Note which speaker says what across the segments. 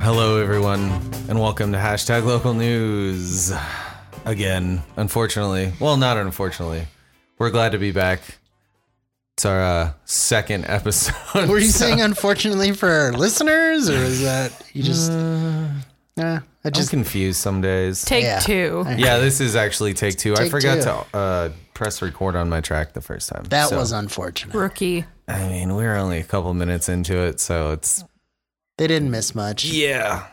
Speaker 1: Hello, everyone, and welcome to hashtag local news again. Unfortunately, well, not unfortunately, we're glad to be back. It's our uh, second episode.
Speaker 2: Were you saying unfortunately for our listeners, or is that you just?
Speaker 1: Uh,
Speaker 2: Nah, I
Speaker 1: I'm
Speaker 2: just
Speaker 1: confused some days.
Speaker 3: Take
Speaker 2: Yeah.
Speaker 3: two.
Speaker 1: yeah, this is actually take two. I
Speaker 2: Take
Speaker 1: forgot
Speaker 2: two.
Speaker 1: to uh, press record on my track the first time.
Speaker 2: that
Speaker 1: so-
Speaker 2: was unfortunate.
Speaker 3: Rookie.
Speaker 1: I mean, we're only a couple minutes into it, so it's
Speaker 2: They didn't miss much.
Speaker 1: yeah.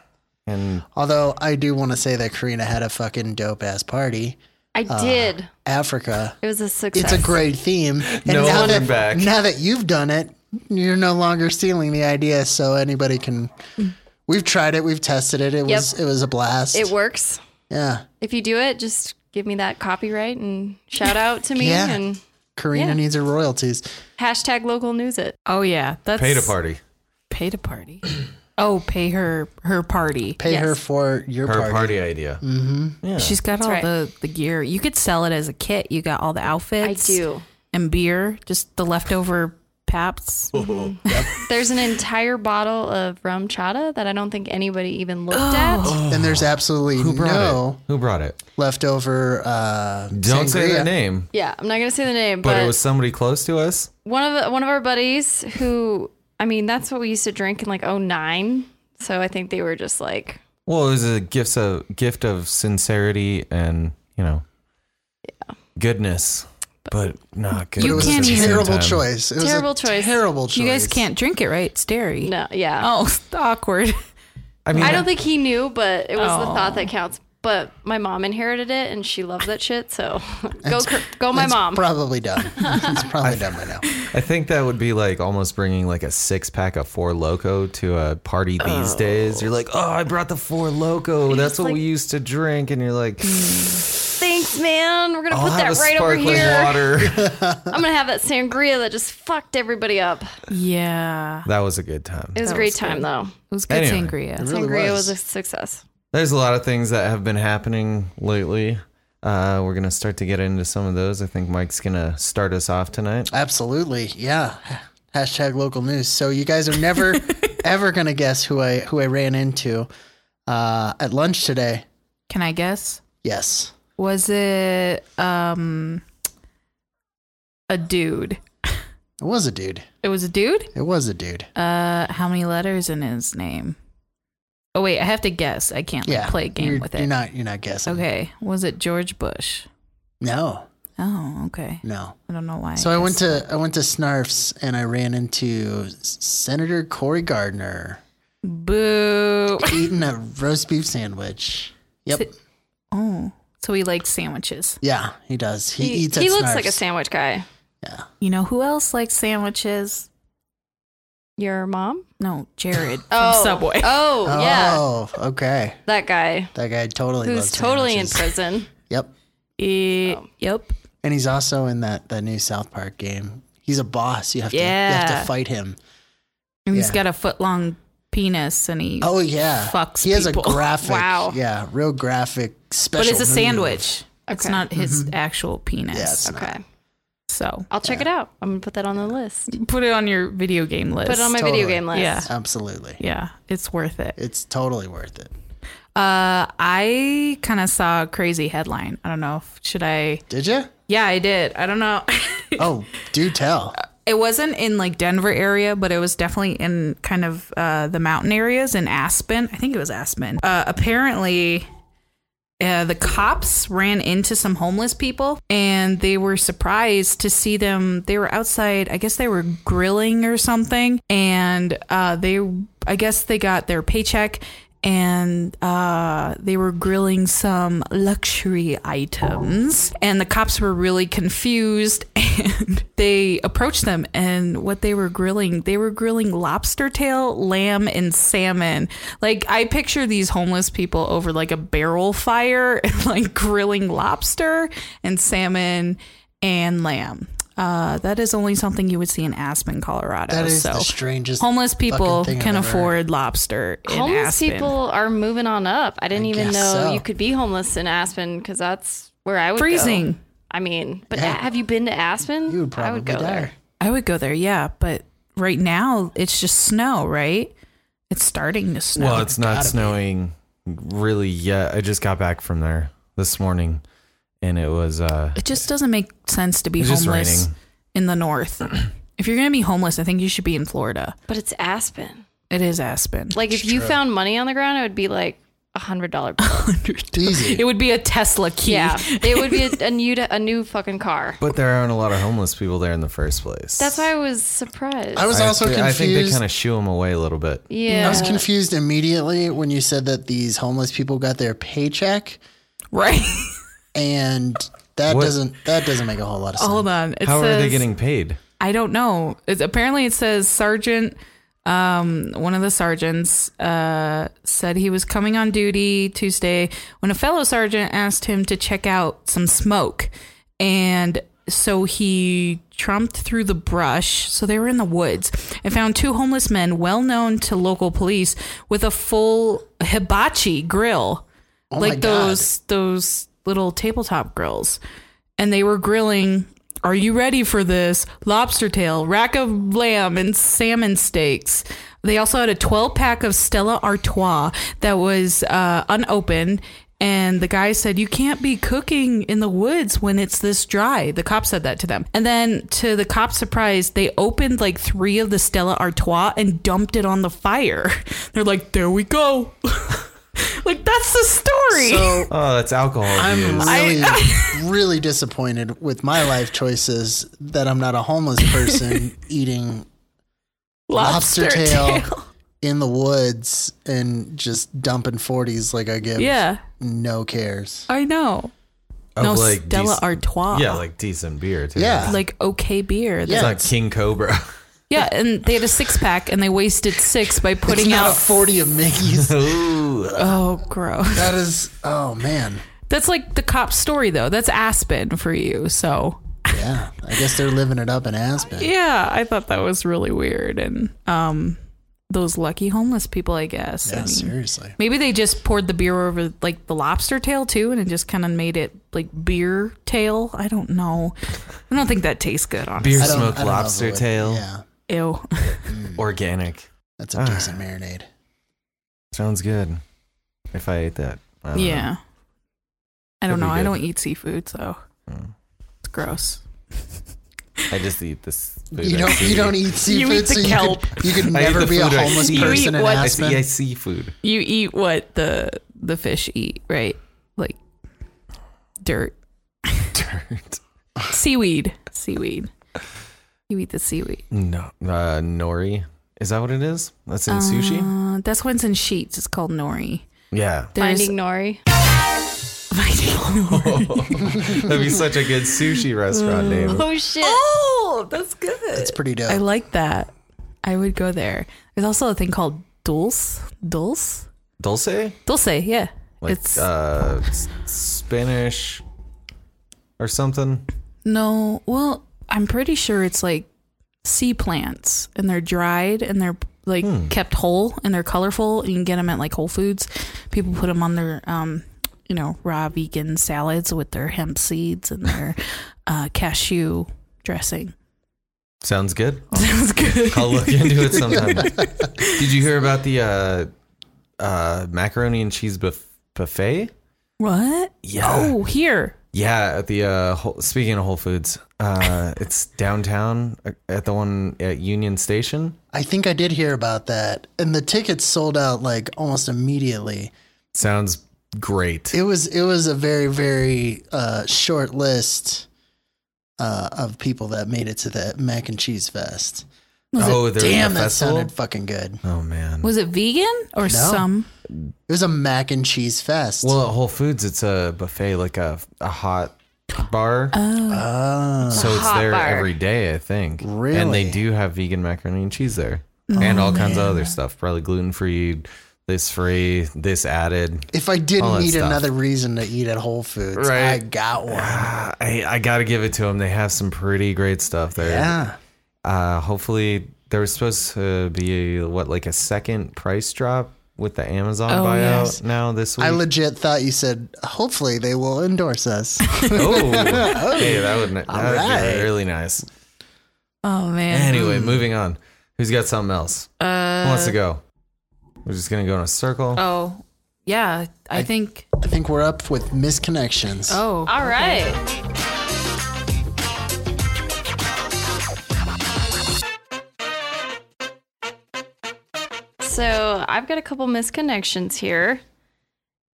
Speaker 1: And
Speaker 2: Although I do want to say that Karina had a fucking dope ass party. Uh,
Speaker 4: I did.
Speaker 2: Africa.
Speaker 4: It was a
Speaker 2: It's
Speaker 4: success.
Speaker 2: a great theme. And
Speaker 1: No wonder
Speaker 2: that,
Speaker 1: back.
Speaker 2: Now that you've done it, you're no longer stealing the idea, so anybody can. We've tried it. We've tested it. It was it was a blast.
Speaker 4: It works.
Speaker 2: Yeah.
Speaker 4: If you do it, just give me that copyright and shout out to me
Speaker 2: Yeah.
Speaker 4: and
Speaker 2: Karina
Speaker 4: Yeah.
Speaker 2: needs her royalties.
Speaker 4: hashtag local news it.
Speaker 3: Oh yeah, that's
Speaker 1: paid a party.
Speaker 3: Paid a party. Oh, pay her her party.
Speaker 2: Pay her
Speaker 4: Yes.
Speaker 2: for your
Speaker 1: Her
Speaker 2: party.
Speaker 1: party, idea.
Speaker 3: She's got all
Speaker 4: right.
Speaker 3: the the gear. You could sell it as a kit. You got all the
Speaker 4: I
Speaker 3: outfits.
Speaker 4: do.
Speaker 3: And beer, just the leftover paps.
Speaker 1: Oh,
Speaker 4: There's an entire bottle of rum chata that I don't think anybody even looked at.
Speaker 2: And there's absolutely
Speaker 1: Oh. Who brought
Speaker 2: no
Speaker 1: it? Who brought it?
Speaker 2: leftover. Uh,
Speaker 1: Don't say
Speaker 2: sangria.
Speaker 1: their name,
Speaker 4: Yeah, I'm not gonna say the name,
Speaker 1: but
Speaker 4: but,
Speaker 1: it was somebody close to us.
Speaker 4: one of one of our buddies who I mean that's what we used to drink in like 09. So I think they were just like
Speaker 1: Well, it was a gift of gift of sincerity and you know, goodness, but not good.
Speaker 3: You
Speaker 2: It was
Speaker 3: can't
Speaker 2: a
Speaker 3: even-
Speaker 2: terrible choice. It was
Speaker 4: Terrible
Speaker 2: a
Speaker 4: choice.
Speaker 2: Terrible choice.
Speaker 3: You guys can't drink it, right? It's dairy.
Speaker 4: no, yeah.
Speaker 3: Oh, awkward.
Speaker 1: I mean,
Speaker 4: I don't think he knew, but it was the
Speaker 3: Oh.
Speaker 4: thought that counts. But my mom inherited it, and she loved that shit. So go, cur- go, my
Speaker 2: It's
Speaker 4: mom.
Speaker 2: Probably done. It's probably done by now.
Speaker 1: I think that would be like almost bringing like a six pack of Four Loco to a party these days. You're like, oh, I brought the Four Loco. That's what we used to drink, and you're like,
Speaker 4: Thanks, man. We're gonna
Speaker 1: I'll
Speaker 4: Mm. put
Speaker 1: have
Speaker 4: that
Speaker 1: a
Speaker 4: right over
Speaker 1: sparkling
Speaker 4: here.
Speaker 1: water.
Speaker 4: I'm gonna have that sangria that just fucked everybody up.
Speaker 3: Yeah.
Speaker 1: that was a good time.
Speaker 4: It was a
Speaker 3: That
Speaker 4: great
Speaker 3: was
Speaker 4: time,
Speaker 3: good.
Speaker 4: though.
Speaker 3: It was good
Speaker 1: Anyway.
Speaker 3: sangria.
Speaker 2: really
Speaker 4: sangria
Speaker 2: was.
Speaker 4: was. a success.
Speaker 1: There's a lot of things that have been happening lately. Uh, we're gonna start to get into some of those. I think Mike's gonna start us off tonight.
Speaker 2: Absolutely. Yeah. Hashtag local news. So you guys are never ever gonna guess who I who I ran into uh, at lunch today.
Speaker 3: Can I guess?
Speaker 2: Yes.
Speaker 3: Was it um a dude?
Speaker 2: It was a dude.
Speaker 3: It was a dude?
Speaker 2: It was a dude.
Speaker 3: Uh, how many letters in his name? Oh wait, I have to guess. I can't like,
Speaker 2: Yeah.
Speaker 3: play a game
Speaker 2: you're,
Speaker 3: with
Speaker 2: You're
Speaker 3: it.
Speaker 2: not you're not guessing.
Speaker 3: okay, was it George Bush?
Speaker 2: No.
Speaker 3: Oh, okay.
Speaker 2: No.
Speaker 3: I don't know why.
Speaker 2: So I went
Speaker 3: guessed
Speaker 2: to I went to Snarf's and I ran into Senator Cory Gardner
Speaker 3: boo.
Speaker 2: eating a roast beef sandwich. Yep.
Speaker 3: oh, so he likes sandwiches.
Speaker 2: Yeah, he does. He,
Speaker 4: He,
Speaker 2: eats.
Speaker 4: he
Speaker 2: at
Speaker 4: looks like a
Speaker 2: Snarf's.
Speaker 4: sandwich guy.
Speaker 2: Yeah.
Speaker 3: You know who else likes sandwiches?
Speaker 4: Your mom?
Speaker 3: No, Jared from
Speaker 4: Oh,
Speaker 3: Subway.
Speaker 4: Oh, yeah,
Speaker 2: Oh, okay.
Speaker 4: that guy
Speaker 2: That guy totally.
Speaker 4: who's
Speaker 2: loves
Speaker 4: totally
Speaker 2: sandwiches.
Speaker 4: in prison.
Speaker 2: Yep.
Speaker 3: Eh, Yep.
Speaker 2: And he's also in that that new South Park game. He's a boss. You have to you have
Speaker 3: Yeah.
Speaker 2: to fight him.
Speaker 3: And he's
Speaker 2: Yeah.
Speaker 3: got a foot long penis, and he.
Speaker 2: Oh yeah.
Speaker 3: Fucks
Speaker 2: He has
Speaker 3: people.
Speaker 2: a graphic.
Speaker 4: Wow.
Speaker 2: Yeah, real graphic special.
Speaker 3: but it's
Speaker 2: move.
Speaker 3: a
Speaker 2: Mm-hmm.
Speaker 3: sandwich. It's
Speaker 4: Okay.
Speaker 3: not his actual penis.
Speaker 2: Yeah, it's
Speaker 4: Okay,
Speaker 3: So
Speaker 4: I'll check it out. I'm gonna put that on the list.
Speaker 3: put it on your video game list.
Speaker 4: Put it on my
Speaker 2: Totally.
Speaker 4: video game list.
Speaker 3: Yeah.
Speaker 2: Absolutely.
Speaker 3: Yeah, it's worth it.
Speaker 2: It's totally worth it.
Speaker 3: Uh, I kind of saw a crazy headline. I don't know. If, should I?
Speaker 2: Did you?
Speaker 3: Yeah, I did. I don't know.
Speaker 2: Oh, do tell.
Speaker 3: it wasn't in like Denver area, but it was definitely in kind of uh, the mountain areas in Aspen. I think it was Aspen. Uh, apparently, uh, the cops ran into some homeless people, and they were surprised to see them. They were outside. I guess they were grilling or something, and uh, they. I guess they got their paycheck. And uh, they were grilling some luxury items, and the cops were really confused. And they approached them, and what they were grilling, they were grilling lobster tail, lamb, and salmon. Like I picture these homeless people over like a barrel fire, and like grilling lobster and salmon and lamb. Uh, that is only something you would see in Aspen, Colorado.
Speaker 2: That is
Speaker 3: so
Speaker 2: the strangest.
Speaker 3: homeless people
Speaker 2: thing I've
Speaker 3: can
Speaker 2: ever heard.
Speaker 3: afford lobster. In
Speaker 4: homeless
Speaker 3: Aspen.
Speaker 4: people are moving on up. I didn't even
Speaker 2: guess
Speaker 4: know
Speaker 2: so.
Speaker 4: you could be homeless in Aspen because that's where I would go.
Speaker 3: freezing.
Speaker 4: I mean, but
Speaker 2: Yeah.
Speaker 4: have you been to Aspen?
Speaker 2: You would probably
Speaker 4: I would go
Speaker 2: die.
Speaker 4: there.
Speaker 3: I would go there, yeah, but right now it's just snow, right? It's starting to snow.
Speaker 1: well, it's not
Speaker 2: gotta be.
Speaker 1: snowing really yet. I just got back from there this morning, and it was uh,
Speaker 3: it just doesn't make sense to be
Speaker 1: It's just
Speaker 3: homeless
Speaker 1: raining.
Speaker 3: in the north. if you're gonna be homeless, I think you should be in Florida.
Speaker 4: But it's Aspen.
Speaker 3: It is Aspen.
Speaker 4: Like if you found money on the ground, it would be like a hundred dollar bill.
Speaker 2: Easy.
Speaker 3: it would be a Tesla key.
Speaker 4: yeah, it would be a, a new a new fucking car.
Speaker 1: But there aren't a lot of homeless people there in the first place.
Speaker 4: That's why I was surprised.
Speaker 2: I was also
Speaker 1: I, I
Speaker 2: confused.
Speaker 1: think they kind of shoo them away a little bit.
Speaker 4: yeah,
Speaker 2: I was confused immediately when you said that these homeless people got their paycheck,
Speaker 3: Right.
Speaker 2: and that
Speaker 1: What?
Speaker 2: doesn't that doesn't make a whole lot of sense.
Speaker 3: Hold on. It
Speaker 1: How are they
Speaker 3: says-
Speaker 1: getting paid?
Speaker 3: I don't know. It's, apparently, it says Sergeant. Um, one of the sergeants uh, said he was coming on duty Tuesday when a fellow sergeant asked him to check out some smoke, and so he trumped through the brush. So they were in the woods and found two homeless men, well known to local police, with a full hibachi grill,
Speaker 2: my
Speaker 3: like those those little tabletop grills and they were grilling are you ready for this lobster tail rack of lamb and salmon steaks they also had a 12 pack of stella artois that was uh, unopened and the guy said you can't be cooking in the woods when it's this dry the cop said that to them and then to the cop's surprise they opened like three of the stella artois and dumped it on the fire they're like there we go like that's the story
Speaker 2: So
Speaker 1: Oh, that's alcohol
Speaker 2: I'm
Speaker 1: abuse.
Speaker 2: really, really disappointed with my life choices that I'm not a homeless person eating lobster, tail, in the woods and just dumping forties like I give
Speaker 3: Yeah,
Speaker 2: no cares.
Speaker 3: I know. no,
Speaker 1: Of, like,
Speaker 3: Stella
Speaker 1: dec-
Speaker 3: Artois.
Speaker 1: Yeah, like decent beer too.
Speaker 2: Yeah.
Speaker 3: like okay beer.
Speaker 1: It's
Speaker 2: Yeah.
Speaker 1: not King Cobra.
Speaker 3: yeah, and they had a six pack and they wasted six by
Speaker 2: It's
Speaker 3: putting
Speaker 2: not
Speaker 3: out.
Speaker 2: forty of Mickey's.
Speaker 1: Ooh.
Speaker 3: oh, gross.
Speaker 2: that is oh man.
Speaker 3: That's like the cop story though. That's Aspen for you. So
Speaker 2: Yeah. I guess they're living it up in Aspen.
Speaker 3: yeah, I thought that was really weird and um, those lucky homeless people, I guess. I
Speaker 2: Yeah,
Speaker 3: mean,
Speaker 2: seriously.
Speaker 3: Maybe they just poured the beer over like the lobster tail too, and it just kind of made it like beer tail. I don't know. I don't think that tastes good. Honestly.
Speaker 1: Beer
Speaker 2: I don't-
Speaker 1: smoked
Speaker 2: I don't know if it
Speaker 1: lobster
Speaker 2: would-
Speaker 1: tail.
Speaker 2: Yeah.
Speaker 3: Ew.
Speaker 1: Organic.
Speaker 2: Mm, That's a
Speaker 1: Ah.
Speaker 2: decent marinade.
Speaker 1: Sounds good. If I ate that. I don't know.
Speaker 3: yeah. I don't
Speaker 1: Could be
Speaker 3: know. I
Speaker 1: good.
Speaker 3: don't eat seafood, so
Speaker 1: Mm.
Speaker 3: it's gross.
Speaker 1: I just eat this. Food
Speaker 2: You
Speaker 1: I
Speaker 2: don't
Speaker 1: see.
Speaker 2: you don't eat seafood,
Speaker 3: eat the
Speaker 2: so you
Speaker 3: kelp.
Speaker 2: could you could
Speaker 1: I eat
Speaker 2: never
Speaker 1: the
Speaker 2: be a
Speaker 1: food I
Speaker 2: homeless
Speaker 1: see.
Speaker 2: person
Speaker 3: You eat
Speaker 2: in
Speaker 3: what?
Speaker 1: I see,
Speaker 2: Aspen.
Speaker 1: I see food.
Speaker 3: You eat what the the fish eat, right? Like dirt,
Speaker 1: Dirt.
Speaker 3: seaweed, seaweed. You eat the seaweed.
Speaker 1: No. Uh, nori. Is that what it is? That's in sushi?
Speaker 3: Uh, that's when's in sheets. It's called nori.
Speaker 1: Yeah.
Speaker 3: There's
Speaker 4: finding Nori.
Speaker 2: Oh,
Speaker 3: finding nori.
Speaker 1: That'd be such a good sushi restaurant name.
Speaker 4: Oh shit!
Speaker 3: Oh, that's good.
Speaker 2: It's pretty dope.
Speaker 3: I like that. I would go there. There's also a thing called dulce, dulce,
Speaker 1: Dulce?
Speaker 3: dulce. Yeah,
Speaker 1: Like
Speaker 3: it's
Speaker 1: uh, s- Spanish or something?
Speaker 3: No, well, I'm pretty sure it's like sea plants, and they're dried and they're like kept whole and they're colorful. And you can get them at like Whole Foods. People put them on their, um, you know, raw vegan salads with their hemp seeds and their uh, cashew dressing.
Speaker 1: Sounds good.
Speaker 3: Sounds good.
Speaker 1: I'll look into it sometime. Did you hear about the uh, uh, macaroni and cheese buf- buffet?
Speaker 3: What?
Speaker 1: Yeah.
Speaker 3: Oh, here.
Speaker 1: Yeah, at the uh, whole, speaking of Whole Foods, uh, it's downtown uh, at the one at Union Station.
Speaker 2: I think I did hear about that. And the tickets sold out like almost immediately.
Speaker 1: Sounds great.
Speaker 2: It was it was a very very uh, short list uh, of people that made it to the mac and cheese fest.
Speaker 1: oh, there was a
Speaker 2: Damn, that
Speaker 1: festival?
Speaker 2: sounded fucking good.
Speaker 1: Oh man.
Speaker 3: Was it vegan or some?
Speaker 2: It was a mac and cheese fest.
Speaker 1: well, at Whole Foods, it's a buffet, like a a hot bar.
Speaker 2: oh,
Speaker 1: so it's
Speaker 4: Hot
Speaker 1: there
Speaker 4: bar.
Speaker 1: every day, I think. And they
Speaker 2: Really?
Speaker 1: do have vegan macaroni and cheese there, and all kinds of other stuff, probably gluten free, this free, this added.
Speaker 2: if I
Speaker 1: all
Speaker 2: didn't
Speaker 1: that
Speaker 2: need
Speaker 1: stuff.
Speaker 2: another reason to eat at Whole Foods,
Speaker 1: Right.
Speaker 2: I got one.
Speaker 1: Ah, I, I gotta give it to them. They have some pretty great stuff there.
Speaker 2: Yeah,
Speaker 1: Uh, hopefully, there was supposed to be what like a second price drop with the Amazon
Speaker 3: Oh,
Speaker 1: buyout
Speaker 3: yes.
Speaker 1: now this week.
Speaker 2: I legit thought you said. Hopefully, they will endorse us.
Speaker 1: oh, hey, that would that would
Speaker 2: right.
Speaker 1: be really nice.
Speaker 3: Oh man.
Speaker 1: Anyway, moving on. Who's got something else? Who wants to go? We're just gonna go in a circle.
Speaker 3: Oh, yeah. I, think.
Speaker 2: I think we're up with misconnections.
Speaker 3: Oh,
Speaker 4: All right. So I've got a couple misconnections here.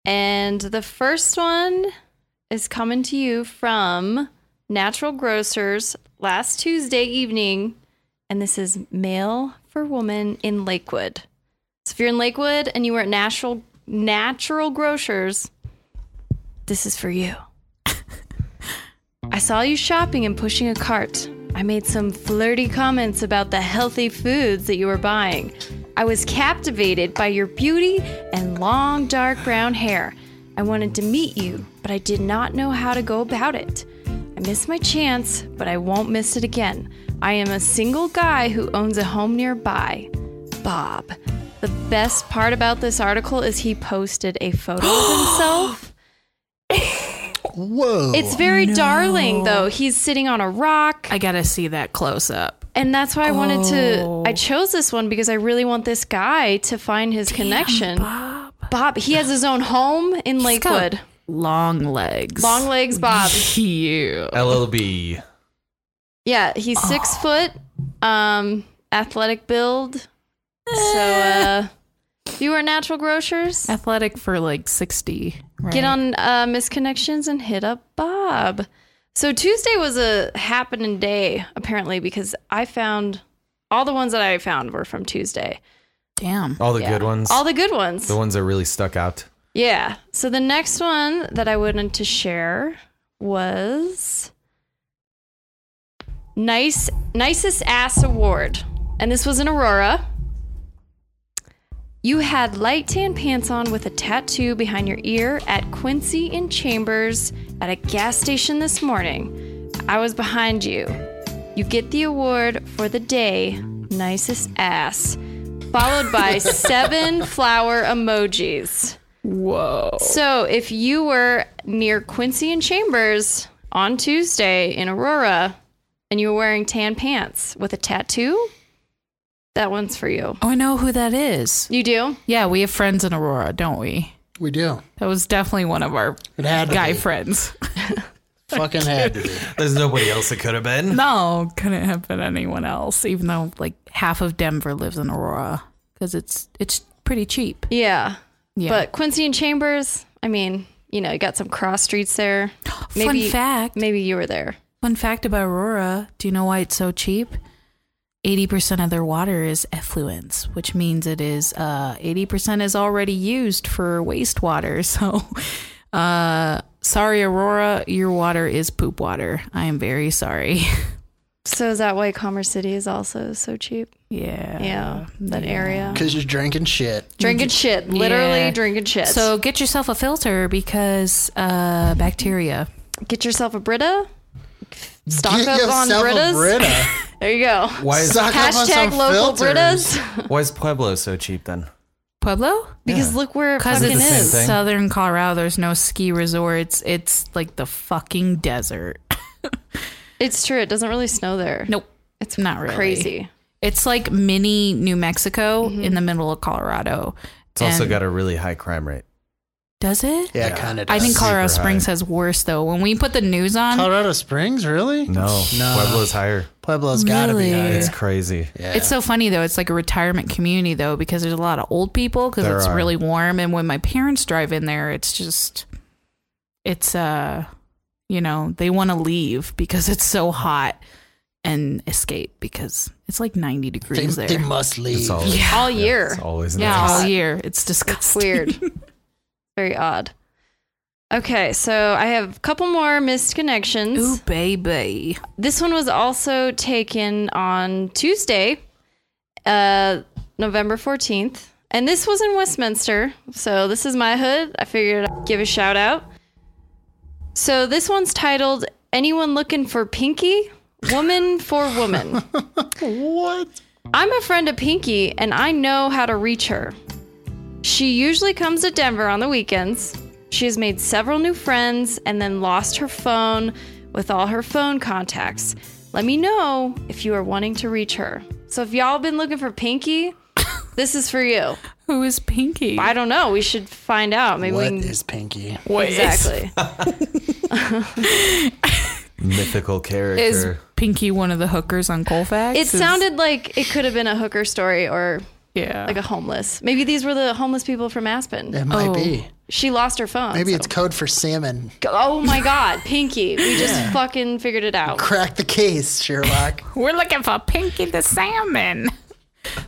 Speaker 4: And the first one is coming to you from Natural Grocers last Tuesday evening. And this is Mail for Woman in Lakewood. So if you're in Lakewood and you were at Natural Natural Grocers, this is for you. I saw you shopping and pushing a cart. I made some flirty comments about the healthy foods that you were buying. I was captivated by your beauty and long, dark brown hair. I wanted to meet you, but I did not know how to go about it. I missed my chance, but I won't miss it again. I am a single guy who owns a home nearby. Bob. The best part about this article is he posted a photo of himself.
Speaker 2: Whoa.
Speaker 4: It's very darling though. He's sitting on a rock.
Speaker 3: I gotta see that close up.
Speaker 4: And that's why I wanted to I chose this one because I really want this guy to find his connection. Bob. he has his own home in Lakewood.
Speaker 3: Long legs.
Speaker 4: Long legs Bob.
Speaker 3: Cute.
Speaker 1: LLB.
Speaker 4: Yeah, he's 6 foot. Um athletic build. So uh if you are natural grocers,
Speaker 3: Athletic for like sixty. Right?
Speaker 4: get on uh, misconnections and hit up bob so tuesday was a happening day apparently because i found all the ones that i found were from tuesday
Speaker 3: Damn. Oh,
Speaker 1: All the
Speaker 4: Yeah.
Speaker 1: good ones.
Speaker 4: all the good ones
Speaker 1: the ones that really stuck out.
Speaker 4: yeah so the next one that i wanted to share was nice nicest ass award and this was in aurora you had light tan pants on with a tattoo behind your ear at Quincy in Chambers at a gas station this morning. I was behind you. You get the award for the day, nicest ass, followed by seven flower emojis. Whoa. So if you were near Quincy in Chambers on Tuesday in Aurora and you were wearing tan pants with a tattoo, that one's for you.
Speaker 3: Oh, I know who that is.
Speaker 4: You do?
Speaker 3: Yeah, we have friends in Aurora, don't we?
Speaker 2: we do.
Speaker 3: That was definitely one of our
Speaker 2: It had to
Speaker 3: guy
Speaker 2: be.
Speaker 3: friends.
Speaker 2: Fucking had to be.
Speaker 1: There's nobody else it could have been.
Speaker 3: No, couldn't have been anyone else. Even though like half of Denver lives in Aurora because it's it's pretty cheap.
Speaker 4: Yeah.
Speaker 3: Yeah.
Speaker 4: But Quincy and Chambers, I mean, you know, you got some cross streets there. Maybe,
Speaker 3: fun fact.
Speaker 4: Maybe you were there.
Speaker 3: Fun fact about Aurora. Do you know why it's so cheap? Eighty percent of their water is effluents, which means it is uh, eighty percent is already used for wastewater. So, uh, sorry, Aurora, your water is poop water. I am very sorry.
Speaker 4: So is that why Commerce City is also so cheap?
Speaker 3: Uh, yeah.
Speaker 4: Yeah. That area.
Speaker 2: Because you're drinking shit.
Speaker 4: Drinking shit. Literally
Speaker 3: Yeah.
Speaker 4: drinking shit.
Speaker 3: So get yourself a filter because uh, bacteria.
Speaker 4: get yourself a Brita. Stock
Speaker 2: Get
Speaker 4: up on
Speaker 2: yourself a
Speaker 4: Britas.
Speaker 2: Brita.
Speaker 4: There you go.
Speaker 1: Why is
Speaker 2: Stock up on
Speaker 4: Hashtag
Speaker 2: some
Speaker 4: local
Speaker 2: filters.
Speaker 4: Britas.
Speaker 1: why is Pueblo so cheap then?
Speaker 3: Pueblo?
Speaker 4: Because look where it
Speaker 3: Because
Speaker 4: fucking
Speaker 3: it's
Speaker 1: the same
Speaker 4: is.
Speaker 1: thing.
Speaker 3: southern Colorado. There's no ski resorts. It's like the fucking desert.
Speaker 4: It's true. It doesn't really snow there.
Speaker 3: Nope.
Speaker 4: It's
Speaker 3: Not really.
Speaker 4: crazy.
Speaker 3: It's like mini New Mexico in the middle of Colorado.
Speaker 1: It's also
Speaker 3: And-
Speaker 1: got a really high crime rate.
Speaker 3: Does it?
Speaker 2: Yeah, it kind of
Speaker 3: I
Speaker 2: does.
Speaker 3: think Colorado
Speaker 1: Super high.
Speaker 3: Springs has worse though. When we put the news on,
Speaker 2: Colorado Springs, really?
Speaker 1: No,
Speaker 2: No.
Speaker 1: Pueblo's higher.
Speaker 2: Pueblo's got to
Speaker 3: Really?
Speaker 2: be
Speaker 1: It's
Speaker 2: higher.
Speaker 1: crazy.
Speaker 2: Yeah.
Speaker 3: It's so funny though. It's like a retirement community though because there's a lot of old people because
Speaker 1: There
Speaker 3: it's
Speaker 1: are.
Speaker 3: really warm. And when my parents drive in there, it's just, it's uh, you know, they want to leave because it's so hot and escape because it's like
Speaker 2: they,
Speaker 3: 90 degrees
Speaker 2: they
Speaker 3: there.
Speaker 2: must leave.
Speaker 1: It's always
Speaker 4: All year.
Speaker 1: It's always
Speaker 3: Yeah,
Speaker 1: nice.
Speaker 3: all year. It's disgusting.
Speaker 4: Weird. Very odd. Okay, so I have a couple more missed connections.
Speaker 3: Ooh, baby.
Speaker 4: This one was also taken on Tuesday, uh, November 14th. And this was in Westminster. So this is my hood. I figured I'd give a shout out. So this one's titled Anyone Looking for Pinky? Woman for Woman.
Speaker 2: What?
Speaker 4: I'm a friend of Pinky and I know how to reach her. She usually comes to Denver on the weekends. She has made several new friends and then lost her phone with all her phone contacts. Let me know if you are wanting to reach her. So if y'all been looking for Pinky, this is for you.
Speaker 3: Who is Pinky?
Speaker 4: I don't know. We should find out. Maybe
Speaker 2: What
Speaker 4: we can.
Speaker 2: is Pinky?
Speaker 3: What is-
Speaker 4: exactly.
Speaker 1: Mythical character.
Speaker 3: Is Pinky one of the hookers on Colfax?
Speaker 4: it
Speaker 3: Is-
Speaker 4: sounded like it could have been a hooker story or
Speaker 3: yeah.
Speaker 4: like a homeless. Maybe these were the homeless people from Aspen.
Speaker 2: It might
Speaker 3: Oh.
Speaker 2: be.
Speaker 4: She lost her phone.
Speaker 2: Maybe
Speaker 4: so-
Speaker 2: it's code for salmon.
Speaker 4: Oh my God, Pinky. We just fucking figured it out.
Speaker 2: Crack the case, Sherlock.
Speaker 3: We're looking for Pinky the Salmon.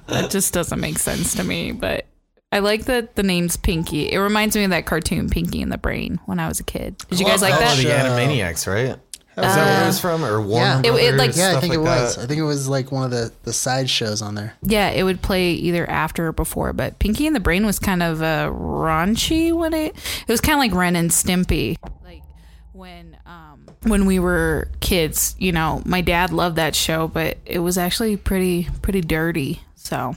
Speaker 3: That just doesn't make sense to me, but I like that the name's Pinky. It reminds me of that cartoon Pinky and the Brain when I was a kid. Did you guys like
Speaker 1: oh,
Speaker 3: that?
Speaker 1: the
Speaker 2: show.
Speaker 1: Animaniacs, right? Is that where it was from? Or Warner
Speaker 2: Yeah.
Speaker 3: It- it, like-
Speaker 1: Brothers,
Speaker 2: yeah, I
Speaker 1: stuff
Speaker 2: think it
Speaker 1: like
Speaker 2: was.
Speaker 1: that?
Speaker 2: I think it was like one of the, the side shows on there.
Speaker 3: Yeah, it would play either after or before, but Pinky and the Brain was kind of uh, raunchy when it it was kind of like Ren and Stimpy. Like when um, when we were kids, you know, my dad loved that show, but it was actually pretty pretty dirty. So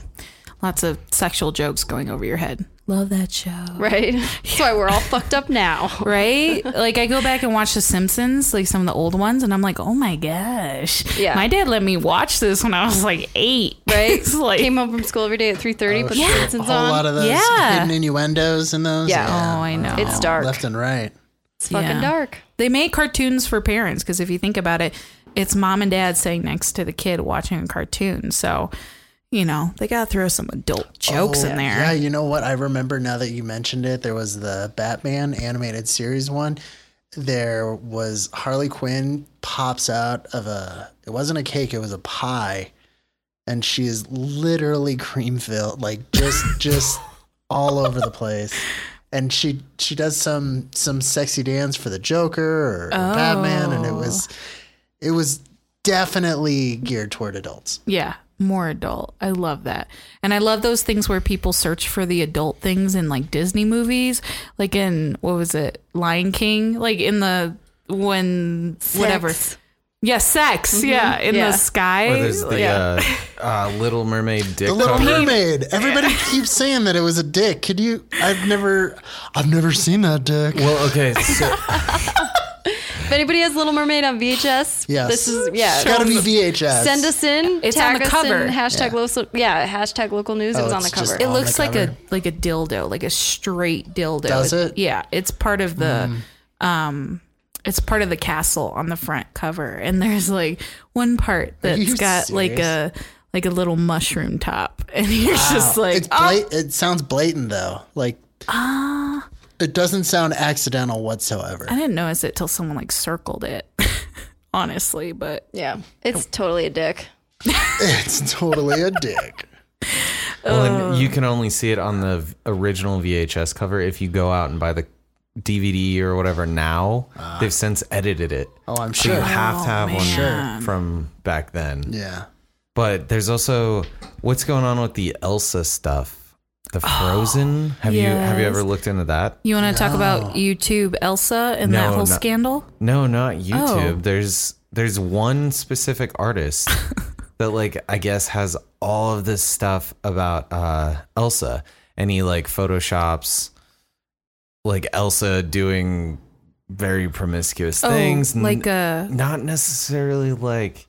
Speaker 3: lots of sexual jokes going over your head. Love that show.
Speaker 4: Right? That's why we're all fucked up now.
Speaker 3: Right? like I go back and watch The Simpsons, like some of the old ones, and I'm like, oh my gosh.
Speaker 4: Yeah.
Speaker 3: My dad let me watch this when I was like eight.
Speaker 4: Right?
Speaker 3: It's like-
Speaker 4: Came home from school every day at 3.30, put the
Speaker 2: A
Speaker 4: Simpsons
Speaker 2: whole lot
Speaker 4: on.
Speaker 2: of those
Speaker 3: Yeah.
Speaker 2: hidden innuendos in those.
Speaker 4: Yeah.
Speaker 3: Oh, I know.
Speaker 4: it's dark.
Speaker 2: Left and right.
Speaker 4: It's fucking
Speaker 3: Yeah.
Speaker 4: dark.
Speaker 3: They make cartoons for parents because if you think about it, it's mom and dad sitting next to the kid watching a cartoon. So, you know, they got to throw some adult jokes
Speaker 2: Oh,
Speaker 3: in there.
Speaker 2: Yeah, you know what? I remember now that you mentioned it. There was the Batman animated series one. There was Harley Quinn pops out of a. It wasn't a cake. It was a pie, and she is literally cream filled, like just just all over the place. And she she does some some sexy dance for the Joker or Batman, and it was
Speaker 3: Oh.
Speaker 2: it was definitely geared toward adults.
Speaker 3: Yeah, more adult. I love that. And I love those things where people search for the adult things in like Disney movies, like in what was it? Lion King, like in the when whatever.
Speaker 4: Sex.
Speaker 3: Yeah, sex.
Speaker 2: Mm-hmm.
Speaker 3: Yeah, in
Speaker 4: Yeah.
Speaker 3: the sky.
Speaker 1: Or there's the
Speaker 4: Yeah.
Speaker 1: uh, uh, Little Mermaid dick
Speaker 2: The Little
Speaker 1: cover.
Speaker 2: Mermaid. Everybody keeps saying that it was a dick. Could you? I've never, I've never seen that dick.
Speaker 1: Well, okay, so
Speaker 4: If anybody has Little Mermaid on VHS,
Speaker 2: Yes.
Speaker 4: this is, yeah.
Speaker 2: It's gotta be VHS.
Speaker 4: Send us in.
Speaker 3: It's
Speaker 4: tag
Speaker 3: on the
Speaker 4: us
Speaker 3: cover.
Speaker 4: In, hashtag local, yeah, hashtag local news. it was
Speaker 2: Oh,
Speaker 4: on the
Speaker 2: it's just-
Speaker 4: cover.
Speaker 3: It
Speaker 2: on
Speaker 3: looks
Speaker 2: the
Speaker 3: like a like a dildo, like a straight dildo.
Speaker 2: Does it? Hmm.
Speaker 3: Yeah, it's part of the um it's part of the castle on the front cover and there's like one part that's
Speaker 2: you
Speaker 3: got like a like a little mushroom top and you're just like "Oh!"
Speaker 2: It's blat- It sounds blatant though. Like,
Speaker 3: Ah.
Speaker 2: it doesn't sound accidental whatsoever.
Speaker 3: I didn't notice it till someone like circled it. Honestly, but
Speaker 4: yeah, it's totally a dick.
Speaker 2: It's totally a dick.
Speaker 1: well, and you can only see it on the v- original VHS cover if you go out and buy the DVD or whatever. Now they've since edited it.
Speaker 2: Ah. Oh, I'm
Speaker 1: So you
Speaker 2: sure.
Speaker 1: have to have one
Speaker 3: Oh, man.
Speaker 1: from back then.
Speaker 2: Yeah.
Speaker 1: But there's also what's going on with the Elsa stuff, the Frozen. have you have you
Speaker 3: yes.
Speaker 1: ever looked into that?
Speaker 3: you want to talk about YouTube Elsa and that
Speaker 1: No,
Speaker 3: whole
Speaker 1: no.
Speaker 3: scandal?
Speaker 1: No, not YouTube.
Speaker 3: Oh.
Speaker 1: There's there's one specific artist that like I guess has all of this stuff about uh Elsa and he like photoshops like Elsa doing very promiscuous things.
Speaker 3: oh,
Speaker 1: N-
Speaker 3: like a
Speaker 1: not necessarily like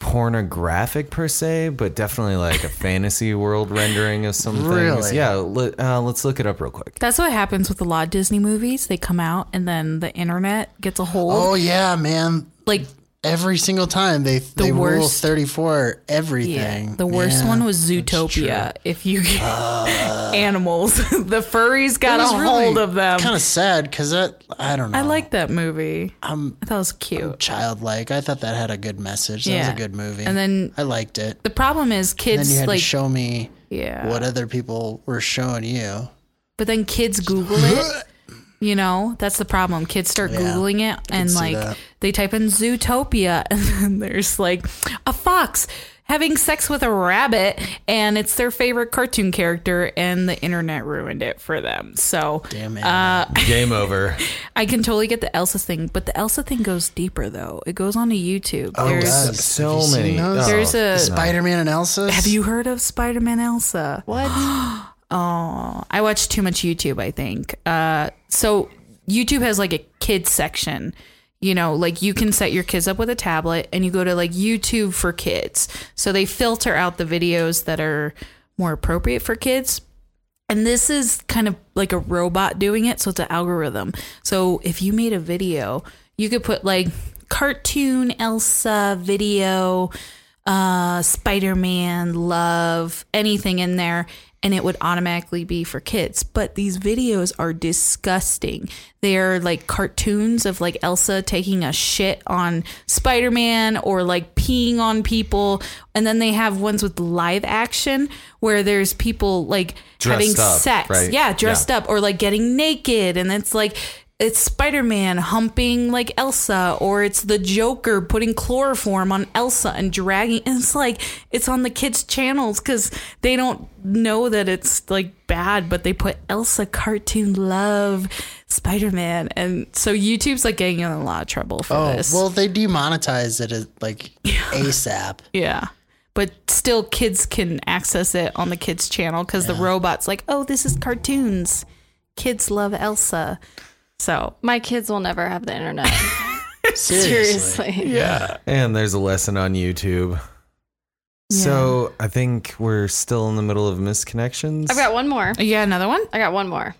Speaker 1: pornographic per se, but definitely like a fantasy world rendering of some things.
Speaker 2: Really?
Speaker 1: Yeah, let, uh, let's look it up real quick.
Speaker 3: That's what happens with a lot of Disney movies. They come out and then the internet gets a hold.
Speaker 2: Oh yeah, man.
Speaker 3: like
Speaker 2: Every single time they they rule
Speaker 3: worst.
Speaker 2: 34 everything.
Speaker 3: yeah, the worst
Speaker 2: Yeah. Uh.
Speaker 3: one was Zootopia. If you get animals, the furries got a hold of them.
Speaker 2: Kind of sad because that I don't know.
Speaker 3: I like that movie. I thought it was cute.
Speaker 2: childlike. I thought that had a good message. That was
Speaker 3: Yeah.
Speaker 2: a good movie.
Speaker 3: And then-
Speaker 2: I liked it.
Speaker 3: the problem is
Speaker 2: then you
Speaker 3: kids
Speaker 2: had
Speaker 3: like,
Speaker 2: to show me
Speaker 3: yeah,
Speaker 2: what other people were showing you.
Speaker 3: but then kids Google it. You know, that's the problem. Kids start Googling it and
Speaker 2: see
Speaker 3: like
Speaker 2: that.
Speaker 3: they type in Zootopia and then there's like a fox having sex with a rabbit and it's their favorite cartoon character and the internet ruined it for them. So
Speaker 2: Damn it.
Speaker 1: Game over.
Speaker 3: I can totally get the Elsa thing, but the Elsa thing goes deeper though. It goes onto YouTube.
Speaker 2: Oh,
Speaker 3: there's
Speaker 2: God.
Speaker 1: Oh, so
Speaker 2: Have you seen
Speaker 1: many. Oh,
Speaker 2: those?
Speaker 3: There's a-
Speaker 2: Spider Man and Elsa.
Speaker 3: have you heard of Spider Man Elsa?
Speaker 4: What?
Speaker 3: I watch too much YouTube, I think. Uh, so YouTube has like a kids section. You know, like you can set your kids up with a tablet and you go to like YouTube for kids. So they filter out the videos that are more appropriate for kids, And this is kind of like a robot doing it, so it's an algorithm. So if you made a video, you could put like cartoon Elsa video, uh, Spider Man, love, anything in there, and it would automatically be for kids. But these videos are disgusting. They are like cartoons of like Elsa taking a shit on Spider Man or like peeing on people. And then they have ones with live action where there's people like having
Speaker 1: Dressed up,
Speaker 3: sex.
Speaker 1: right?
Speaker 3: Yeah, dressed
Speaker 1: Yeah.
Speaker 3: up or like getting naked. And it's like, it's Spider Man humping like Elsa, or it's the Joker putting chloroform on Elsa and dragging. And it's like, it's on the kids' channels because they don't know that it's like bad, but they put Elsa cartoon love Spider Man. And so YouTube's like getting in a lot of trouble for
Speaker 2: Oh,
Speaker 3: this.
Speaker 2: well, they demonetized it at, like ASAP.
Speaker 3: yeah. But still, kids can access it on the kids' channel because the robot's like, oh, this is cartoons. Kids love Elsa. So
Speaker 4: My kids will never have the internet.
Speaker 2: Seriously.
Speaker 4: Seriously.
Speaker 1: Yeah. And there's a lesson on YouTube. So I think we're still in the middle of misconnections.
Speaker 4: I've got one more.
Speaker 3: You got another one?
Speaker 4: I got one more.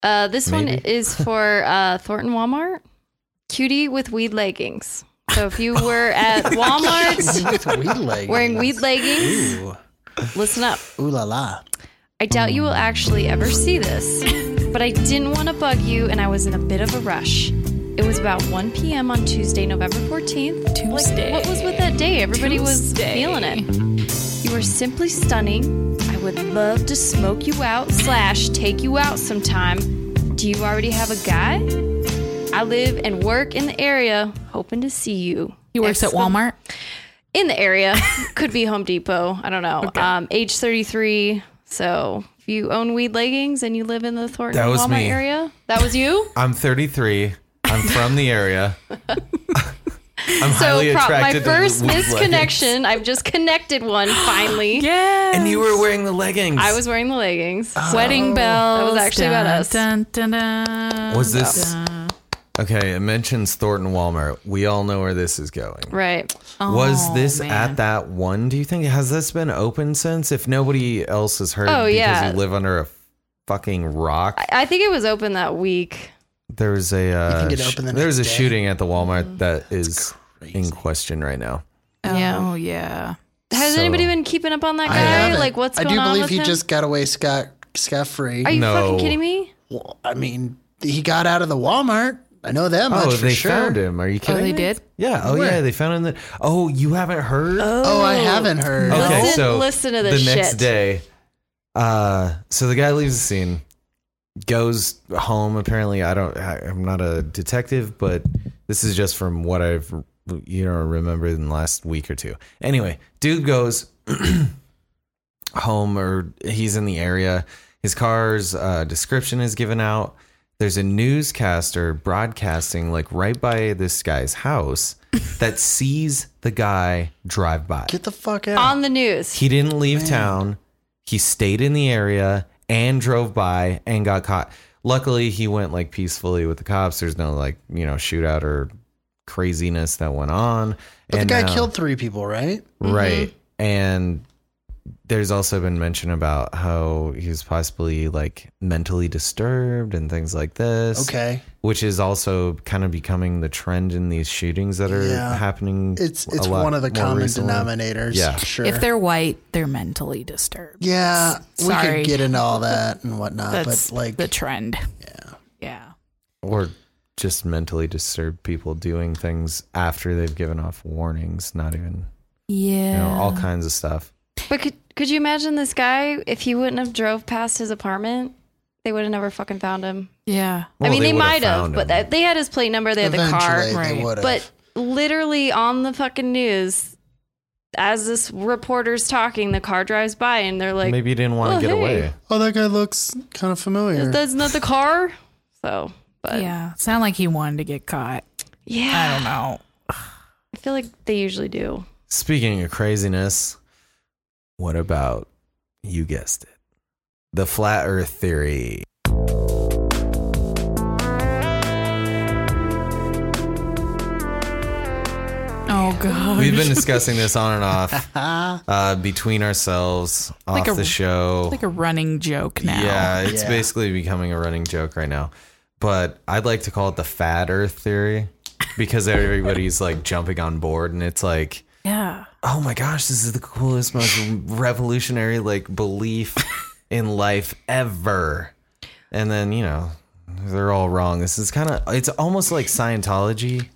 Speaker 4: Uh, this one
Speaker 1: Maybe.
Speaker 4: is for uh, Thornton Walmart. Cutie with weed leggings. So if you were at Walmart
Speaker 2: It's weed leggings.
Speaker 4: wearing weed leggings,
Speaker 2: Ooh.
Speaker 4: listen up.
Speaker 2: Ooh la la.
Speaker 4: I doubt you will actually ever see this, but I didn't want to bug you and I was in a bit of a rush. It was about 1 p.m. on Tuesday, November 14th. Like,
Speaker 3: Tuesday.
Speaker 4: what was with that day? Everybody
Speaker 3: Tuesday.
Speaker 4: was feeling it. You were simply stunning. I would love to smoke you out, slash, take you out sometime. Do you already have a guy? I live and work in the area, hoping to see you.
Speaker 3: He works at
Speaker 4: Exclam-
Speaker 3: Walmart.
Speaker 4: in the area. Could be Home Depot. I don't know. Um, age 33. So if you own weed leggings and you live in the Thornton
Speaker 1: That was
Speaker 4: Walmart
Speaker 1: me.
Speaker 4: area, that was you.
Speaker 1: I'm 33. I'm from the area. I'm
Speaker 4: So
Speaker 1: highly
Speaker 4: pro- my
Speaker 1: attracted
Speaker 4: first
Speaker 1: to weed leggings.
Speaker 4: misconnection. I've just connected one finally.
Speaker 3: Yeah.
Speaker 1: And you were wearing the leggings.
Speaker 4: I was wearing the leggings.
Speaker 1: Oh.
Speaker 3: Wedding bells.
Speaker 4: That was actually about us.
Speaker 3: Dun, dun, dun.
Speaker 1: Was this
Speaker 4: uh,
Speaker 1: okay? It mentions Thornton Walmart. We all know where this is going.
Speaker 4: Right.
Speaker 1: was
Speaker 3: Oh,
Speaker 1: this
Speaker 3: man.
Speaker 1: at that one? Do you think has this been open since? If nobody else has heard,
Speaker 4: Oh,
Speaker 1: because
Speaker 4: yeah.
Speaker 1: you live under a fucking rock.
Speaker 4: I- I think it was open that week.
Speaker 1: there was a uh,
Speaker 2: get it
Speaker 1: sh-
Speaker 2: open the
Speaker 1: there was a
Speaker 2: next day. Mm-hmm.
Speaker 1: shooting at the Walmart that is in question right now.
Speaker 4: Yeah.
Speaker 3: Oh, yeah.
Speaker 4: Has
Speaker 1: So-
Speaker 4: anybody been keeping up on that
Speaker 2: I
Speaker 4: guy?
Speaker 2: haven't.
Speaker 4: Like, what's
Speaker 2: I
Speaker 4: going
Speaker 2: do
Speaker 4: on
Speaker 2: believe
Speaker 4: with
Speaker 2: he
Speaker 4: him?
Speaker 2: just got away scot scot free.
Speaker 4: Are you fucking
Speaker 1: No.
Speaker 4: kidding me?
Speaker 2: Well, I mean, he got out of the Walmart. I know that much
Speaker 1: Oh,
Speaker 2: for
Speaker 1: they
Speaker 2: sure.
Speaker 1: found him. Are you kidding?
Speaker 3: Oh, they
Speaker 1: me?
Speaker 3: did?
Speaker 1: Yeah. Oh,
Speaker 2: Where?
Speaker 1: yeah. They found him. in The, oh, you haven't heard?
Speaker 2: Oh, I haven't heard.
Speaker 1: Okay,
Speaker 4: Listen-
Speaker 1: so
Speaker 4: listen to
Speaker 1: the
Speaker 4: this
Speaker 1: next
Speaker 4: shit.
Speaker 1: day, uh, so the guy leaves the scene, goes home. Apparently, I don't. I, I'm not a detective, but this is just from what I've you know remembered in the last week or two. Anyway, dude goes home or he's in the area. His car's uh, description is given out. There's a newscaster broadcasting like right by this guy's house that sees the guy drive by.
Speaker 2: Get the fuck out.
Speaker 4: On the news.
Speaker 1: He didn't leave town. He stayed in the area and drove by and got caught. Luckily, he went like peacefully with the cops. There's no like, you know, shootout or craziness that went on.
Speaker 2: but the
Speaker 1: And,
Speaker 2: guy
Speaker 1: uh,
Speaker 2: killed three people, right?
Speaker 1: Right. And there's also been mention about how he was possibly like mentally disturbed and things like this.
Speaker 2: Okay.
Speaker 1: Which is also kind of becoming the trend in these shootings that are
Speaker 2: Yeah.
Speaker 1: happening.
Speaker 2: It's
Speaker 1: a
Speaker 2: it's
Speaker 1: lot
Speaker 2: one of the
Speaker 1: more
Speaker 2: common
Speaker 1: recently.
Speaker 2: denominators.
Speaker 1: Yeah.
Speaker 2: Sure.
Speaker 3: If they're white, they're mentally disturbed.
Speaker 2: yeah, we
Speaker 3: Sorry.
Speaker 2: could get into all that and whatnot,
Speaker 3: That's
Speaker 2: but like
Speaker 3: the trend. Yeah. Yeah.
Speaker 1: or just mentally disturbed people doing things after they've given off warnings not even you know
Speaker 3: Yeah.
Speaker 1: all kinds of stuff
Speaker 4: But could, could you imagine this guy if he wouldn't have drove past his apartment? They would have never fucking found him.
Speaker 3: yeah.
Speaker 4: I
Speaker 1: Well,
Speaker 4: mean, they,
Speaker 1: would've
Speaker 4: might have,
Speaker 1: found
Speaker 4: but
Speaker 1: him.
Speaker 4: they had his plate number. They had the car.
Speaker 2: eventually
Speaker 3: Right.
Speaker 2: they would have.
Speaker 4: But literally on the fucking news, as this reporter's talking, the car drives by and they're like,
Speaker 1: maybe you didn't want
Speaker 4: well,
Speaker 1: to get
Speaker 4: hey.
Speaker 1: away
Speaker 2: oh, that guy looks kind of familiar.
Speaker 4: that's not the car. So, but yeah.
Speaker 3: Yeah. Sound like he wanted to get caught. I don't know.
Speaker 4: I feel like they usually do.
Speaker 1: speaking of craziness what about you guessed it the flat earth theory
Speaker 3: Oh, Oh god.
Speaker 1: We've been discussing this on and off
Speaker 2: Ah,
Speaker 1: uh, between ourselves off
Speaker 3: Like a-
Speaker 1: the show.
Speaker 3: like a running joke now.
Speaker 1: Yeah, it's
Speaker 2: Yeah.
Speaker 1: basically becoming a running joke right now. But I'd like to call it the fat earth theory because everybody's like jumping on board and it's like,
Speaker 3: Yeah.
Speaker 1: oh my gosh, this is the coolest, most revolutionary like belief in life ever. And then, you know, they're all wrong. This is kind of, it's almost like Scientology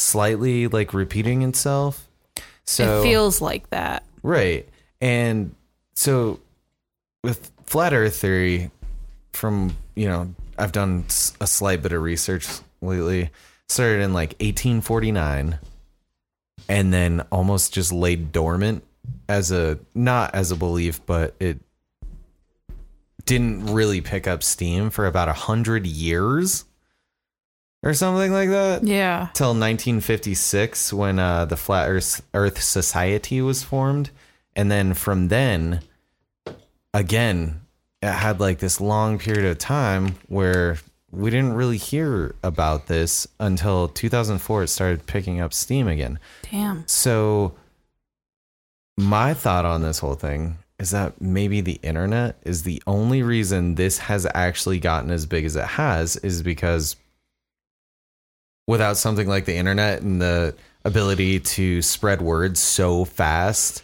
Speaker 1: slightly like repeating itself. So
Speaker 3: it feels like that.
Speaker 1: Right. And so with flat earth theory from, you know, I've done s- a slight bit of research lately. Started in like 1849 and then almost just laid dormant as a not as a belief, but it didn't really pick up steam for about a 100 years or something like that
Speaker 3: Yeah.
Speaker 1: till 1956 when uh, the Flat Earth, Earth Society was formed, and then from then, again, it had like this long period of time where we didn't really hear about this until 2004. It started picking up steam again.
Speaker 3: Damn.
Speaker 1: So, my thought on this whole thing is that maybe the internet is the only reason this has actually gotten as big as it has, is because without something like the internet and the ability to spread words so fast,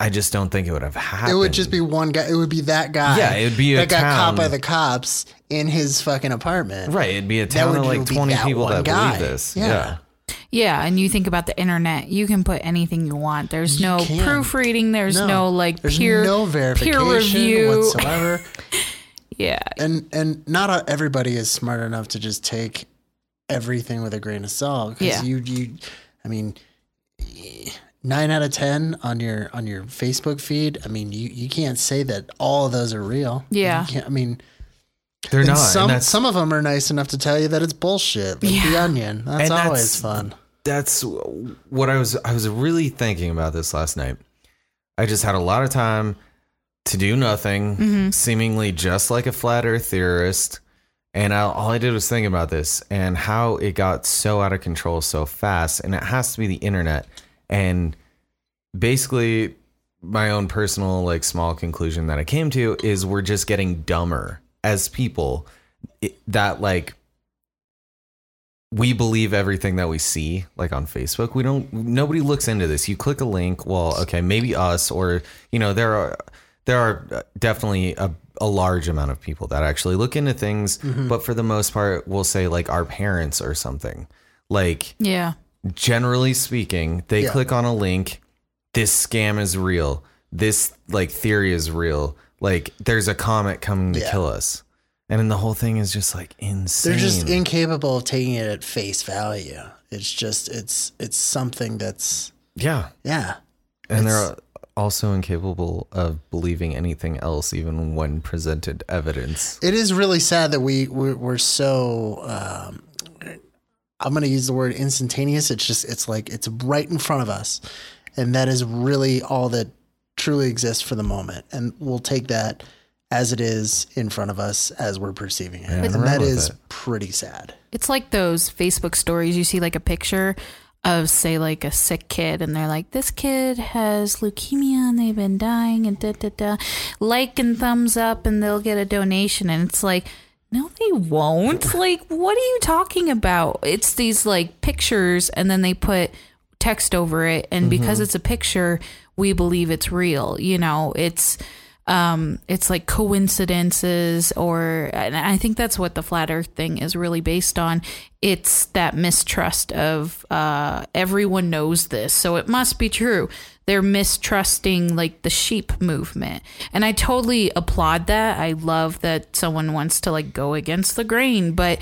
Speaker 1: I just don't think it would have happened.
Speaker 2: it would just be one guy. It would be that guy.
Speaker 1: Yeah, it would be a
Speaker 2: that got
Speaker 1: town.
Speaker 2: caught by the cops in his fucking apartment.
Speaker 1: right. It'd be a
Speaker 2: That
Speaker 1: town
Speaker 2: would
Speaker 1: of like
Speaker 2: be
Speaker 1: 20
Speaker 2: that
Speaker 1: people
Speaker 2: one
Speaker 1: that
Speaker 2: guy.
Speaker 1: believe this.
Speaker 2: Yeah.
Speaker 1: yeah.
Speaker 3: Yeah, and you think about the internet, you can put anything you want. There's no
Speaker 2: can.
Speaker 3: proofreading, there's no, like
Speaker 2: There's
Speaker 3: peer
Speaker 2: no verification
Speaker 3: peer review.
Speaker 2: whatsoever.
Speaker 3: Yeah.
Speaker 2: and and not a- everybody is smart enough to just take everything with a grain of salt 'cause
Speaker 3: Yeah.
Speaker 2: you you i mean eh, 9 out of 10 on your on your facebook feed i mean you you can't say that all of those are real You
Speaker 3: Yeah.
Speaker 2: can't- i mean
Speaker 1: They're
Speaker 2: and
Speaker 1: not. and
Speaker 2: some
Speaker 1: that's-
Speaker 2: some of them are nice enough to tell you that it's bullshit like the onion that's
Speaker 1: And that's-
Speaker 2: always fun
Speaker 1: that's what I was I was really thinking about this last night. I just had a lot of time to do nothing, seemingly just like a flat earth theorist, and I, all I did was think about this and how it got so out of control so fast and it has to be the internet and basically my own personal like small conclusion that I came to is we're just getting dumber as people It- that like we believe everything that we see like on facebook we don't nobody looks into this you click a link well okay maybe us or you know there are there are uh, definitely a, a large amount of people that actually look into things
Speaker 2: Mm-hmm.
Speaker 1: but for the most part we'll say like our parents or something like
Speaker 3: Yeah.
Speaker 1: generally speaking, they
Speaker 2: Yeah.
Speaker 1: click on a link. This scam is real. This like theory is real. Like there's a comet coming to
Speaker 2: Yeah.
Speaker 1: kill us, and then the whole thing is just like insane.
Speaker 2: they're just incapable of taking it at face value it's just it's it's something that's
Speaker 1: yeah,
Speaker 2: yeah
Speaker 1: and
Speaker 2: It's-
Speaker 1: they're also incapable of believing anything else, even when presented evidence.
Speaker 2: it is really sad that we we're, we're so um, i'm going to use the word instantaneous it's just it's like it's right in front of us and that is really all that truly exists for the moment and we'll take that as it is in front of us as we're perceiving it
Speaker 1: nothing
Speaker 2: and that
Speaker 1: wrong with
Speaker 2: is
Speaker 1: it.
Speaker 2: pretty sad
Speaker 3: It's like those Facebook stories. You see like a picture of say like a sick kid and they're like, This kid has leukemia and they've been dying and da da da like and thumbs up and they'll get a donation and it's like no, they won't. Like, what are you talking about? It's these like pictures, and then they put text over it. And because it's a picture, we believe it's real. You know, it's um, it's like coincidences, or and I think that's what the flat Earth thing is really based on. It's that mistrust of uh, everyone knows this, so it must be true. They're mistrusting like the sheep movement, and I totally applaud that. I love that someone wants to like go against the grain, but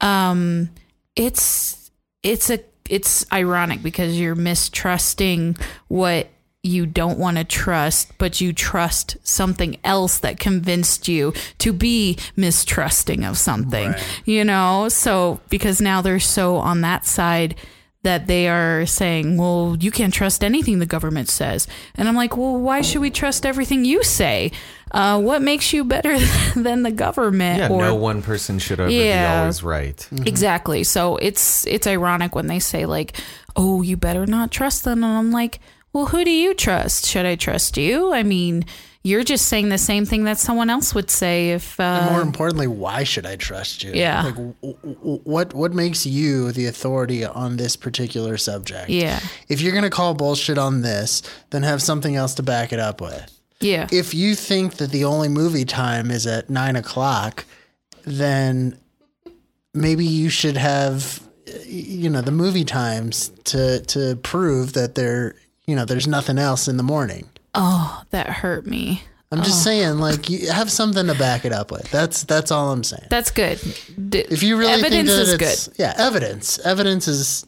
Speaker 3: um, it's it's a it's ironic because you're mistrusting what you don't want to trust but you trust something else that convinced you to be mistrusting of something you know so because now they're so on that side that they are saying well you can't trust anything the government says and i'm like well why should we trust everything you say uh, what makes you better than the government
Speaker 1: Yeah,
Speaker 3: or
Speaker 1: no one person should ever be
Speaker 3: Yeah.
Speaker 1: always right.
Speaker 3: Exactly. So it's it's ironic when they say like, oh, you better not trust them. And I'm like, well, who do you trust? Should I trust you? I mean, you're just saying the same thing that someone else would say if.
Speaker 2: And more
Speaker 3: Uh,
Speaker 2: importantly, why should I trust you?
Speaker 3: Yeah.
Speaker 2: Like, w- w- w- what what makes you the authority on this particular subject?
Speaker 3: yeah.
Speaker 2: If you're gonna call bullshit on this, then have something else to back it up with.
Speaker 3: Yeah.
Speaker 2: If you think that the only movie time is at nine o'clock, then maybe you should have, y- you know, the movie times to to prove that there, you know, there's nothing else in the morning.
Speaker 3: oh, that hurt me.
Speaker 2: I'm
Speaker 4: Oh.
Speaker 2: just saying, like, you have something to back it up with. That's that's all I'm saying.
Speaker 3: That's good. D-
Speaker 2: If you really think
Speaker 3: evidence
Speaker 2: that
Speaker 3: is
Speaker 2: it's,
Speaker 3: good.
Speaker 2: yeah, evidence. Evidence is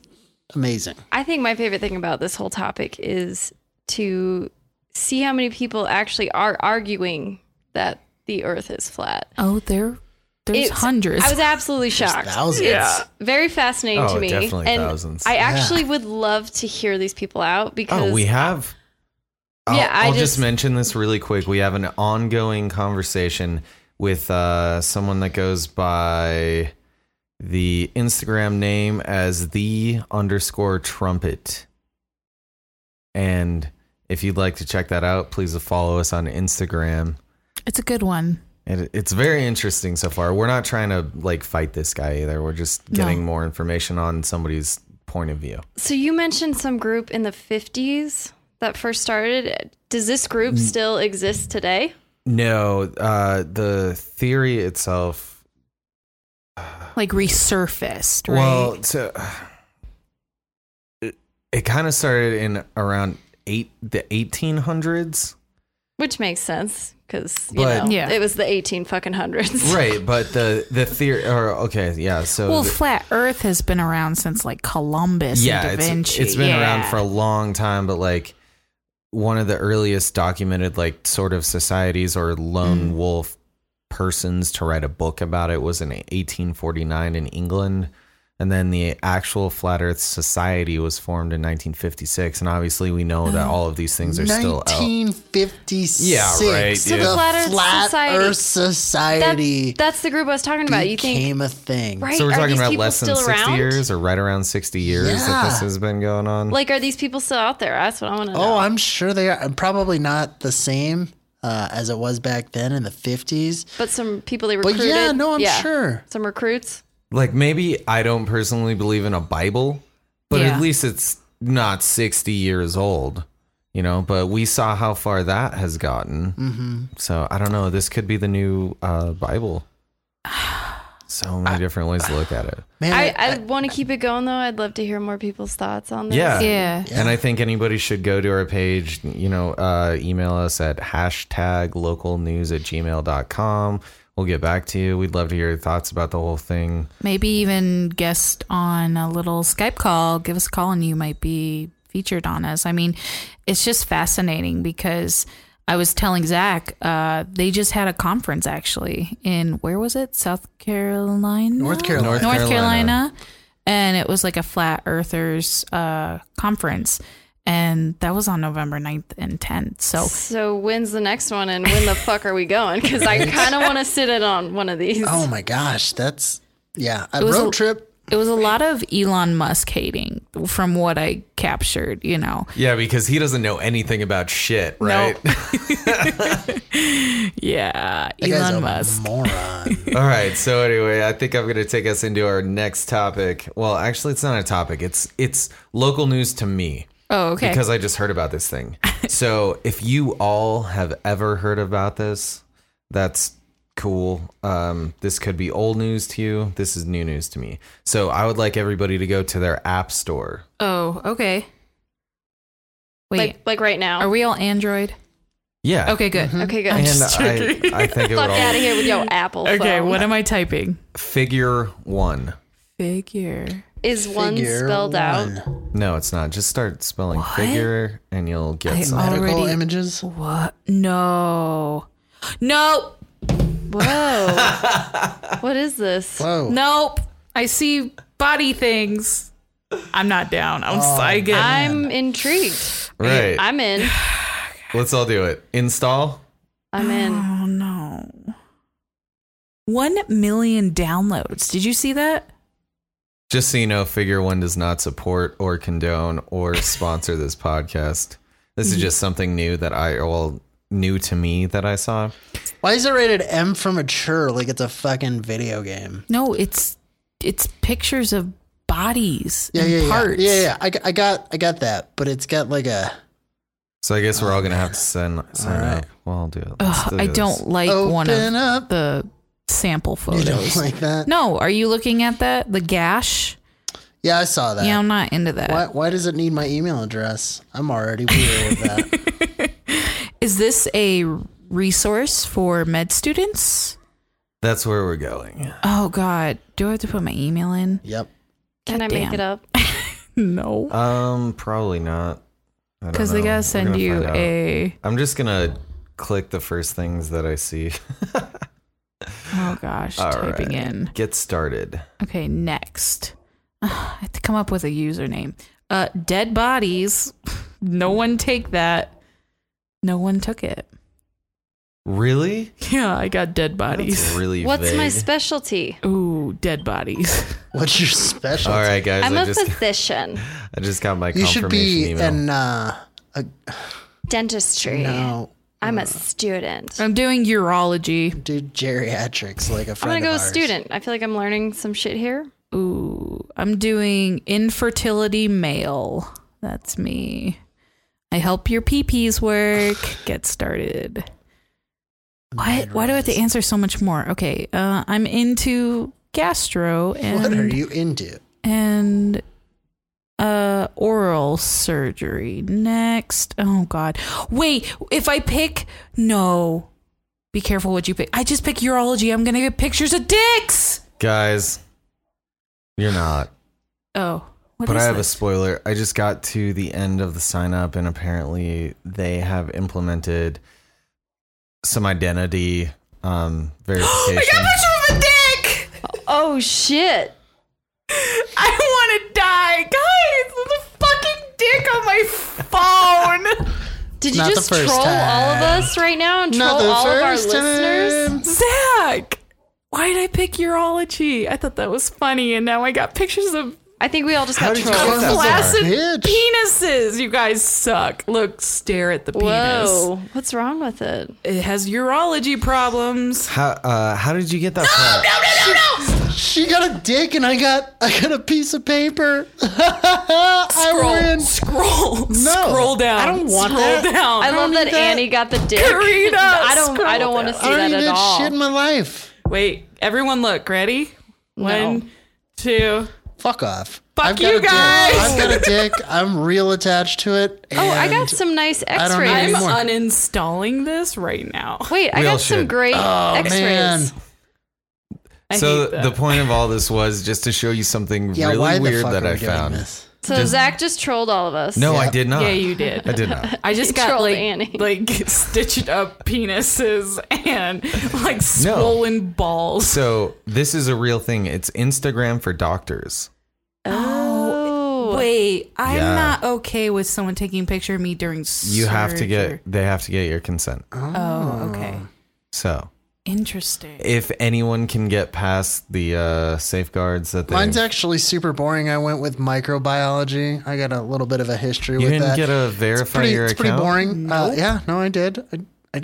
Speaker 2: amazing.
Speaker 4: I think my favorite thing about this whole topic is to see how many people actually are arguing that the earth is flat.
Speaker 3: Oh, there, there's
Speaker 4: It's-
Speaker 3: hundreds.
Speaker 4: I was absolutely shocked.
Speaker 2: thousands.
Speaker 4: It's very fascinating
Speaker 1: Oh,
Speaker 4: to me.
Speaker 1: definitely
Speaker 4: and
Speaker 1: thousands.
Speaker 4: I actually would love to hear these people out because
Speaker 1: Oh, we have. I'll,
Speaker 4: Yeah, I
Speaker 1: I'll just,
Speaker 4: just-
Speaker 1: mention this really quick. We have an ongoing conversation with uh, someone that goes by the Instagram name as the underscore trumpet. And if you'd like to check that out, please follow us on Instagram.
Speaker 3: it's a good one.
Speaker 1: It, it's very interesting so far. We're not trying to like fight this guy either. We're just getting more information on somebody's point of view.
Speaker 4: so you mentioned some group in the 50s that first started. Does this group
Speaker 1: Mm.
Speaker 4: still exist today?
Speaker 1: No, uh, the theory itself.
Speaker 3: Like resurfaced, right?
Speaker 1: Well, so it, it kind of started in around eight the eighteen hundreds,
Speaker 4: Which makes sense because you
Speaker 1: But-
Speaker 4: know
Speaker 3: Yeah.
Speaker 4: it was the 18 fucking hundreds.
Speaker 1: right? But the the theory, or okay, yeah. So
Speaker 3: well,
Speaker 1: the-
Speaker 3: flat Earth has been around since like Columbus
Speaker 1: yeah,
Speaker 3: and Da
Speaker 1: it's-
Speaker 3: Vinci.
Speaker 1: it's been around
Speaker 3: Yeah.
Speaker 1: for a long time, but like one of the earliest documented like sort of societies or
Speaker 4: Mm.
Speaker 1: lone wolf persons to write a book about it was in 1849 in England. And then the actual Flat Earth Society was formed in 1956. And obviously, we know
Speaker 4: Oh,
Speaker 1: that all of these things are still out.
Speaker 2: 1956.
Speaker 1: Yeah, right, So the yeah.
Speaker 4: Flat Earth
Speaker 2: Flat
Speaker 4: Society-
Speaker 2: Earth Society
Speaker 4: That's the group I was talking about. You think
Speaker 2: became a thing.
Speaker 4: right?
Speaker 1: So we're
Speaker 4: are
Speaker 1: talking
Speaker 4: these
Speaker 1: about
Speaker 4: people
Speaker 1: less than
Speaker 4: still
Speaker 1: 60
Speaker 4: around?
Speaker 1: years or right around 60 years that this
Speaker 2: Yeah.
Speaker 1: has been going on.
Speaker 4: Like, are these people still out there? That's what I want to know.
Speaker 2: Oh, I'm sure they are. Probably not the same uh, as it was back then in the 50s.
Speaker 4: but some people they
Speaker 2: But
Speaker 4: recruited.
Speaker 2: yeah, no, I'm
Speaker 4: Yeah.
Speaker 2: sure.
Speaker 4: Some recruits.
Speaker 1: like maybe I don't personally believe in a Bible, but
Speaker 3: Yeah.
Speaker 1: at least it's not 60 years old, you know, but we saw how far that has gotten. Mm-hmm. So I don't know. This could be the new uh, Bible. So many different ways to look at it.
Speaker 2: Man,
Speaker 4: I,
Speaker 2: I-
Speaker 4: I want to keep it going though. I'd love to hear more people's thoughts on this.
Speaker 1: Yeah.
Speaker 3: Yeah.
Speaker 1: And I think anybody should go to our page, you know, uh, email us at hashtag local news at gmail.com. We'll get back to you. We'd love to hear your thoughts about the whole thing.
Speaker 3: Maybe even guest on a little Skype call. Give us a call and you might be featured on us. I mean, it's just fascinating because I was telling Zach, uh, they just had a conference actually in where was it? South Carolina?
Speaker 2: North Carolina.
Speaker 1: North
Speaker 3: North
Speaker 1: Carolina.
Speaker 3: Carolina. And it was like a flat earthers uh, conference. And that was on November 9th and 10th. So
Speaker 4: So when's the next one, and when the fuck are we going? Because I kind of want to sit in on one of these.
Speaker 2: oh my gosh, that's yeah. A
Speaker 3: was
Speaker 2: road
Speaker 3: a-
Speaker 2: trip.
Speaker 3: it was a lot of Elon Musk hating from what I captured, you know.
Speaker 1: Yeah, because he doesn't know anything about shit, right?
Speaker 3: Yeah,
Speaker 2: That guy's a
Speaker 3: Elon Musk.
Speaker 2: moron.
Speaker 1: All right. So anyway, I think I'm going to take us into our next topic. Well, actually, it's not a topic. It's it's local news to me
Speaker 3: Oh, okay.
Speaker 1: because I just heard about this thing. so if you all have ever heard about this, that's cool. Um, this could be old news to you. This is new news to me. So I would like everybody to go to their app store.
Speaker 3: oh, okay. Wait,
Speaker 4: like like right now.
Speaker 3: are we all Android?
Speaker 1: Yeah.
Speaker 3: Okay, good.
Speaker 2: Mm-hmm.
Speaker 4: okay, good.
Speaker 1: And
Speaker 3: just
Speaker 1: I,
Speaker 3: checking.
Speaker 1: I think it would
Speaker 4: fuck out of
Speaker 1: all
Speaker 4: here with your Apple.
Speaker 3: Okay,
Speaker 4: phone.
Speaker 3: what am I typing?
Speaker 1: figure one.
Speaker 3: Figure.
Speaker 4: is one
Speaker 2: Figure
Speaker 4: spelled out?
Speaker 2: one.
Speaker 1: No, it's not. Just start spelling
Speaker 3: What?
Speaker 1: figure and you'll get
Speaker 3: I
Speaker 1: something.
Speaker 2: Medical
Speaker 3: Already-
Speaker 2: images.
Speaker 3: What? No. No.
Speaker 4: Whoa! what is this?
Speaker 2: Whoa.
Speaker 3: Nope. I see body things. I'm not down. I'm oh, I get.
Speaker 4: I'm intrigued.
Speaker 1: Right.
Speaker 4: I'm in.
Speaker 1: Let's all do it. Install.
Speaker 4: I'm in.
Speaker 3: oh no. 1 million downloads. Did you see that?
Speaker 1: Just so you know, Figure One does not support or condone or sponsor this podcast. This
Speaker 3: Mm-hmm.
Speaker 1: is just something new that I, well, new to me that I saw.
Speaker 2: Why is it rated M for mature? Like it's a fucking video game.
Speaker 3: No, it's it's pictures of bodies
Speaker 2: Yeah,
Speaker 3: and
Speaker 2: yeah, yeah,
Speaker 3: parts.
Speaker 2: yeah, yeah. I, g- I got, I got that, but it's got like a.
Speaker 1: So I guess we're all gonna have to sign sign
Speaker 2: All
Speaker 1: up. Well, I'll do it. Let's
Speaker 3: Uh, Ugh,
Speaker 1: do
Speaker 3: I
Speaker 1: this.
Speaker 3: don't like one
Speaker 2: Open
Speaker 3: of
Speaker 2: up.
Speaker 3: the sample
Speaker 2: You don't
Speaker 3: photos.
Speaker 2: like that?
Speaker 3: no, are you looking at that? The gash?
Speaker 2: Yeah, I saw that.
Speaker 3: Yeah, I'm not into that. Is
Speaker 2: Why, why does it need my email address? I'm already weird with that.
Speaker 3: this a resource for med students?
Speaker 1: That's where we're going.
Speaker 3: Oh God, do I have to put my email in?
Speaker 2: Yep.
Speaker 4: Can I make
Speaker 3: Goddamn.
Speaker 4: it up?
Speaker 3: No,
Speaker 1: Um, probably not. I don't
Speaker 3: because they
Speaker 1: know. We're
Speaker 3: gotta send
Speaker 1: gonna
Speaker 3: you
Speaker 1: find out.
Speaker 3: a.
Speaker 1: I'm just gonna click the first things that I see.
Speaker 3: Oh gosh,
Speaker 1: All
Speaker 3: typing
Speaker 1: right.
Speaker 3: in.
Speaker 1: Get started.
Speaker 3: Okay, next. Ugh, I have to come up with a username. Uh, dead bodies. No one take that. No one took it.
Speaker 1: Really?
Speaker 3: Yeah, I got dead bodies.
Speaker 1: That's really
Speaker 4: What's
Speaker 1: vague.
Speaker 4: my specialty?
Speaker 3: Ooh, dead bodies.
Speaker 2: What's your special?
Speaker 1: All right, guys.
Speaker 4: I'm
Speaker 1: I
Speaker 4: a
Speaker 1: just
Speaker 4: physician.
Speaker 1: I just got my
Speaker 2: You
Speaker 1: confirmation
Speaker 2: should be
Speaker 1: email.
Speaker 2: an. Uh, a,
Speaker 4: Dentistry.
Speaker 2: no,
Speaker 4: I'm a student.
Speaker 3: I'm doing urology.
Speaker 2: do geriatrics like a
Speaker 4: I'm
Speaker 2: friend.
Speaker 4: gonna go
Speaker 2: of ours.
Speaker 4: student. I feel like I'm learning some shit here.
Speaker 3: Ooh, I'm doing infertility male. That's me. I help your peepees work. Get started. What? Why do I have to answer so much more? Okay, uh, I'm into gastro and
Speaker 2: What are you into?
Speaker 3: and uh oral surgery next oh god wait if i pick no be careful what you pick i just pick urology i'm gonna get pictures of dicks
Speaker 1: guys, you're not.
Speaker 3: oh what
Speaker 1: but
Speaker 3: is
Speaker 1: I have a
Speaker 3: this?
Speaker 1: spoiler. I just got to the end of the sign up, and apparently they have implemented some identity
Speaker 3: Oh
Speaker 1: um,
Speaker 2: Oh
Speaker 1: verification.
Speaker 3: picture of a dick
Speaker 4: Oh shit.
Speaker 3: i want to die guys there's a fucking dick on my phone
Speaker 4: Did you
Speaker 2: Not the
Speaker 4: just
Speaker 2: first
Speaker 4: troll all of
Speaker 2: time.
Speaker 4: us right now and
Speaker 2: Not
Speaker 4: troll
Speaker 2: the
Speaker 4: all of our
Speaker 2: first
Speaker 4: listeners?
Speaker 3: zach why did i pick urology i thought that was funny and now i got pictures of
Speaker 4: I think we all just
Speaker 1: How
Speaker 4: got
Speaker 1: did you get
Speaker 4: trolled.
Speaker 1: that?
Speaker 3: flaccid
Speaker 2: bitch.
Speaker 3: penises. You guys suck. Look, stare at the penis.
Speaker 4: Whoa. What's wrong with it?
Speaker 3: It has urology problems.
Speaker 1: how, uh, how did you get that? from?
Speaker 2: She got a dick, and I got I got a piece of paper. I
Speaker 3: Scroll,
Speaker 2: win.
Speaker 3: scroll, scroll down.
Speaker 2: I don't want
Speaker 3: scroll
Speaker 2: that.
Speaker 3: down.
Speaker 4: I love
Speaker 2: need
Speaker 4: that,
Speaker 2: that.
Speaker 4: Annie got the dick.
Speaker 3: Karina,
Speaker 4: I don't I don't
Speaker 3: scroll
Speaker 4: want to
Speaker 3: down.
Speaker 4: see
Speaker 2: I don't
Speaker 4: that
Speaker 2: need
Speaker 4: at
Speaker 2: that
Speaker 4: all.
Speaker 2: shit in my life.
Speaker 3: Wait, everyone, look. Ready?
Speaker 4: No.
Speaker 3: One, two.
Speaker 2: Fuck off.
Speaker 3: Fuck
Speaker 2: I've got
Speaker 3: you
Speaker 2: a dick.
Speaker 3: guys.
Speaker 2: I've got a dick. I'm real attached to it.
Speaker 4: Oh, I got
Speaker 2: and
Speaker 4: some nice
Speaker 2: don't
Speaker 4: x-rays.
Speaker 2: need
Speaker 3: I'm
Speaker 2: Anymore.
Speaker 3: uninstalling this right now.
Speaker 4: Wait, I
Speaker 1: Real
Speaker 4: got some
Speaker 1: shit.
Speaker 4: great x-rays.
Speaker 2: man.
Speaker 3: I
Speaker 1: so
Speaker 3: hate that.
Speaker 1: the point of all this was just to show you something
Speaker 2: Yeah, why
Speaker 1: really
Speaker 2: the
Speaker 1: weird
Speaker 2: fuck
Speaker 1: that
Speaker 2: are we
Speaker 1: I
Speaker 2: doing
Speaker 1: found.
Speaker 2: this?
Speaker 4: So Zach just trolled all of us.
Speaker 1: No, I
Speaker 2: Yeah.
Speaker 1: did not.
Speaker 3: yeah, you did.
Speaker 1: I did not.
Speaker 3: I just
Speaker 4: You
Speaker 3: got
Speaker 4: trolled
Speaker 3: like
Speaker 4: Annie.
Speaker 3: like stitched up penises and like swollen balls.
Speaker 1: So this is a real thing. It's Instagram for doctors.
Speaker 4: Oh.
Speaker 3: Wait, I'm
Speaker 1: Yeah.
Speaker 3: not okay with someone taking a picture of me during.
Speaker 1: You have to get. They have to get your consent.
Speaker 3: Oh, okay.
Speaker 1: So
Speaker 3: Interesting.
Speaker 1: if anyone can get past the uh, safeguards that they
Speaker 2: Mine's actually super boring. I went with microbiology. I got a little bit of a history
Speaker 1: you
Speaker 2: with
Speaker 1: didn't
Speaker 2: that.
Speaker 1: get a verify
Speaker 2: pretty,
Speaker 1: your
Speaker 2: it's pretty
Speaker 1: account.
Speaker 2: boring. Uh, yeah, no, I did. I, I,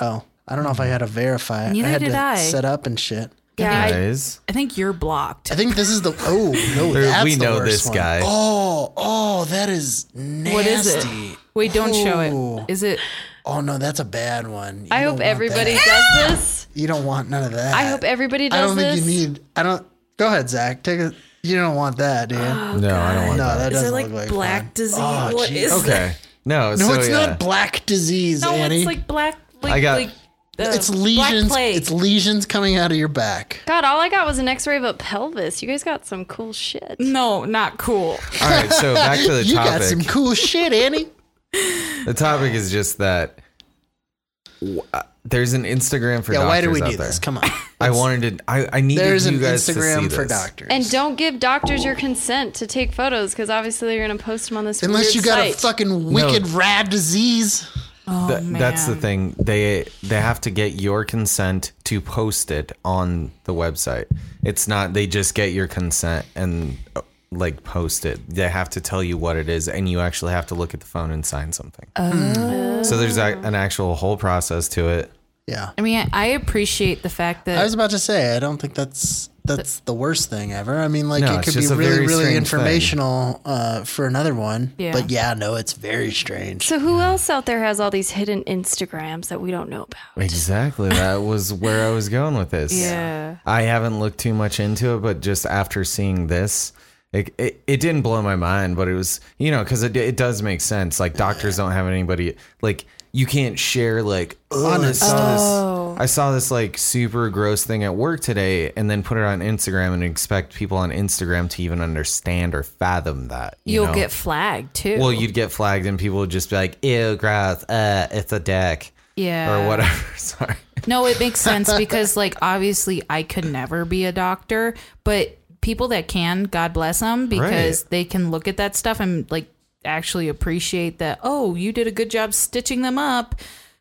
Speaker 2: oh, I don't know if I had to verify.
Speaker 3: Neither
Speaker 2: I had
Speaker 3: did
Speaker 2: to
Speaker 3: I.
Speaker 2: set up and shit.
Speaker 3: Yeah,
Speaker 1: Guys,
Speaker 3: I, I think you're blocked.
Speaker 2: I think this is the oh no,
Speaker 1: There-
Speaker 2: that's
Speaker 1: we
Speaker 2: the
Speaker 1: know
Speaker 2: worst
Speaker 1: this
Speaker 2: one.
Speaker 1: guy.
Speaker 2: Oh, oh, that is nasty.
Speaker 3: What is it? Wait, don't show
Speaker 2: Ooh.
Speaker 3: it. Is it?
Speaker 2: Oh no, that's a bad one. You
Speaker 4: I
Speaker 2: don't
Speaker 4: hope
Speaker 2: want
Speaker 4: everybody
Speaker 2: that.
Speaker 4: does this.
Speaker 2: You don't want none of that.
Speaker 4: I hope everybody does
Speaker 2: I don't
Speaker 4: this.
Speaker 2: think you need. I don't. Go ahead, Zach. Take a. You don't want that, do you?
Speaker 4: Oh,
Speaker 1: no, I don't want
Speaker 2: no,
Speaker 1: that.
Speaker 2: that
Speaker 3: Is
Speaker 2: doesn't
Speaker 3: it like
Speaker 2: look like
Speaker 3: black
Speaker 2: fun.
Speaker 3: disease?
Speaker 2: Oh,
Speaker 3: what
Speaker 2: geez.
Speaker 3: is
Speaker 1: Okay, no,
Speaker 2: No,
Speaker 1: so,
Speaker 2: it's
Speaker 1: yeah.
Speaker 2: not black disease,
Speaker 3: No,
Speaker 2: Annie.
Speaker 3: it's like black. Like,
Speaker 1: I got-
Speaker 3: like, uh,
Speaker 2: it's
Speaker 3: Black
Speaker 2: lesions.
Speaker 3: plague.
Speaker 2: It's lesions coming out of your back.
Speaker 4: God, all I got was an x-ray of a pelvis. You guys got some cool shit.
Speaker 3: no, not cool.
Speaker 1: All right, so back to the
Speaker 2: You
Speaker 1: topic.
Speaker 2: got some cool shit, Annie.
Speaker 1: The topic is just that w- uh, there's an Instagram for
Speaker 2: Yeah,
Speaker 1: doctors
Speaker 2: why do we
Speaker 1: out
Speaker 2: do
Speaker 1: there.
Speaker 2: this? Come on.
Speaker 1: I wanted to. I, I needed
Speaker 2: There's an
Speaker 1: you guys to see
Speaker 2: Instagram for
Speaker 1: this.
Speaker 2: doctors.
Speaker 4: And don't give doctors your consent to take photos because obviously you're going to post them on this
Speaker 2: Unless
Speaker 4: weird
Speaker 2: you got a
Speaker 4: site.
Speaker 2: fucking wicked rad disease.
Speaker 5: Oh,
Speaker 1: Th- that's the
Speaker 5: man.
Speaker 1: thing. They they have to get your consent to post it on the website. It's not they just get your consent and uh, like post it. They have to tell you what it is, and you actually have to look at the phone and sign something. So there's a, an actual whole process to it.
Speaker 2: Yeah.
Speaker 3: I mean, I appreciate the fact that
Speaker 2: I was about to say, I don't think that's that's the worst thing ever. I mean, like
Speaker 1: No,
Speaker 2: it
Speaker 1: it's
Speaker 2: could be
Speaker 1: just a
Speaker 2: really,
Speaker 1: very
Speaker 2: really
Speaker 1: strange
Speaker 2: informational uh, for another one.
Speaker 5: Yeah.
Speaker 2: But yeah, no, it's very strange.
Speaker 4: So who else out there has all these hidden Instagrams that we don't know about?
Speaker 1: Exactly. That was where I was going with this.
Speaker 5: Yeah.
Speaker 1: I haven't looked too much into it, but just after seeing this, it it, it didn't blow my mind, but it was you know because it it does make sense. Like doctors don't have anybody like you can't share like oh, I saw this-
Speaker 3: Oh.
Speaker 1: I saw this like super gross thing at work today, and then put it on Instagram and expect people on Instagram to even understand or fathom that. You
Speaker 3: you will
Speaker 1: know?
Speaker 3: get flagged too.
Speaker 1: well, you'd get flagged, and people would just be like, "Ew, gross, uh, it's a dick,"
Speaker 3: yeah.
Speaker 1: or whatever. Sorry.
Speaker 3: No, it makes sense because, like, obviously, I could never be a doctor, but people that can, God bless them, because
Speaker 1: Right.
Speaker 3: they can look at that stuff and, like, actually appreciate that. Oh, you did a good job stitching them up.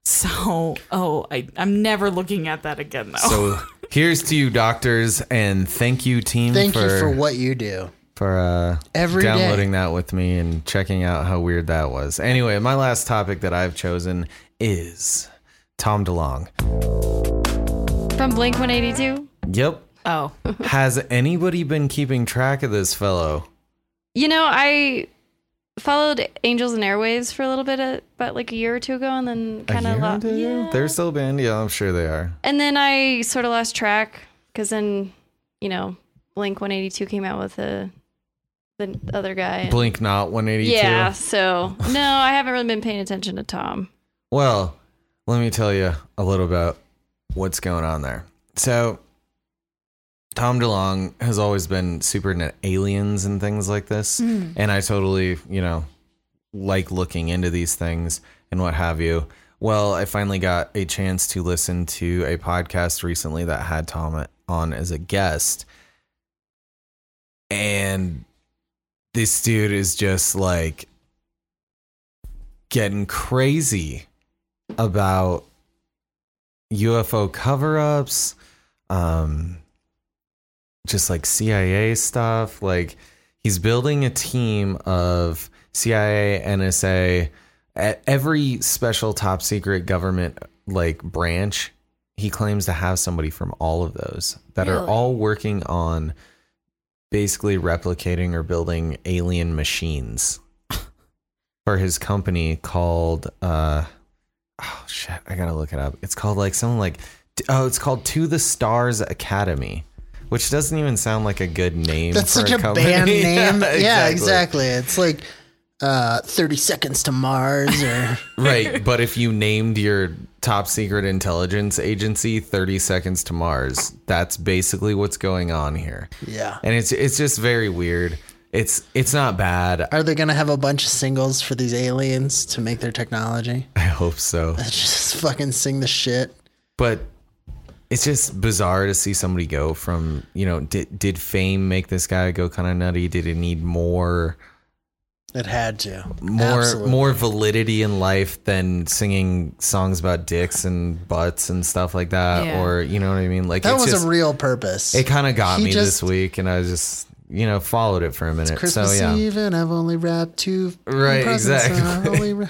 Speaker 3: So, oh, I, I'm never looking at that again, though.
Speaker 1: So here's to you, doctors, and thank you, team.
Speaker 2: Thank
Speaker 1: for,
Speaker 2: you for what you do.
Speaker 1: for uh,
Speaker 2: Every day.
Speaker 1: downloading that with me and checking out how weird that was. Anyway, my last topic that I've chosen is Tom DeLong.
Speaker 4: From Blink 182.
Speaker 1: Yep.
Speaker 3: oh,
Speaker 1: Has anybody been keeping track of this fellow?
Speaker 4: You know, I followed Angels and Airwaves for a little bit, uh, about like a year or two ago, and then
Speaker 1: A
Speaker 4: kind
Speaker 1: year
Speaker 4: of lost.
Speaker 1: ago? They're still banned. Yeah, I'm sure they are.
Speaker 4: And then I sort of lost track because then, you know, Blink 182 came out with the the other guy. and-
Speaker 1: Blink not 182.
Speaker 4: yeah, so no, I haven't really been paying attention to Tom.
Speaker 1: Well, let me tell you a little about what's going on there. So, Tom DeLong has always been super into aliens and things like this. And I totally, you know, like looking into these things and what have you. Well, I finally got a chance to listen to a podcast recently that had Tom on as a guest. And this dude is just like getting crazy about UFO cover ups, um, just like CIA stuff. Like he's building a team of CIA, NSA, e- every special top secret government like branch. He claims to have somebody from all of those that are
Speaker 3: Really?
Speaker 1: all working on basically replicating or building alien machines for his company called uh oh shit i gotta look it up it's called like something like oh it's called to the stars academy which doesn't even sound like a good name
Speaker 2: That's
Speaker 1: for
Speaker 2: such a
Speaker 1: company.
Speaker 2: band name. Yeah, exactly. It's like uh, 30 Seconds to Mars or
Speaker 1: right but if you named your top secret intelligence agency 30 seconds to mars that's basically what's going on here
Speaker 2: yeah.
Speaker 1: and it's it's just very weird it's it's not bad
Speaker 2: Are they going to have a bunch of singles for these aliens to make their technology?
Speaker 1: i hope so
Speaker 2: Just fucking sing the shit.
Speaker 1: but it's just bizarre to see somebody go from you know did did fame make this guy go kind of nutty did it need more
Speaker 2: It had to.
Speaker 1: more
Speaker 2: Absolutely.
Speaker 1: more validity in life than singing songs about dicks and butts and stuff like that
Speaker 3: Yeah.
Speaker 1: or you know what i mean like
Speaker 2: That
Speaker 1: it's
Speaker 2: was
Speaker 1: just,
Speaker 2: a real purpose.
Speaker 1: it kind of got
Speaker 2: he
Speaker 1: me
Speaker 2: just-
Speaker 1: this week and i just you know followed it for a minute so
Speaker 2: Christmas
Speaker 1: yeah
Speaker 2: Eve and I've only wrapped two
Speaker 1: Right,
Speaker 2: presents and
Speaker 1: exactly.
Speaker 2: I've only wra-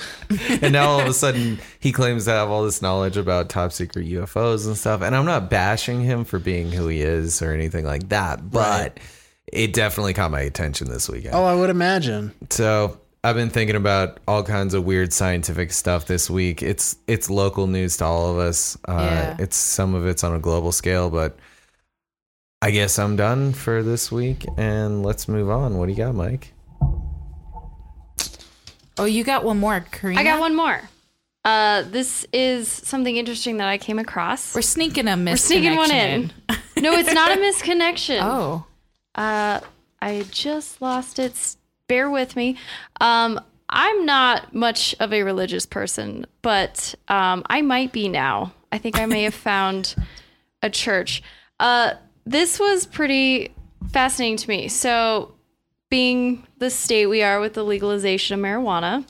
Speaker 1: and now all of a sudden he claims to have all this knowledge about top secret UFOs and stuff. And I'm not bashing him for being who he is or anything like that, but it definitely caught my attention this weekend.
Speaker 2: oh, I would imagine.
Speaker 1: So I've been thinking about all kinds of weird scientific stuff this week. It's it's local news to all of us. Uh,
Speaker 3: Yeah.
Speaker 1: It's some of it's on a global scale, but I guess I'm done for this week. And let's move on. What do you got, Mike?
Speaker 3: oh, you got one more, Karina.
Speaker 4: I got one more. Uh, this is something interesting that I came across.
Speaker 3: We're sneaking a miss. We're
Speaker 4: sneaking one in. no, it's not a misconnection.
Speaker 3: Oh,
Speaker 4: Uh, I just lost it. S- Bear with me. Um, I'm not much of a religious person, but um, I might be now. I think I may have found a church. Uh, this was pretty fascinating to me. So, being the state we are with the legalization of marijuana,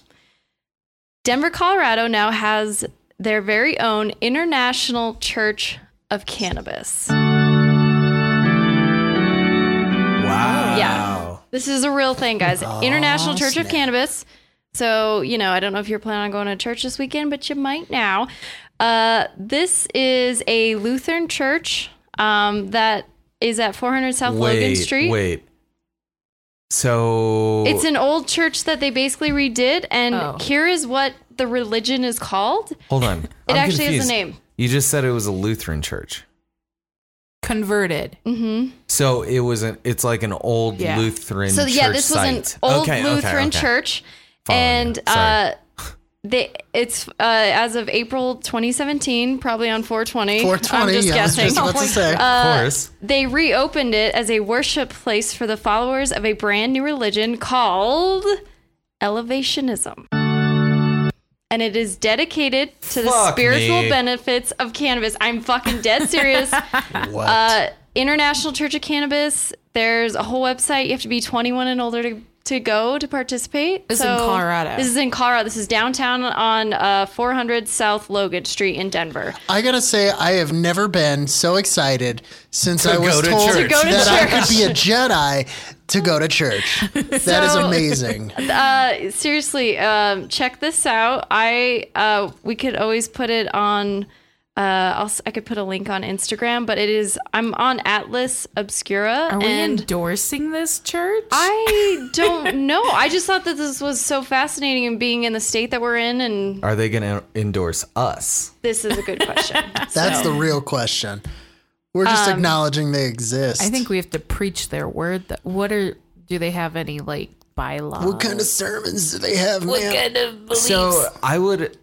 Speaker 4: Denver, Colorado now has their very own International Church of Cannabis.
Speaker 1: Wow.
Speaker 4: Yeah. This is a real thing, guys.
Speaker 1: Oh,
Speaker 4: International Church of Cannabis. So, you know, I don't know if you're planning on going to church this weekend, but you might now. Uh, this is a Lutheran church um, that is at 400 South Logan
Speaker 1: Wait.
Speaker 4: Street.
Speaker 1: Wait. So
Speaker 4: It's an old church that they basically redid, and
Speaker 3: Oh.
Speaker 4: here is what the religion is called.
Speaker 1: hold on. It
Speaker 4: actually has a name.
Speaker 1: You just said it was a Lutheran church.
Speaker 3: Converted.
Speaker 4: hmm
Speaker 1: So it was an it's like an old
Speaker 3: Yeah.
Speaker 1: Lutheran
Speaker 4: So
Speaker 1: church.
Speaker 4: yeah, this was an
Speaker 1: site.
Speaker 4: old
Speaker 1: Okay, okay,
Speaker 4: Lutheran
Speaker 1: okay.
Speaker 4: church,
Speaker 1: Following you.
Speaker 4: and
Speaker 1: Sorry.
Speaker 4: uh, they it's uh, as of April 2017, probably on 420.
Speaker 2: 420.
Speaker 4: I'm just
Speaker 2: yeah,
Speaker 4: guessing. Oh
Speaker 2: I was just about to say.
Speaker 4: Uh,
Speaker 1: Of course.
Speaker 4: They reopened it as a worship place for the followers of a brand new religion called Elevationism. And it is dedicated to the
Speaker 1: Fuck
Speaker 4: spiritual
Speaker 1: me.
Speaker 4: benefits of cannabis. I'm fucking dead serious.
Speaker 2: what?
Speaker 4: uh, International Church of Cannabis, there's a whole website. You have to be 21 and older to, to go to participate.
Speaker 3: This is in Colorado.
Speaker 4: This is in Colorado. This is downtown on uh, 400 South Logan Street in Denver.
Speaker 2: I gotta say, I have never been so excited since I was
Speaker 1: go to
Speaker 2: told
Speaker 1: church. To
Speaker 4: go to
Speaker 2: that I
Speaker 4: church.
Speaker 2: could be a Jedi to go to church. that is
Speaker 4: So-
Speaker 2: amazing.
Speaker 4: uh, seriously, um, check this out. I uh, we could always put it on. Uh, I'll, si could put a link on Instagram, but it is I'm on Atlas Obscura,
Speaker 3: Are we
Speaker 4: and
Speaker 3: endorsing this church?
Speaker 4: I don't know. I just thought that this was so fascinating, and being in the state that we're in, and
Speaker 1: Are they gonna endorse us?
Speaker 4: this is a good question.
Speaker 2: That's the real question. We're just
Speaker 4: Um,
Speaker 2: acknowledging they exist.
Speaker 3: I think we have to preach their word. That, what are do they have any like bylaws?
Speaker 2: What kind of sermons do they have, man?
Speaker 1: So I would,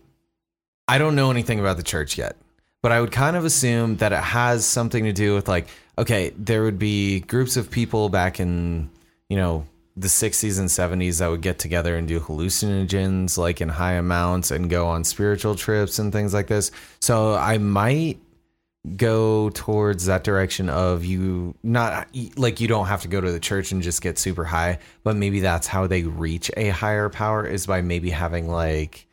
Speaker 1: I don't know anything about the church yet, but I would kind of assume that it has something to do with like, okay, there would be groups of people back in, you know, the 60s and 70s that would get together and do hallucinogens like in high amounts and go on spiritual trips and things like this. So I might go towards that direction of you not like you don't have to go to the church and just get super high but maybe that's how they reach a higher power is by maybe having like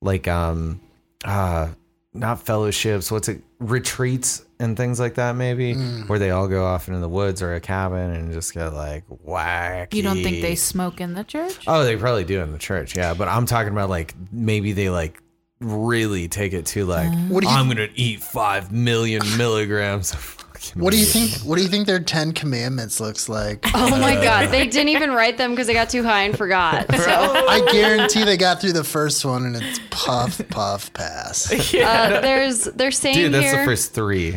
Speaker 1: like um uh not fellowships what's it retreats and things like that maybe
Speaker 3: Mm.
Speaker 1: where they all go off into the woods or a cabin and just get like whack
Speaker 3: You don't think they smoke in the church?
Speaker 1: oh they probably do in the church yeah but i'm talking about like maybe they like really take it to like
Speaker 3: Uh.
Speaker 2: What do you-
Speaker 1: i'm gonna eat five million milligrams of fucking
Speaker 2: What do you
Speaker 1: weed.
Speaker 2: think? What do you think their Ten Commandments looks like?
Speaker 4: oh my god, they didn't even write them because they got too high and forgot. So
Speaker 2: I guarantee they got through the first one and it's puff, puff, pass.
Speaker 4: uh, there's they're saying
Speaker 1: Dude, that's
Speaker 4: here
Speaker 1: the first three.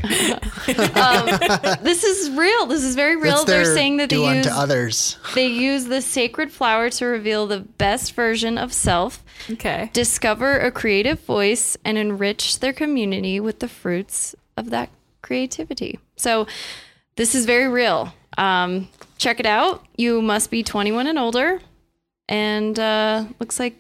Speaker 4: this is real. This is very real.
Speaker 2: That's
Speaker 4: They're
Speaker 2: their
Speaker 4: saying that they
Speaker 2: do
Speaker 4: use
Speaker 2: unto others.
Speaker 4: They use the sacred flower to reveal the best version of self,
Speaker 3: Okay.
Speaker 4: discover a creative voice, and enrich their community with the fruits of that creativity. So, this is very real. Um, check it out. You must be 21 and older. And uh, looks like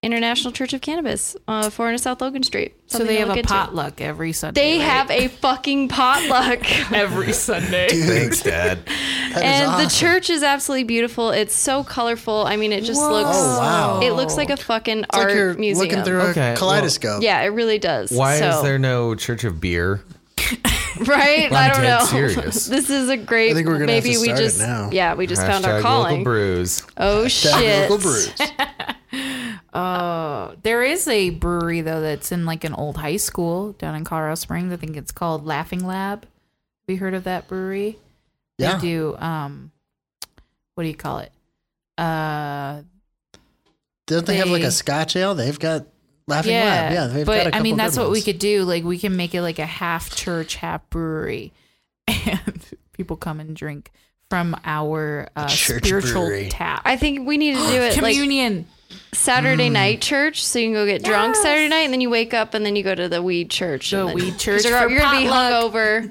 Speaker 4: International Church of Cannabis, uh, 400 South Logan Street.
Speaker 3: So
Speaker 4: Something
Speaker 3: they
Speaker 4: to
Speaker 3: have
Speaker 4: look
Speaker 3: a
Speaker 4: into.
Speaker 3: potluck every Sunday.
Speaker 4: They
Speaker 3: right?
Speaker 4: have a fucking potluck.
Speaker 3: every Sunday.
Speaker 1: Thanks, Dad.
Speaker 2: That is
Speaker 4: and the
Speaker 2: awesome.
Speaker 4: church is absolutely beautiful. It's so colorful. I mean, it just looks.
Speaker 2: Oh, wow.
Speaker 4: It looks like a fucking
Speaker 2: It's
Speaker 4: art
Speaker 2: like you're
Speaker 4: museum.
Speaker 2: looking through
Speaker 1: Okay,
Speaker 2: a
Speaker 1: well-
Speaker 2: kaleidoscope.
Speaker 4: yeah, it really does.
Speaker 1: Why
Speaker 4: so,
Speaker 1: is there no Church of Beer?
Speaker 4: right? I
Speaker 1: I'm
Speaker 4: don't
Speaker 1: dead
Speaker 4: know.
Speaker 1: serious.
Speaker 4: this is a great.
Speaker 2: I think we're gonna have
Speaker 4: maybe
Speaker 2: to
Speaker 4: we
Speaker 2: start it
Speaker 4: just
Speaker 2: now.
Speaker 4: yeah we just found our
Speaker 1: Hashtag
Speaker 4: calling.
Speaker 1: Local brews.
Speaker 3: Uh,
Speaker 4: Oh shit!
Speaker 2: That local brews.
Speaker 3: There is a brewery though that's in like an old high school down in Colorado Springs. I think it's called Laughing Lab. Have you heard of that brewery?
Speaker 2: Yeah.
Speaker 3: They do um what do you call it? Uh
Speaker 2: Don't they, have like
Speaker 3: They-
Speaker 2: a Scotch ale? They've got Laughing
Speaker 3: yeah,
Speaker 2: Lab. Yeah, they've got a
Speaker 3: but
Speaker 2: couple
Speaker 3: I mean
Speaker 2: good
Speaker 3: that's what we
Speaker 2: ones.
Speaker 3: could do. Like we can make it like a half church, half brewery, and people come and drink from our uh,
Speaker 2: Church
Speaker 3: spiritual
Speaker 2: brewery.
Speaker 3: tap.
Speaker 4: I think we need to do it like
Speaker 3: Communion.
Speaker 2: Hmm.
Speaker 4: Saturday night church, so you can go get drunk Saturday night, and then you wake up, and then you go to the weed church.
Speaker 3: The
Speaker 4: and then-
Speaker 3: weed
Speaker 4: 'cause
Speaker 3: church
Speaker 4: You're, gonna-
Speaker 3: for
Speaker 4: you're gonna be
Speaker 3: potluck.
Speaker 4: hungover.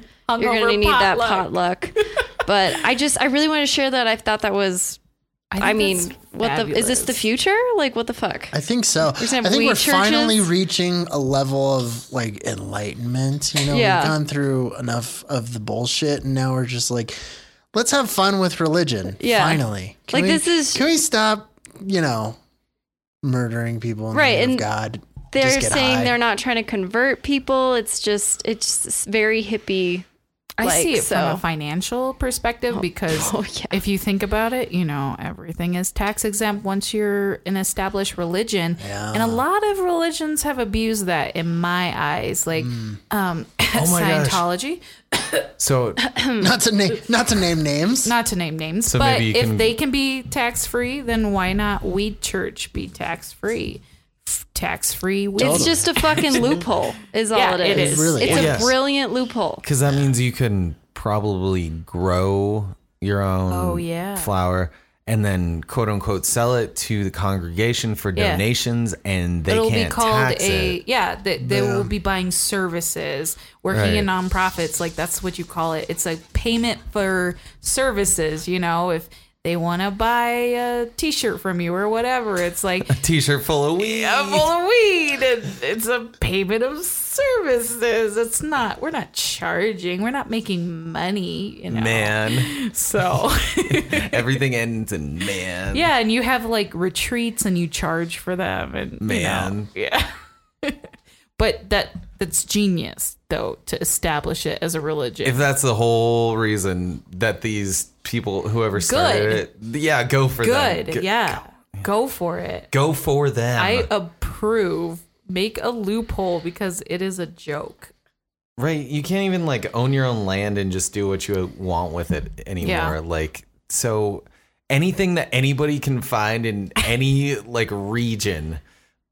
Speaker 4: you're
Speaker 3: Hungover
Speaker 4: gonna need that
Speaker 3: potluck.
Speaker 4: potluck. but I just, I really want to share that. I thought that was
Speaker 3: I,
Speaker 4: I
Speaker 3: think
Speaker 4: mean,
Speaker 3: that's
Speaker 4: what the is this the
Speaker 3: fabulous.
Speaker 4: future? Like what the fuck?
Speaker 2: I think so. I
Speaker 4: gonna have
Speaker 2: think we're
Speaker 4: weed
Speaker 2: finally
Speaker 4: churches?
Speaker 2: reaching a level of like enlightenment. You know,
Speaker 4: Yeah.
Speaker 2: we've gone through enough of the bullshit, and now we're just like, let's have fun with religion.
Speaker 4: Yeah.
Speaker 2: Finally,
Speaker 4: Like,
Speaker 2: we-
Speaker 4: this is-
Speaker 2: Can we stop? You know, murdering people in
Speaker 4: Right,
Speaker 2: the name of
Speaker 4: and
Speaker 2: God.
Speaker 4: They're
Speaker 2: Just get
Speaker 4: saying
Speaker 2: high.
Speaker 4: they're not trying to convert people. It's just it's just very hippie.
Speaker 3: I
Speaker 4: like,
Speaker 3: see it from
Speaker 4: so-
Speaker 3: a financial perspective because
Speaker 4: Oh yeah.
Speaker 3: if you think about it, you know, everything is tax exempt once you're an established religion.
Speaker 2: Yeah.
Speaker 3: And a lot of religions have abused that in my eyes. Like
Speaker 2: Mm.
Speaker 3: um,
Speaker 2: Oh
Speaker 1: my gosh.
Speaker 3: Scientology,
Speaker 1: So
Speaker 2: not to name not to name names.
Speaker 3: not to name names,
Speaker 1: So
Speaker 3: but
Speaker 1: maybe you
Speaker 3: if
Speaker 1: can-
Speaker 3: they can be tax free, then why not we church be tax free? Tax free.
Speaker 4: It's just a fucking loophole, is all
Speaker 3: Yeah,
Speaker 4: it is.
Speaker 3: it is. It
Speaker 2: really
Speaker 4: it's
Speaker 2: is.
Speaker 4: a
Speaker 1: Yes.
Speaker 4: brilliant loophole.
Speaker 1: Because that means you can probably grow your own
Speaker 3: Oh, yeah.
Speaker 1: flower and then quote unquote sell it to the congregation for
Speaker 3: Yeah.
Speaker 1: donations and they
Speaker 3: It'll be
Speaker 1: can't
Speaker 3: called
Speaker 1: tax
Speaker 3: a
Speaker 1: it.
Speaker 3: yeah. They, they will be buying services, working in
Speaker 1: Right.
Speaker 3: nonprofits. Like that's what you call it. It's a payment for services. You know, if they want to buy a T-shirt from you or whatever, it's like
Speaker 1: T-shirt full of weed.
Speaker 3: a bowl of weed. And it's a payment of services. It's not. We're not charging. We're not making money. You know.
Speaker 1: Man,
Speaker 3: So
Speaker 1: everything ends in man.
Speaker 3: yeah, and you have like retreats and you charge for them and you know,
Speaker 1: Man.
Speaker 3: yeah. but that that's genius though to establish it as a religion.
Speaker 1: If that's the whole reason that these people, whoever started it, yeah, go for them.
Speaker 3: Good.
Speaker 1: Go-
Speaker 3: yeah. Go, for it.
Speaker 1: Go for them.
Speaker 3: I approve. Make a loophole because it is a joke.
Speaker 1: Right. You can't even like own your own land and just do what you want with it anymore.
Speaker 3: Yeah.
Speaker 1: Like, so anything that anybody can find in any like region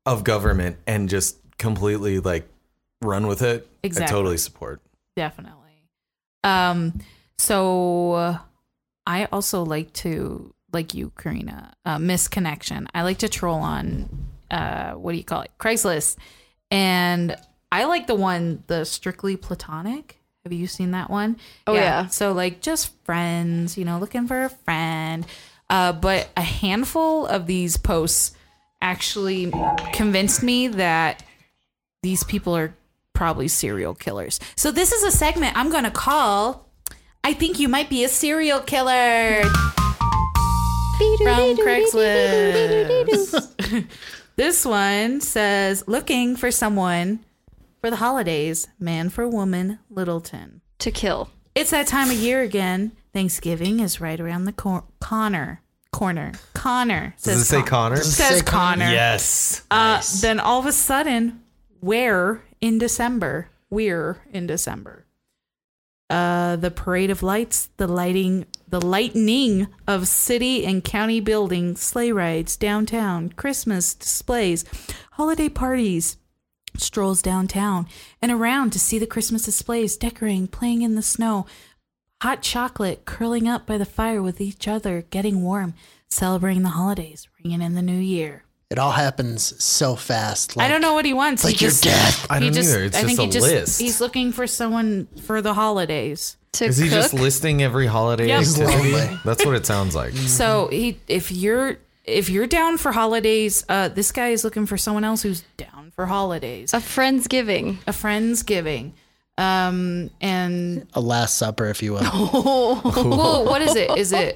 Speaker 1: of government and just completely like run with it, I
Speaker 3: Exactly.
Speaker 1: totally support.
Speaker 3: Definitely. Um so uh, I also like to like you, Karina, uh, misconnection. I like to troll on uh what do you call it? Craigslist. And I like the one, the strictly platonic. Have you seen that one?
Speaker 4: Oh, yeah.
Speaker 3: So like just friends, you know, looking for a friend. Uh, but a handful of these posts actually convinced me that these people are probably serial killers. So this is a segment I'm going to call I think you might be a serial killer from Craigslist. this one says looking for someone for the holidays, man for woman, Littleton.
Speaker 4: To kill.
Speaker 3: It's that time of year again. Thanksgiving is right around the cor- Connor. Corner. Connor.
Speaker 1: Does it say
Speaker 3: Con-
Speaker 1: Connor?
Speaker 3: Says
Speaker 2: Say Connor.
Speaker 3: Connor.
Speaker 1: Yes.
Speaker 3: Uh, Then all of a sudden, where in December? We're in December. Uh, the parade of lights, the lighting, the lightning of city and county buildings, sleigh rides downtown, Christmas displays, holiday parties, strolls downtown and around to see the Christmas displays, decorating, playing in the snow, hot chocolate, curling up by the fire with each other, getting warm, celebrating the holidays, ringing in the new year.
Speaker 2: It all happens so fast.
Speaker 3: I don't know what he wants.
Speaker 2: Like
Speaker 3: he
Speaker 2: your
Speaker 3: just,
Speaker 2: death.
Speaker 1: I
Speaker 3: he
Speaker 1: don't
Speaker 3: just,
Speaker 1: either. It's
Speaker 3: I
Speaker 1: just
Speaker 3: think
Speaker 1: a
Speaker 3: he just,
Speaker 1: list.
Speaker 3: He's looking for someone for the holidays.
Speaker 4: To
Speaker 1: Is he
Speaker 4: cook.
Speaker 1: just listing every holiday
Speaker 3: Yep. He's
Speaker 1: activity?
Speaker 2: lonely.
Speaker 1: That's what it sounds like.
Speaker 3: So he, if you're if you're down for holidays, uh, this guy is looking for someone else who's down for holidays,
Speaker 4: a friendsgiving.
Speaker 3: a friend's giving, um, and
Speaker 2: A Last Supper, if you will.
Speaker 3: well, what is it? Is it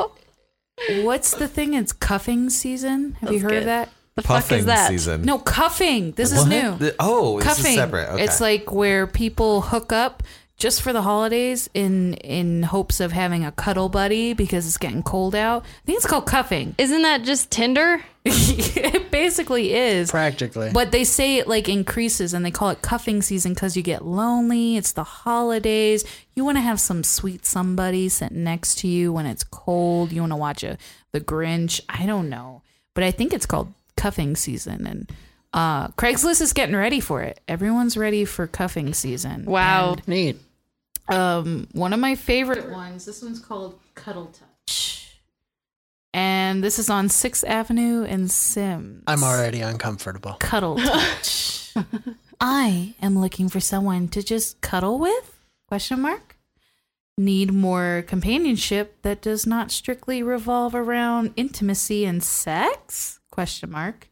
Speaker 3: what's the thing? It's cuffing season. Have you heard of
Speaker 4: good.
Speaker 3: that?
Speaker 4: The fuck
Speaker 1: Puffing
Speaker 4: is that?
Speaker 1: season.
Speaker 3: No, cuffing. This is
Speaker 1: What?
Speaker 3: new.
Speaker 1: The- Oh,
Speaker 3: cuffing.
Speaker 1: this is separate. Okay.
Speaker 3: It's like where people hook up just for the holidays in in hopes of having a cuddle buddy because it's getting cold out. I think it's called cuffing.
Speaker 4: Isn't that just Tinder?
Speaker 3: it basically is.
Speaker 2: Practically.
Speaker 3: But they say it like increases and they call it cuffing season because you get lonely. It's the holidays. You want to have some sweet somebody sitting next to you when it's cold. You want to watch a, The Grinch. I don't know. But I think it's called cuffing season. And uh, Craigslist is getting ready for it. Everyone's ready for cuffing season.
Speaker 4: Wow.
Speaker 2: Neat.
Speaker 3: Um, one of my favorite ones. This one's called Cuddle Touch. And this is on 6th Avenue and Sims.
Speaker 2: I'm already uncomfortable.
Speaker 3: cuddle touch. I am looking for someone to just cuddle with? Question mark. Need more companionship that does not strictly revolve around intimacy and sex? Question mark.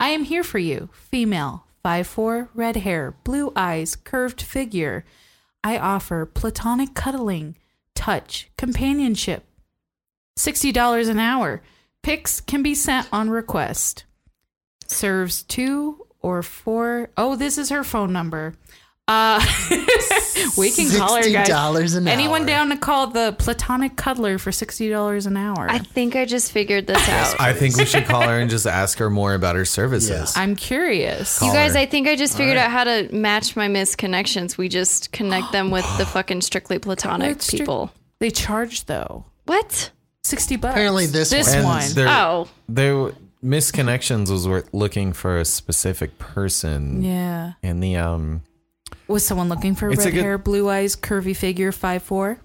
Speaker 3: I am here for you. Female, 5'4, red hair, blue eyes, curved figure. I offer platonic cuddling, touch, companionship. $60 an hour. Pics can be sent on request. serves two or four oh, this is her phone number. Uh, we can call her, guys.
Speaker 2: $60 an
Speaker 3: Anyone
Speaker 2: hour.
Speaker 3: down to call the platonic cuddler for sixty dollars an hour?
Speaker 4: I think I just figured this out.
Speaker 1: I think we should call her and just ask her more about her services.
Speaker 3: I'm curious.
Speaker 1: Call
Speaker 4: you guys,
Speaker 1: her.
Speaker 4: I think I just figured out how to match my missed connections. We just connect them with the fucking strictly platonic
Speaker 3: Let's do-
Speaker 4: people.
Speaker 3: They charge though
Speaker 4: What?
Speaker 3: sixty bucks.
Speaker 2: Apparently this one.
Speaker 1: and
Speaker 3: one.
Speaker 1: There,
Speaker 4: Oh,
Speaker 1: there, misconnections was worth looking for a specific person.
Speaker 3: yeah.
Speaker 1: And the um,
Speaker 3: Was someone looking for
Speaker 1: It's a
Speaker 3: red
Speaker 1: good-
Speaker 3: hair, blue eyes, curvy figure, five four?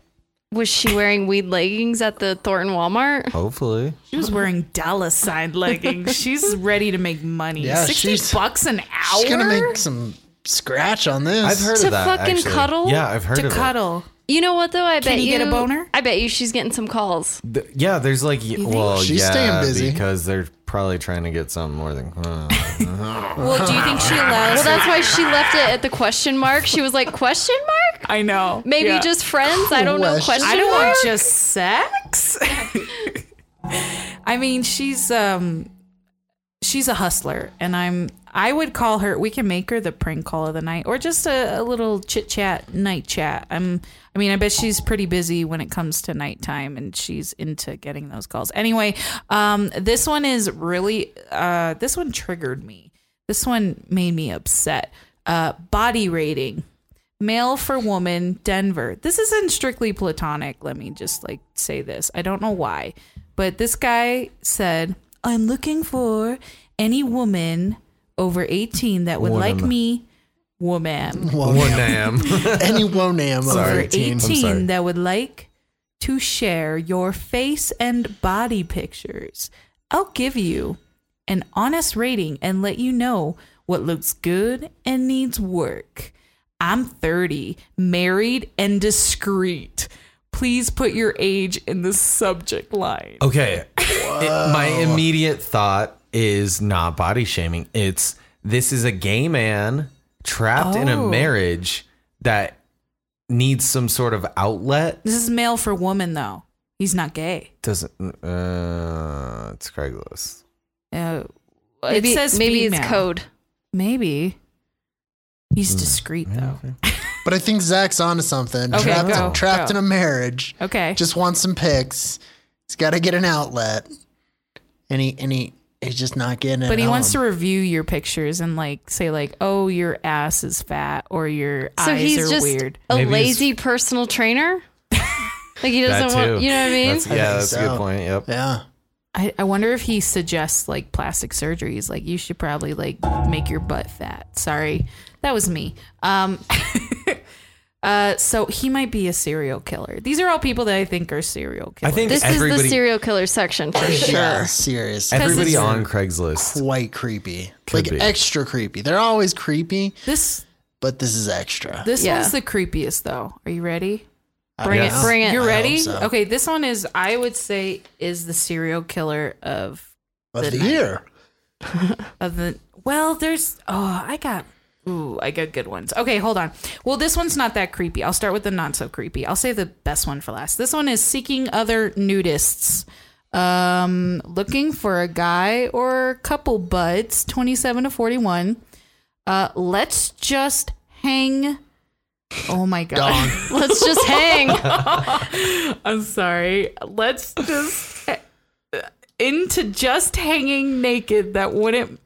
Speaker 4: was she wearing weed leggings at the Thornton Walmart?
Speaker 1: hopefully,
Speaker 3: She was wearing Dallas sign leggings. She's ready to make money.
Speaker 2: Yeah,
Speaker 3: Sixty
Speaker 2: she's-
Speaker 3: bucks an hour
Speaker 2: She's gonna make some scratch on this.
Speaker 1: I've heard
Speaker 4: To
Speaker 1: of that.
Speaker 4: fucking
Speaker 1: actually.
Speaker 4: cuddle?
Speaker 1: Yeah, I've heard
Speaker 3: to
Speaker 1: of
Speaker 3: cuddle.
Speaker 4: You know what though? I bet
Speaker 3: you get a boner?
Speaker 4: I bet you she's getting some calls.
Speaker 1: it. Th- yeah, there's like y- well,
Speaker 2: She's
Speaker 1: yeah,
Speaker 2: staying busy.
Speaker 1: because they're probably trying to get something more than.
Speaker 3: Well, do you think she allows?
Speaker 4: Well, that's why she left it at the question mark. She was like, question mark?
Speaker 3: I know.
Speaker 4: Maybe
Speaker 3: Yeah.
Speaker 4: just friends? I don't know.
Speaker 2: Question
Speaker 4: Question
Speaker 3: I don't
Speaker 4: mark?
Speaker 3: want just sex. I mean, she's um she's a hustler and I'm I would call her we can make her the prank call of the night or just a, a little chit chat night chat. I'm I mean, I bet she's pretty busy when it comes to nighttime and she's into getting those calls. Anyway, um this one is really uh this one triggered me. This one made me upset. Uh body rating male for woman denver this isn't strictly platonic let me just like say this i don't know why but this guy said i'm looking for any woman over 18 that would like
Speaker 1: Woman.
Speaker 3: me woman
Speaker 1: One damn.
Speaker 2: Any wonam over
Speaker 1: Sorry.
Speaker 3: over
Speaker 2: 18.
Speaker 3: 18,
Speaker 1: sorry.
Speaker 3: that would like to share your face and body pictures. I'll give you an honest rating and let you know what looks good and needs work. I'm 30, married, and discreet. Please put your age in the subject line.
Speaker 1: Okay. It- my immediate thought is not body shaming. It's this is a gay man trapped in a
Speaker 3: Oh.
Speaker 1: marriage that needs some sort of outlet.
Speaker 3: This is male for woman, though. He's not gay.
Speaker 1: Doesn't uh it's Craigslist.
Speaker 3: Uh,
Speaker 4: maybe
Speaker 3: it says
Speaker 4: maybe it's
Speaker 3: female.
Speaker 4: code.
Speaker 3: Maybe. He's
Speaker 1: Hmm.
Speaker 3: discreet, though.
Speaker 2: But I think Zach's onto something.
Speaker 3: Okay,
Speaker 2: trapped
Speaker 3: go,
Speaker 2: trapped
Speaker 3: go.
Speaker 2: in a marriage.
Speaker 3: Okay.
Speaker 2: Just wants some pics. He's got to get an outlet. And he and he he's just not getting it.
Speaker 3: But he wants
Speaker 1: Um,
Speaker 3: to review your pictures and like say like, "Oh, your ass is fat or your
Speaker 4: So
Speaker 3: eyes
Speaker 4: he's
Speaker 3: are
Speaker 4: just
Speaker 3: weird."
Speaker 4: a
Speaker 1: Maybe he's-
Speaker 4: lazy personal trainer? like he
Speaker 1: That
Speaker 4: doesn't want,
Speaker 1: too.
Speaker 4: you know what I mean?
Speaker 1: That's, yeah,
Speaker 2: think
Speaker 1: that's a
Speaker 2: so.
Speaker 1: good point. Yep.
Speaker 2: Yeah.
Speaker 3: I, I wonder if he suggests like plastic surgeries. Like you should probably like make your butt fat. Sorry, that was me. Um, uh, so he might be a serial killer. These are all people that I think are serial
Speaker 1: I
Speaker 3: killers.
Speaker 1: think
Speaker 4: This is the
Speaker 1: everybody
Speaker 4: serial killer section for sure.
Speaker 2: Yeah, seriously.
Speaker 1: everybody
Speaker 3: it's-
Speaker 1: on Craigslist.
Speaker 2: Quite creepy. like
Speaker 1: be.
Speaker 2: extra creepy. They're always creepy,
Speaker 3: this
Speaker 2: but this is extra.
Speaker 3: this
Speaker 4: Yeah.
Speaker 3: one's the creepiest though. Are you ready?
Speaker 4: Bring
Speaker 1: Yes.
Speaker 4: it, bring it.
Speaker 3: You're ready?
Speaker 2: so.
Speaker 3: Okay, this one is I would say is the serial killer of
Speaker 2: of the
Speaker 3: night.
Speaker 2: year.
Speaker 3: of the well there's oh i got ooh i got good ones okay hold on well this one's not that creepy i'll start with the not so creepy i'll say the best one for last this one is seeking other nudists um looking for a guy or couple buds 27 to 41 uh let's just hang oh my god
Speaker 2: Dong.
Speaker 4: Let's just hang. Oh,
Speaker 3: I'm sorry. Let's just into just hanging naked that wouldn't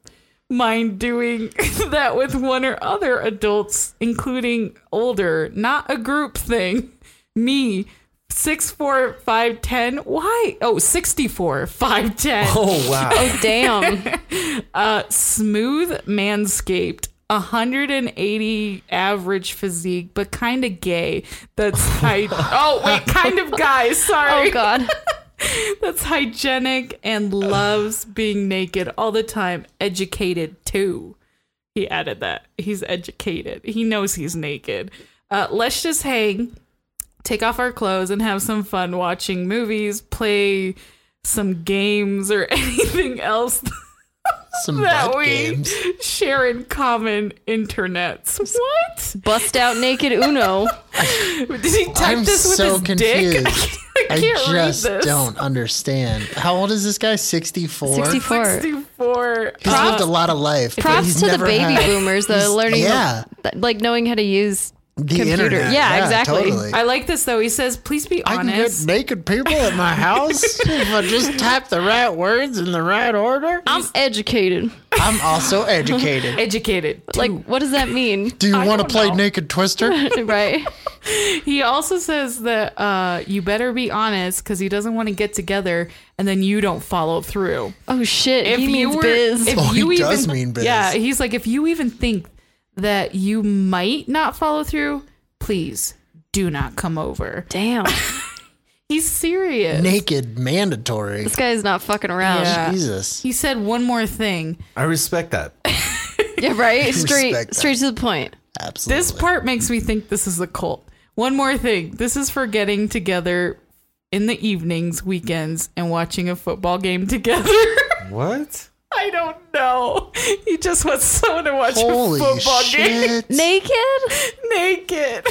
Speaker 3: mind doing that with one or other adults, including older, not a group thing. Me, six four five ten. Why? Oh, 64, 5'10.
Speaker 1: Oh wow.
Speaker 4: Damn.
Speaker 3: Smooth manscaped. 180 average physique, but kind of gay. That's high. oh, wait, kind of guy. Sorry.
Speaker 4: Oh god.
Speaker 3: That's hygienic and loves being naked all the time. Educated too. He added that. He's educated. He knows he's naked. Uh, let's just hang, take off our clothes, and have some fun watching movies, play some games, or anything else
Speaker 2: Some
Speaker 3: that
Speaker 2: butt
Speaker 3: we
Speaker 2: games.
Speaker 3: share in common internets. What?
Speaker 4: Bust out naked Uno.
Speaker 3: Did he type
Speaker 2: I'm
Speaker 3: this with
Speaker 2: so
Speaker 3: his dick?
Speaker 2: confused.
Speaker 3: I can't, I
Speaker 2: I
Speaker 3: can't
Speaker 2: just
Speaker 3: read this.
Speaker 2: don't understand. How old is this guy? 64?
Speaker 4: 64.
Speaker 3: 64. for
Speaker 2: He's
Speaker 4: Props-
Speaker 2: lived a lot of life. but he's
Speaker 4: Props to the
Speaker 2: never
Speaker 4: baby
Speaker 2: had
Speaker 4: boomers that are learning,
Speaker 2: Yeah.
Speaker 4: th- like knowing how to use.
Speaker 2: the
Speaker 4: computer.
Speaker 2: internet.
Speaker 4: Yeah, exactly.
Speaker 2: Totally.
Speaker 3: I like this though. He says, "Please be
Speaker 2: I can get
Speaker 3: honest."
Speaker 2: naked people at my house if I just type the right words in the right order.
Speaker 3: Um,
Speaker 4: I'm educated.
Speaker 2: I'm also educated.
Speaker 3: Educated.
Speaker 4: Like, what does that mean?
Speaker 2: Do you want to play Naked Twister?
Speaker 4: right?
Speaker 3: He also says that uh, you better be honest because he doesn't want to get together and then you don't follow through.
Speaker 4: Oh shit!
Speaker 3: If
Speaker 4: he
Speaker 3: you
Speaker 4: means
Speaker 3: were,
Speaker 4: biz.
Speaker 3: if
Speaker 2: Oh, he
Speaker 3: you even,
Speaker 2: does mean biz.
Speaker 3: Yeah, he's like, if you even think that you might not follow through, please do not come over.
Speaker 4: Damn,
Speaker 3: He's serious.
Speaker 2: Naked mandatory.
Speaker 4: this guy is not fucking around. Yeah,
Speaker 3: Yeah.
Speaker 2: Jesus.
Speaker 3: He said one more thing.
Speaker 1: I respect that.
Speaker 4: right.
Speaker 2: Respect
Speaker 4: Straight,
Speaker 2: that.
Speaker 4: straight to the point.
Speaker 2: Absolutely.
Speaker 3: This part makes me think this is a cult. One more thing. This is for getting together in the evenings, weekends, and watching a football game together.
Speaker 1: What?
Speaker 3: I don't know. He just wants someone to watch
Speaker 2: Holy
Speaker 3: a football game
Speaker 2: shit.
Speaker 4: Naked?
Speaker 3: naked.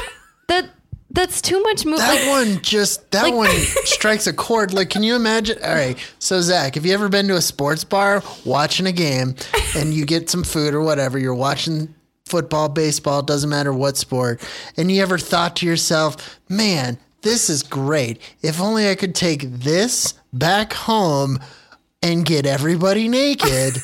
Speaker 4: That that's too much. Mo- like,
Speaker 2: That one just that one strikes a chord. Like, can you imagine? All right, so Zach, have you ever been to a sports bar watching a game, and you get some food or whatever? You're watching football, baseball, doesn't matter what sport, and you ever thought to yourself, "Man, this is great. If only I could take this back home and get everybody naked."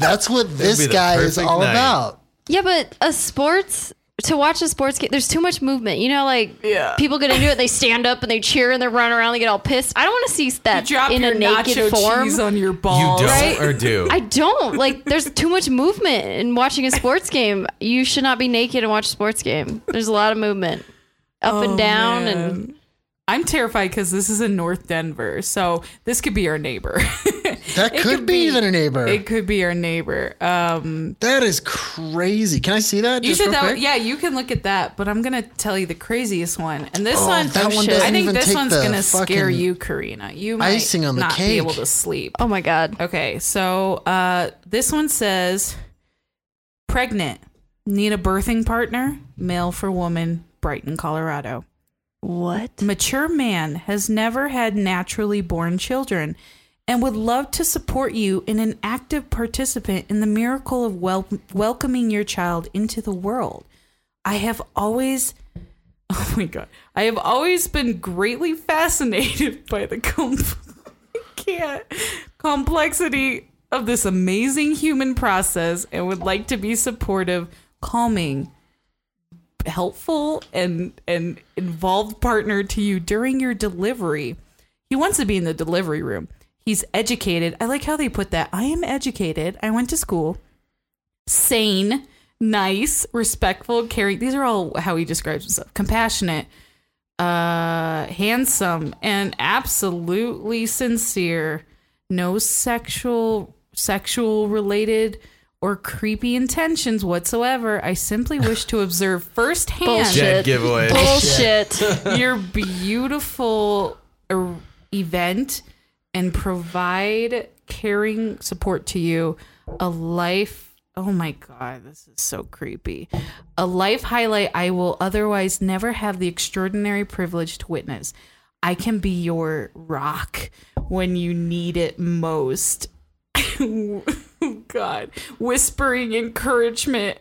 Speaker 2: That's what this
Speaker 1: be the
Speaker 2: guy is
Speaker 1: perfect
Speaker 2: all
Speaker 1: night.
Speaker 2: about.
Speaker 4: Yeah, but a sports to watch a sports game, there's too much movement. You know, like people get into it, they stand up and they cheer and they run around, they get all pissed. I don't want to see that
Speaker 3: Drop
Speaker 4: in
Speaker 3: your
Speaker 4: a naked
Speaker 3: nacho
Speaker 4: form.
Speaker 3: cheese on your
Speaker 1: You
Speaker 3: balls.
Speaker 1: don't
Speaker 4: Right?
Speaker 1: or do?
Speaker 4: I don't like. There's too much movement in watching a sports game. You should not be naked and watch a sports game. There's a lot of movement, up
Speaker 3: Oh,
Speaker 4: and down, and
Speaker 3: I'm terrified because this is in North Denver, so this could be our neighbor.
Speaker 2: That could, be even a neighbor.
Speaker 3: it could be our neighbor. Um,
Speaker 2: that is crazy. Can I see that?
Speaker 3: you
Speaker 2: just
Speaker 3: should
Speaker 2: real
Speaker 3: that.
Speaker 2: quick?
Speaker 3: Yeah, you can look at that, but I'm gonna tell you the craziest one, and this one,
Speaker 2: Oh, that one
Speaker 3: I
Speaker 2: doesn't
Speaker 3: think
Speaker 2: even
Speaker 3: this
Speaker 2: take
Speaker 3: one's
Speaker 2: the
Speaker 3: gonna scare
Speaker 2: fucking
Speaker 3: you, Karina. You might
Speaker 2: icing on the
Speaker 3: not be able
Speaker 2: cake.
Speaker 3: to sleep.
Speaker 4: oh my god,
Speaker 3: Okay, so uh, this one says pregnant, need a birthing partner, male for woman, Brighton, Colorado.
Speaker 4: what?
Speaker 3: Mature man has never had naturally born children and would love to support you in an active participant in the miracle of wel- welcoming your child into the world. I have always Oh my god. I have always been greatly fascinated by the com- I can't, complexity of this amazing human process and would like to be supportive, calming, helpful and and involved partner to you during your delivery. He wants to be in the delivery room. He's educated. I like how they put that. I am educated. I went to school. Sane, nice, respectful, caring. These are all how he describes himself. Compassionate, uh, handsome, and absolutely sincere. No sexual sexual related or creepy intentions whatsoever. I simply wish to observe firsthand
Speaker 4: Bullshit.
Speaker 1: Dead giveaway.
Speaker 4: Bullshit.
Speaker 3: your beautiful er- event and provide caring support to you a life oh my god this is so creepy a life highlight i will otherwise never have the extraordinary privilege to witness i can be your rock when you need it most god whispering encouragement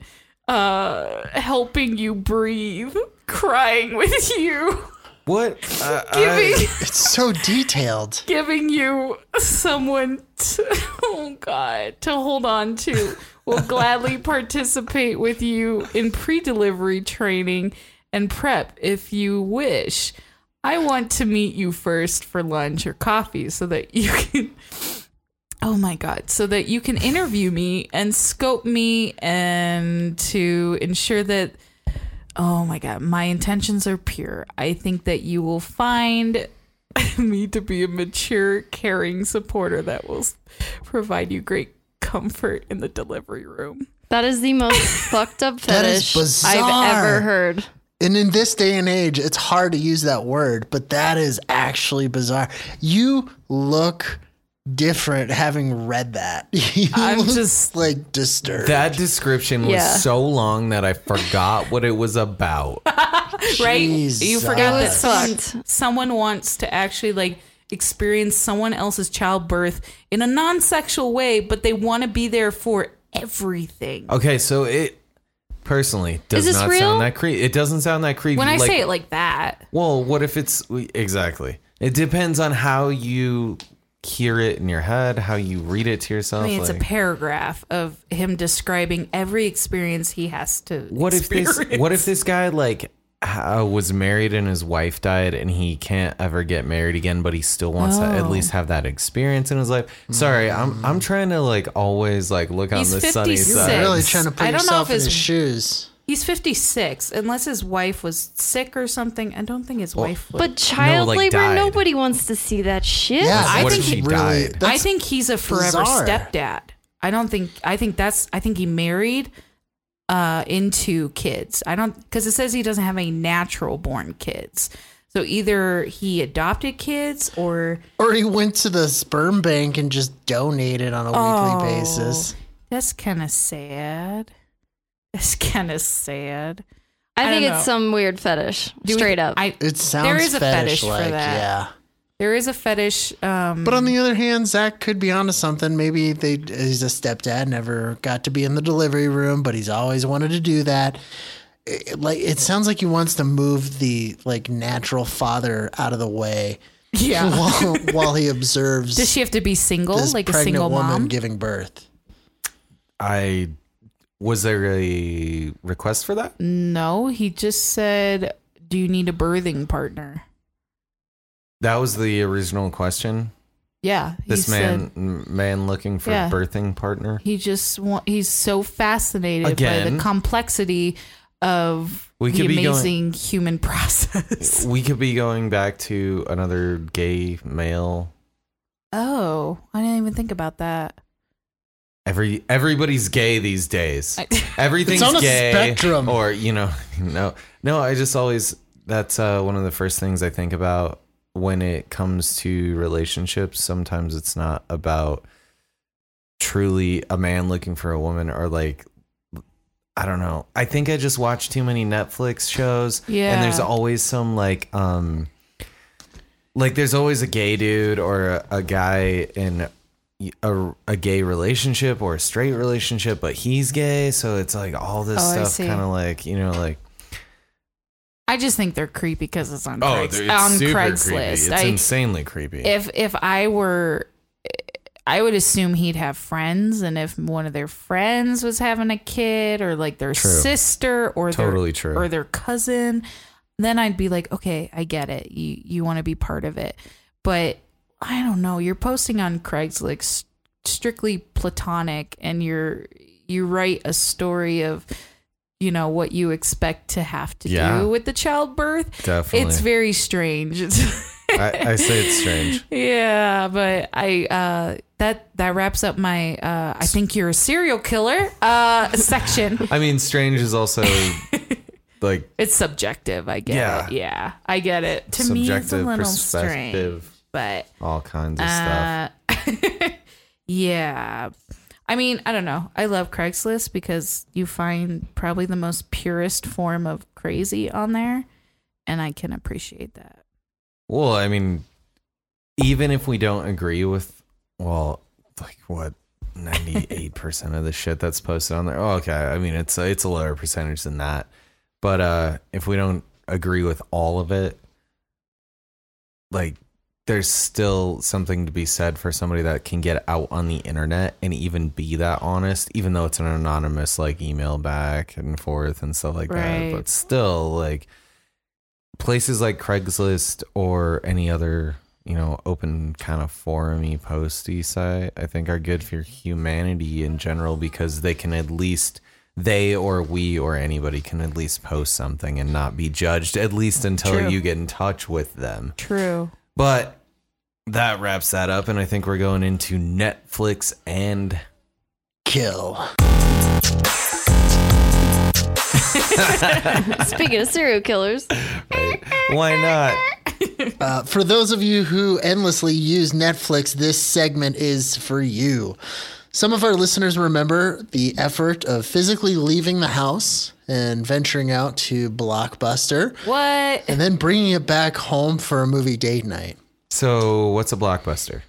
Speaker 3: uh helping you breathe crying with you
Speaker 1: What? Uh,
Speaker 3: giving
Speaker 1: I,
Speaker 2: It's so detailed.
Speaker 3: giving you someone to, oh god to hold on to will gladly participate with you in pre-delivery training and prep if you wish i want to meet you first for lunch or coffee so that you can oh my god so that you can interview me and scope me and to ensure that oh my god my intentions are pure i think that you will find me to be a mature, caring supporter that will s- provide you great comfort in the delivery room.
Speaker 4: That is the most fucked up
Speaker 2: That is
Speaker 4: fetish I've
Speaker 2: bizarre.
Speaker 4: ever heard.
Speaker 2: And in this day and age, it's hard to use that word, but that is actually bizarre. You look different having read that. You
Speaker 3: I'm
Speaker 2: look,
Speaker 3: just-
Speaker 2: like disturbed.
Speaker 1: that description
Speaker 4: Yeah.
Speaker 1: was so long that I forgot what it was about.
Speaker 3: Right? You forgot
Speaker 4: It
Speaker 3: that
Speaker 4: was
Speaker 3: someone-
Speaker 4: fucked.
Speaker 3: someone wants to actually like experience someone else's childbirth in a non sexual way, but they want to be there for everything.
Speaker 1: Okay, so it personally does
Speaker 4: this
Speaker 1: not
Speaker 4: real?
Speaker 1: sound that creepy. It doesn't sound that creepy.
Speaker 3: When I
Speaker 1: like,
Speaker 3: say it like that,
Speaker 1: well, what if it's exactly? It depends on how you hear it in your head, how you read it to yourself.
Speaker 3: I mean, it's a
Speaker 1: like-
Speaker 3: paragraph of him describing every experience he has to.
Speaker 1: what if this?
Speaker 3: experience.
Speaker 1: What if this guy like uh, was married and his wife died and he can't ever get married again, but he still wants to at
Speaker 3: Oh.
Speaker 1: least have that experience in his life? Sorry, I'm I'm trying to like always like look on
Speaker 3: He's
Speaker 1: the sunny
Speaker 3: 56.
Speaker 1: side.
Speaker 2: Really trying to put
Speaker 3: I don't know
Speaker 2: yourself
Speaker 3: if
Speaker 2: in his
Speaker 3: his-
Speaker 2: shoes.
Speaker 3: He's 56, unless his wife was sick or something. I don't think his wife was.
Speaker 4: But child
Speaker 1: like,
Speaker 4: labor,
Speaker 1: died.
Speaker 4: nobody wants to see that shit.
Speaker 2: Yeah,
Speaker 1: I
Speaker 2: I
Speaker 1: What
Speaker 2: think
Speaker 1: if think
Speaker 2: he
Speaker 1: she
Speaker 2: really.
Speaker 1: died?
Speaker 3: I think he's a forever
Speaker 2: bizarre.
Speaker 3: stepdad. I don't think I think that's I think he married uh into kids. I don't cuz it says he doesn't have any natural born kids. So either he adopted kids or
Speaker 2: Or he went to the sperm bank and just donated on a weekly
Speaker 3: Oh,
Speaker 2: basis.
Speaker 3: That's kind of sad. That's kind of sad.
Speaker 4: I,
Speaker 3: I
Speaker 4: think
Speaker 3: don't
Speaker 4: it's
Speaker 3: know.
Speaker 4: some weird fetish.
Speaker 3: Do we-
Speaker 4: straight up.
Speaker 3: I
Speaker 2: It sounds
Speaker 3: is a
Speaker 2: fetish,
Speaker 3: fetish for
Speaker 2: like,
Speaker 3: that.
Speaker 2: yeah.
Speaker 3: there is a fetish um
Speaker 2: But uh, on the other hand, Zach could be onto something. Maybe they he's a stepdad, never got to be in the delivery room, but he's always wanted to do that. It, like it sounds like he wants to move the like natural father out of the way
Speaker 3: yeah.
Speaker 2: while, while he observes
Speaker 3: Does she have to be single
Speaker 2: this
Speaker 3: like a
Speaker 2: pregnant
Speaker 3: single
Speaker 2: woman
Speaker 3: mom?
Speaker 2: giving birth.
Speaker 1: I was there a request for that?
Speaker 3: no, he just said, "Do you need a birthing partner?"
Speaker 1: That was the original question.
Speaker 3: Yeah, he
Speaker 1: This
Speaker 3: said-
Speaker 1: man m- man looking for
Speaker 3: Yeah.
Speaker 1: a birthing partner.
Speaker 3: He just want, he's so fascinated by
Speaker 1: Again.
Speaker 3: the complexity of
Speaker 1: We
Speaker 3: the
Speaker 1: could be going-
Speaker 3: amazing human process.
Speaker 1: We could be going back to another gay male.
Speaker 3: oh, I didn't even think about that.
Speaker 1: Every everybody's gay these days.
Speaker 3: I-
Speaker 1: Everything's
Speaker 2: It's on a
Speaker 1: gay.
Speaker 2: spectrum.
Speaker 1: Or you know, no, no. I just always that's uh, one of the first things I think about when it comes to relationships. Sometimes it's not about truly a man looking for a woman or like I don't know. I think I just watch too many Netflix shows.
Speaker 3: Yeah.
Speaker 1: And there's always some like um like there's always a gay dude or a, a guy in a, a gay relationship or a straight relationship, but he's gay, so it's like all this
Speaker 3: Oh, I
Speaker 1: stuff
Speaker 3: see.
Speaker 1: kind of like, you know, like
Speaker 3: I just think they're creepy because it's on,
Speaker 1: oh,
Speaker 3: Craigs- on Craigslist.
Speaker 1: It's
Speaker 3: I,
Speaker 1: insanely creepy.
Speaker 3: if if I were, I would assume he'd have friends, and if one of their friends was having a kid, or like their
Speaker 1: True.
Speaker 3: sister, or
Speaker 1: Totally
Speaker 3: their,
Speaker 1: true.
Speaker 3: or their cousin, then I'd be like, okay, I get it. You you want to be part of it, but I don't know. You're posting on Craigslist s- strictly platonic, and you're you write a story of you know what you expect to have to
Speaker 1: Yeah.
Speaker 3: do with the childbirth.
Speaker 1: Definitely.
Speaker 3: It's very strange. It's
Speaker 1: I, I say it's strange.
Speaker 3: yeah, but I uh that that wraps up my uh I think you're a serial killer uh section.
Speaker 1: I mean, strange is also like
Speaker 3: It's subjective, I get
Speaker 1: Yeah.
Speaker 3: it. Yeah, I get it. To me it's a
Speaker 1: subjective,
Speaker 3: little strange,
Speaker 1: perspective,
Speaker 3: but
Speaker 1: all kinds of stuff.
Speaker 3: uh yeah. I mean, I don't know. I love Craigslist because you find probably the most purest form of crazy on there, and I can appreciate that.
Speaker 1: Well, I mean, even if we don't agree with, well, like what, ninety-eight percent of the shit that's posted on there. Oh, okay, I mean, it's a, it's a lower percentage than that, but uh, if we don't agree with all of it, like, there's still something to be said for somebody that can get out on the internet and even be that honest, even though it's an anonymous like email back and forth and stuff like
Speaker 3: Right.
Speaker 1: that. But still, like places like Craigslist or any other, you know, open kind of forumy posty site, I think are good for humanity in general because they can at least they or we or anybody can at least post something and not be judged at least until
Speaker 3: True.
Speaker 1: you get in touch with them.
Speaker 3: True.
Speaker 1: But that wraps that up and I think we're going into Netflix and
Speaker 2: Kill.
Speaker 4: Speaking of serial killers,
Speaker 1: why not?
Speaker 2: Uh, for those of you who endlessly use Netflix, this segment is for you. Some of our listeners remember the effort of physically leaving the house and venturing out to Blockbuster
Speaker 3: What?
Speaker 2: and then bringing it back home for a movie date night.
Speaker 1: So, what's a blockbuster?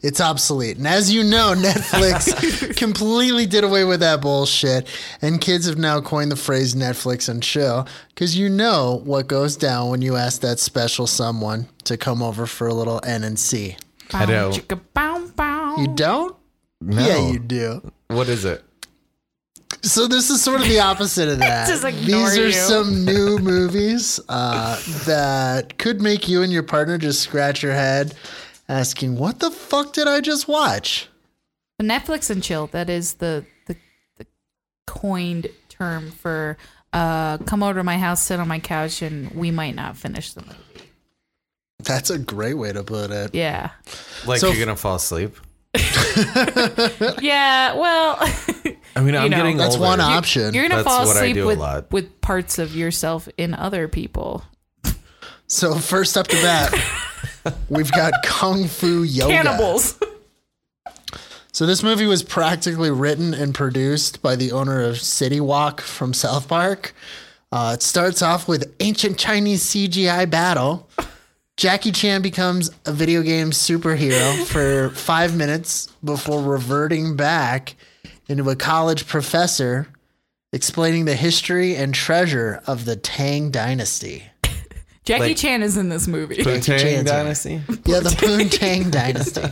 Speaker 2: It's obsolete. And as you know, Netflix completely did away with that bullshit. And kids have now coined the phrase Netflix and chill because you know what goes down when you ask that special someone to come over for a little N and C.
Speaker 1: I don't.
Speaker 3: Chicka bow bow.
Speaker 2: You don't?
Speaker 1: No.
Speaker 2: Yeah, you do.
Speaker 1: What is it?
Speaker 2: So this is sort of the opposite of that.
Speaker 3: Just ignore
Speaker 2: These are
Speaker 3: you.
Speaker 2: some new movies uh, that could make you and your partner just scratch your head asking, what the fuck did I just watch?
Speaker 3: Netflix and chill. That is the the, the coined term for uh, come over to my house, sit on my couch, and we might not finish the movie.
Speaker 2: That's a great way to put it.
Speaker 3: Yeah.
Speaker 1: Like
Speaker 2: So-
Speaker 1: you're gonna fall asleep?
Speaker 3: Yeah. Well,
Speaker 1: I mean, I'm
Speaker 3: know,
Speaker 1: getting
Speaker 2: That's
Speaker 1: older.
Speaker 2: one option.
Speaker 3: you're gonna
Speaker 1: That's
Speaker 3: fall
Speaker 1: what I
Speaker 3: asleep
Speaker 1: do a
Speaker 3: with
Speaker 1: lot.
Speaker 3: with parts of yourself in other people.
Speaker 2: So first up to bat, we've got Kung Fu Yoga.
Speaker 3: Cannibals.
Speaker 2: So this movie was practically written and produced by the owner of City Walk from South Park. Uh, it starts off with ancient Chinese CGI battle. Jackie Chan becomes a video game superhero for five minutes before reverting back into a college professor explaining the history and treasure of the Tang Dynasty.
Speaker 3: Jackie
Speaker 1: Like-
Speaker 3: Chan is in this movie.
Speaker 1: Tang
Speaker 2: Chan's
Speaker 1: Dynasty.
Speaker 2: Yeah, the Poontang Dynasty.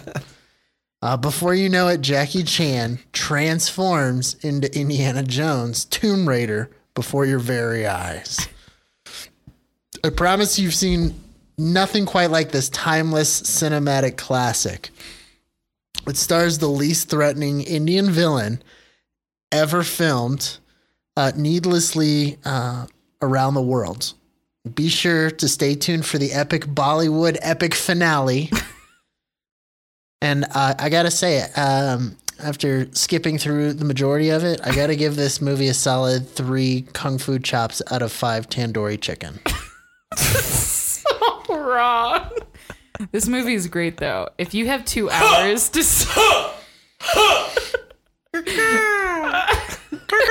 Speaker 2: Uh, before you know it, Jackie Chan transforms into Indiana Jones, Tomb Raider, before your very eyes. I promise you've seen nothing quite like this timeless cinematic classic. It stars the least threatening Indian villain ever filmed, uh, needlessly uh, around the world be sure to stay tuned for the epic Bollywood epic finale. and uh, I gotta say, um, after skipping through the majority of it, I gotta give this movie a solid three kung fu chops out of five tandoori chicken.
Speaker 3: wrong. Oh, This movie is great though. If you have two hours to s-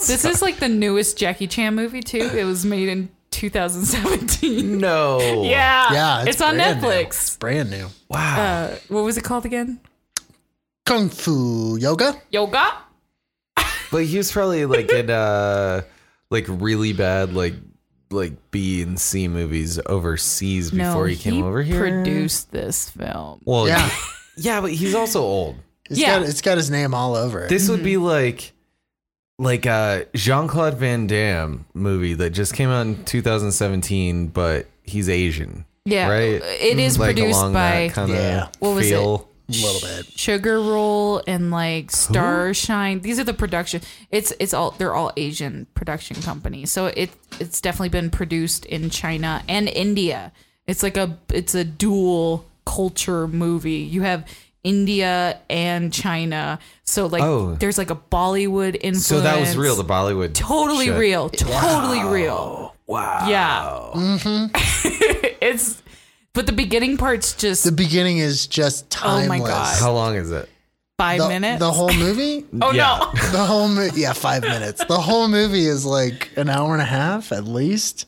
Speaker 3: This is like the newest Jackie Chan movie too. It was made in 2017.
Speaker 1: No.
Speaker 3: Yeah.
Speaker 2: Yeah,
Speaker 3: It's, on
Speaker 2: brand new.
Speaker 3: Netflix.
Speaker 2: It's brand new.
Speaker 1: Wow.
Speaker 3: Uh, what was it called again?
Speaker 2: Kung fu yoga.
Speaker 3: Yoga?
Speaker 1: But he was probably like in uh like really bad like like B and C movies overseas before he came over here.
Speaker 3: produced this film.
Speaker 1: Well,
Speaker 2: Yeah.
Speaker 1: yeah, yeah, but he's also old.
Speaker 2: It's
Speaker 3: Yeah.
Speaker 2: got it's got his name all over it.
Speaker 1: This would
Speaker 3: Mm-hmm.
Speaker 1: be like like a Jean-Claude Van Damme movie that just came out in 2017 but he's Asian.
Speaker 3: Yeah.
Speaker 1: Right? Mm,
Speaker 3: It is
Speaker 1: Like
Speaker 3: produced
Speaker 1: along
Speaker 3: by
Speaker 1: that kind
Speaker 2: Yeah.
Speaker 1: of
Speaker 3: What was it?
Speaker 1: feel.
Speaker 2: a little bit.
Speaker 3: Sugar Roll and like Starshine. These are the production. It's it's all they're all Asian production companies. So it it's definitely been produced in China and India. It's like a it's a dual culture movie. You have India and China. So like
Speaker 1: Oh.
Speaker 3: there's like a Bollywood influence.
Speaker 1: So that was real the Bollywood.
Speaker 3: Totally
Speaker 1: shit.
Speaker 3: real. Totally real.
Speaker 1: Wow.
Speaker 3: Yeah. it's but the beginning part's just
Speaker 2: Mm-hmm. The beginning is just
Speaker 3: Oh
Speaker 2: timeless.
Speaker 3: my
Speaker 1: How long is it?
Speaker 3: five
Speaker 2: The,
Speaker 3: minutes.
Speaker 2: the whole movie?
Speaker 3: oh
Speaker 1: Yeah.
Speaker 3: no.
Speaker 2: The whole mo- yeah, five minutes. The whole movie is like an hour and a half at least.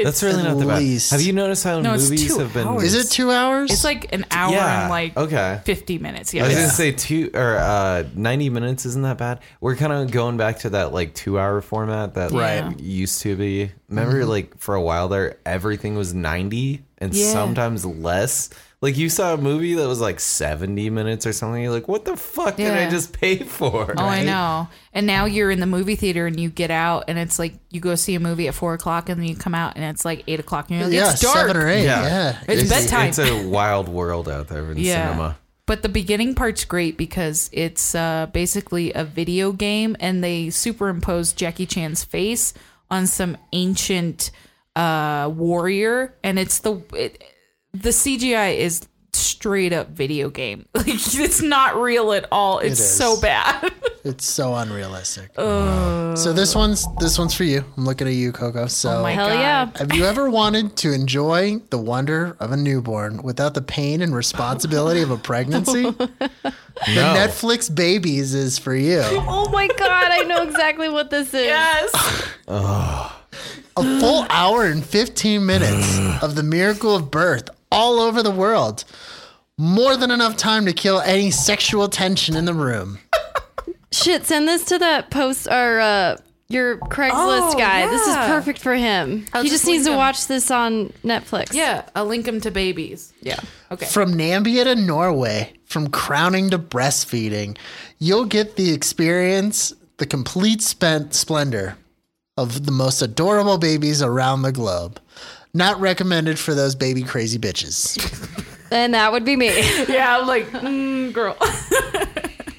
Speaker 1: That's really
Speaker 2: At
Speaker 1: not the
Speaker 2: least.
Speaker 1: best. Have you noticed how
Speaker 3: No, it's
Speaker 1: movies
Speaker 3: two
Speaker 1: have been?
Speaker 3: hours.
Speaker 2: Is it two hours?
Speaker 3: It's like an hour
Speaker 1: yeah.
Speaker 3: and like
Speaker 1: okay.
Speaker 3: 50 minutes.
Speaker 1: I
Speaker 3: Yeah.
Speaker 1: was gonna say two or uh, ninety minutes isn't that bad. We're kind of going back to that like two-hour format that like,
Speaker 2: Right.
Speaker 1: used to be. Remember,
Speaker 3: Mm-hmm.
Speaker 1: like for a while there, everything was ninety and
Speaker 3: Yeah.
Speaker 1: sometimes less. Like you saw a movie that was like seventy minutes or something. You're like, what the fuck did
Speaker 3: Yeah.
Speaker 1: I just pay for?
Speaker 3: Oh, I know. And now you're in the movie theater and you get out and it's like you go see a movie at four o'clock and then you come out and it's like eight o'clock and you're like,
Speaker 2: yeah,
Speaker 3: it's dark.
Speaker 2: seven or eight. Yeah.
Speaker 3: It's bedtime.
Speaker 1: It's a wild world out there in
Speaker 3: yeah.
Speaker 1: cinema.
Speaker 3: But the beginning part's great because it's uh, basically a video game and they superimpose Jackie Chan's face on some ancient uh, warrior and it's the it, the CGI is straight up video game. Like it's not real at all. It's
Speaker 2: is.
Speaker 3: so bad.
Speaker 2: It's so unrealistic. so this one's this one's for you. I'm looking at you, Coco. So
Speaker 3: Uh, Oh, my-
Speaker 4: Hell
Speaker 3: God.
Speaker 4: yeah.
Speaker 2: have you ever wanted to enjoy the wonder of a newborn without the pain and responsibility of a pregnancy? The
Speaker 1: No.
Speaker 2: Netflix babies is for you.
Speaker 4: Oh my god, I know exactly what this is.
Speaker 3: yes.
Speaker 2: A full hour and 15 minutes of the miracle of birth all over the world. More than enough time to kill any sexual tension in the room.
Speaker 4: Shit, send this to that post or uh, your Craigslist
Speaker 3: Oh,
Speaker 4: guy. This is
Speaker 3: yeah.
Speaker 4: perfect for him. he
Speaker 3: just
Speaker 4: just needs
Speaker 3: link
Speaker 4: to
Speaker 3: him.
Speaker 4: watch this on Netflix.
Speaker 3: Yeah, I'll link them to babies. Yeah. Okay.
Speaker 2: From Nambia to Norway, from crowning to breastfeeding, you'll get the experience, the complete spent splendor of the most adorable babies around the globe. Not recommended for those baby crazy bitches.
Speaker 4: And that would be me.
Speaker 3: Yeah, I'm like, mm, girl.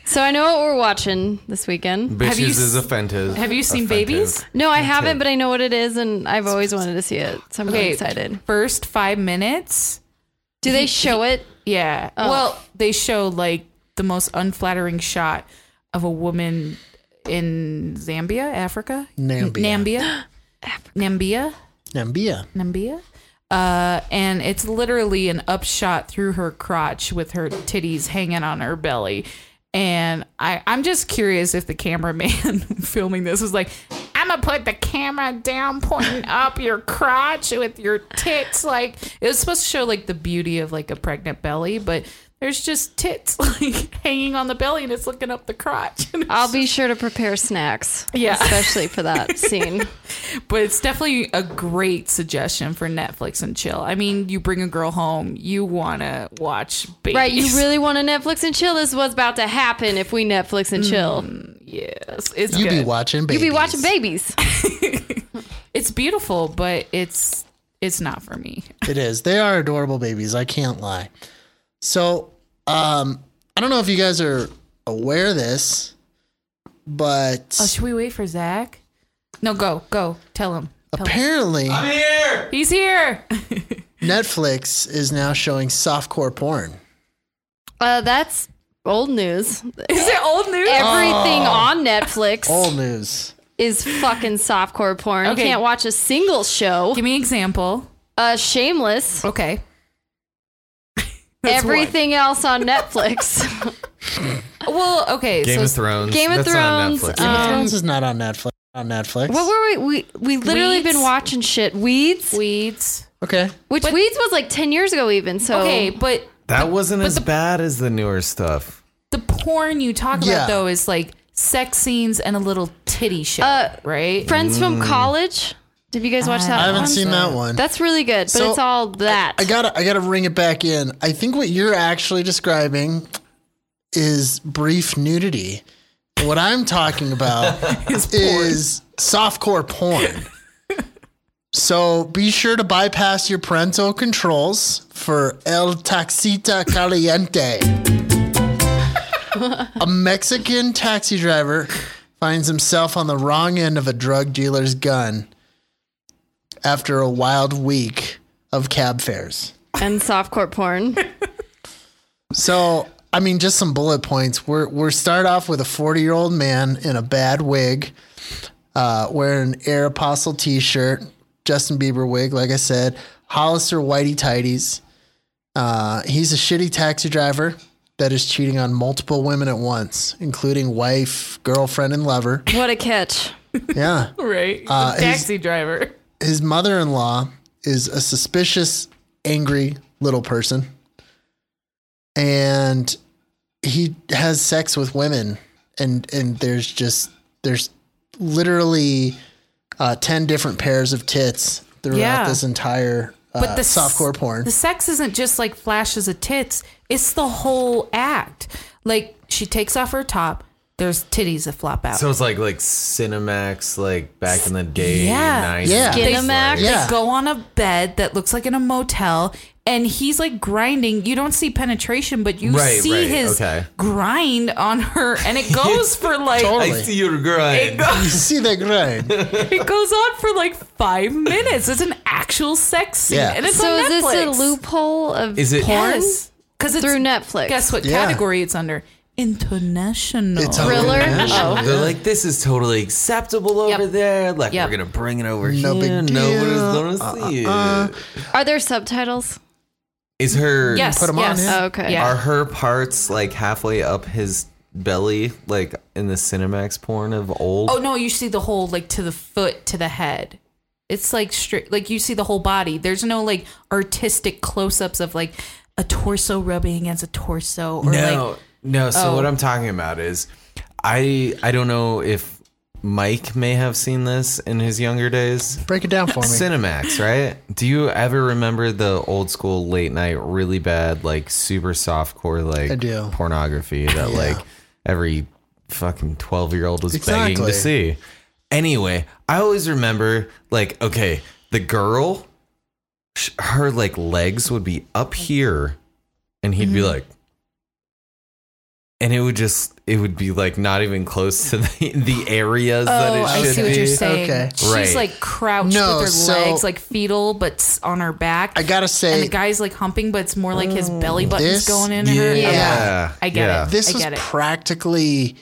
Speaker 4: so I know what we're watching this weekend.
Speaker 3: Have you
Speaker 1: Bitches is
Speaker 3: s-
Speaker 1: offensive.
Speaker 3: Have you seen
Speaker 1: Offentive.
Speaker 3: babies?
Speaker 4: No, I haven't, but I know what it is, and I've always wanted to see it. So I'm really excited.
Speaker 3: First five minutes.
Speaker 4: Do they show it?
Speaker 3: Yeah. Well, they show like the most unflattering shot of a woman in Zambia, Africa,
Speaker 2: Nambia.
Speaker 3: Nambia, Nambia,
Speaker 2: Nambia.
Speaker 3: Nambia. Uh, and it's literally an upshot through her crotch with her titties hanging on her belly. And I, I'm just curious if the cameraman filming this was like, I'm gonna put the camera down, pointing up your crotch with your tits. Like it was supposed to show like the beauty of like a pregnant belly, but there's just tits like hanging on the belly and it's looking up the crotch.
Speaker 4: I'll be sure to prepare snacks.
Speaker 3: Yeah.
Speaker 4: Especially for that scene.
Speaker 3: But it's definitely a great suggestion for Netflix and chill. I mean, you bring a girl home, you want to watch babies.
Speaker 4: Right, you really want to Netflix and chill? This is what's about to happen if we Netflix and chill.
Speaker 3: Mm, yes, it's
Speaker 2: You be
Speaker 3: good.
Speaker 2: watching
Speaker 4: you
Speaker 2: babies.
Speaker 4: be watching babies.
Speaker 3: it's beautiful, but it's it's not for me.
Speaker 2: It is. They are adorable babies. I can't lie. So, um, I don't know if you guys are aware of this, but
Speaker 3: Oh, should we wait for Zach? No, go go. Tell him. Tell him.
Speaker 2: apparently
Speaker 3: He's here.
Speaker 2: Netflix is now showing softcore porn.
Speaker 4: Uh, that's old
Speaker 3: Is
Speaker 4: news.
Speaker 3: it old news?
Speaker 4: Everything on Netflix
Speaker 2: Old news.
Speaker 4: is fucking softcore porn.
Speaker 3: Okay.
Speaker 4: You can't watch a single show.
Speaker 3: Give me an example.
Speaker 4: Uh, Shameless.
Speaker 3: Okay. That's one.
Speaker 4: Everything else on Netflix.
Speaker 3: Well, okay.
Speaker 1: Game
Speaker 3: so
Speaker 1: of Thrones.
Speaker 4: Game of
Speaker 1: That's not
Speaker 4: Thrones,
Speaker 3: uh,
Speaker 1: Netflix.
Speaker 2: Game of
Speaker 4: um,
Speaker 2: Thrones is not on Netflix. On Netflix.
Speaker 4: what were we? We, we literally
Speaker 3: Weeds?
Speaker 4: been watching shit. Weeds,
Speaker 3: weeds.
Speaker 2: okay.
Speaker 4: which
Speaker 3: but-
Speaker 4: Weeds was like ten years ago, even. So
Speaker 3: Okay, but
Speaker 1: that wasn't
Speaker 3: but
Speaker 1: as
Speaker 3: the-
Speaker 1: bad as the newer stuff.
Speaker 3: the porn you talk
Speaker 2: Yeah.
Speaker 3: about though is like sex scenes and a little titty show,
Speaker 4: Uh,
Speaker 3: right?
Speaker 4: Friends from College. Have you guys watched that?
Speaker 3: I
Speaker 2: I haven't
Speaker 4: one?
Speaker 2: seen that one.
Speaker 4: That's really good, but
Speaker 2: So,
Speaker 4: it's all that.
Speaker 2: I gotta I gotta ring it back in. I think what you're actually describing is brief nudity. What I'm talking about is, softcore porn. so be sure to bypass your parental controls for El Taxita Caliente. a Mexican taxi driver finds himself on the wrong end of a drug dealer's gun after a wild week of cab fares.
Speaker 4: and softcore porn.
Speaker 2: So, I mean, just some bullet points. We're we're start off with a forty year old man in a bad wig, uh, wearing an Air Apostle t shirt, Justin Bieber wig, like I said, Hollister whitey tighties. Uh, he's a shitty taxi driver that is cheating on multiple women at once, including wife, girlfriend, and lover.
Speaker 4: what a catch.
Speaker 2: Yeah.
Speaker 3: right?
Speaker 2: Uh, his-
Speaker 3: taxi driver.
Speaker 2: his mother-in-law is a suspicious, angry little person, and he has sex with women, and and there's just there's literally uh, ten different pairs of tits throughout
Speaker 3: Yeah.
Speaker 2: this entire uh,
Speaker 3: But the s-
Speaker 2: softcore porn.
Speaker 3: The sex isn't just like flashes of tits; it's the whole act. Like she takes off her top. There's titties that flop out.
Speaker 1: So it's like like Cinemax, like back in the day.
Speaker 3: Yeah.
Speaker 1: 90s.
Speaker 2: Yeah.
Speaker 3: They-
Speaker 4: Cinemax.
Speaker 3: They,
Speaker 2: Yeah.
Speaker 3: go on a bed that looks like in a motel, and he's like grinding. You don't see penetration, but you
Speaker 1: Right,
Speaker 3: see
Speaker 1: right,
Speaker 3: his
Speaker 1: okay.
Speaker 3: grind on her, and it goes for like
Speaker 1: I
Speaker 2: Totally.
Speaker 1: see your grind.
Speaker 2: You see the grind.
Speaker 3: it goes on for like five minutes. It's an actual sex scene,
Speaker 2: Yeah.
Speaker 3: and it's
Speaker 4: So
Speaker 3: on
Speaker 4: is
Speaker 3: Netflix.
Speaker 4: this a loophole of
Speaker 1: Is it-
Speaker 4: porn
Speaker 3: Yes, because it's
Speaker 4: through Netflix?
Speaker 3: Guess what
Speaker 2: Yeah.
Speaker 3: category it's under? International.
Speaker 2: It's
Speaker 4: Thriller. Oh.
Speaker 1: They're like, this is totally acceptable over
Speaker 3: Yep.
Speaker 1: there. Like,
Speaker 3: Yep.
Speaker 1: we're gonna bring it over
Speaker 2: No big
Speaker 1: here.
Speaker 2: deal. Uh-uh.
Speaker 1: Nobody's gonna see it.
Speaker 4: Are there subtitles?
Speaker 1: Is her
Speaker 3: yes,
Speaker 2: put 'em on,
Speaker 3: yes.
Speaker 2: yeah.
Speaker 4: Oh, okay.
Speaker 3: Yeah.
Speaker 1: are her parts like halfway up his belly, like in the Cinemax porn of old?
Speaker 3: Oh no, you see the whole like to the foot to the head. It's like straight, like you see the whole body. There's no like artistic close ups of like a torso rubbing against a torso or
Speaker 1: No,
Speaker 3: like
Speaker 1: no. So
Speaker 3: Oh.
Speaker 1: what I'm talking about is, I I don't know if Mike may have seen this in his younger days.
Speaker 2: Break it down for me.
Speaker 1: Cinemax, right? Do you ever remember the old school late night, really bad, like super soft core, like
Speaker 2: I do.
Speaker 1: pornography that like every fucking twelve year old was begging
Speaker 2: Exactly.
Speaker 1: to see? Anyway, I always remember like okay, the girl, sh- her like legs would be up here, and he'd
Speaker 2: Mm-hmm.
Speaker 1: be like. And it would just, it would be like not even close to the, the areas that
Speaker 3: Oh,
Speaker 1: it
Speaker 3: I
Speaker 1: should
Speaker 3: see what
Speaker 1: be.
Speaker 3: you're saying.
Speaker 2: Okay.
Speaker 3: She's
Speaker 1: Right.
Speaker 3: like crouched
Speaker 2: No,
Speaker 3: with her
Speaker 2: so-
Speaker 3: legs like fetal, but s- on her back.
Speaker 2: I gotta
Speaker 3: and the
Speaker 2: say, Oh.
Speaker 3: guy's like humping, but it's more like his belly button's
Speaker 2: This-
Speaker 3: going in
Speaker 1: yeah.
Speaker 3: her.
Speaker 1: Yeah.
Speaker 3: I get
Speaker 1: Yeah.
Speaker 3: it.
Speaker 2: this
Speaker 3: I
Speaker 2: was
Speaker 3: get it.
Speaker 2: practically.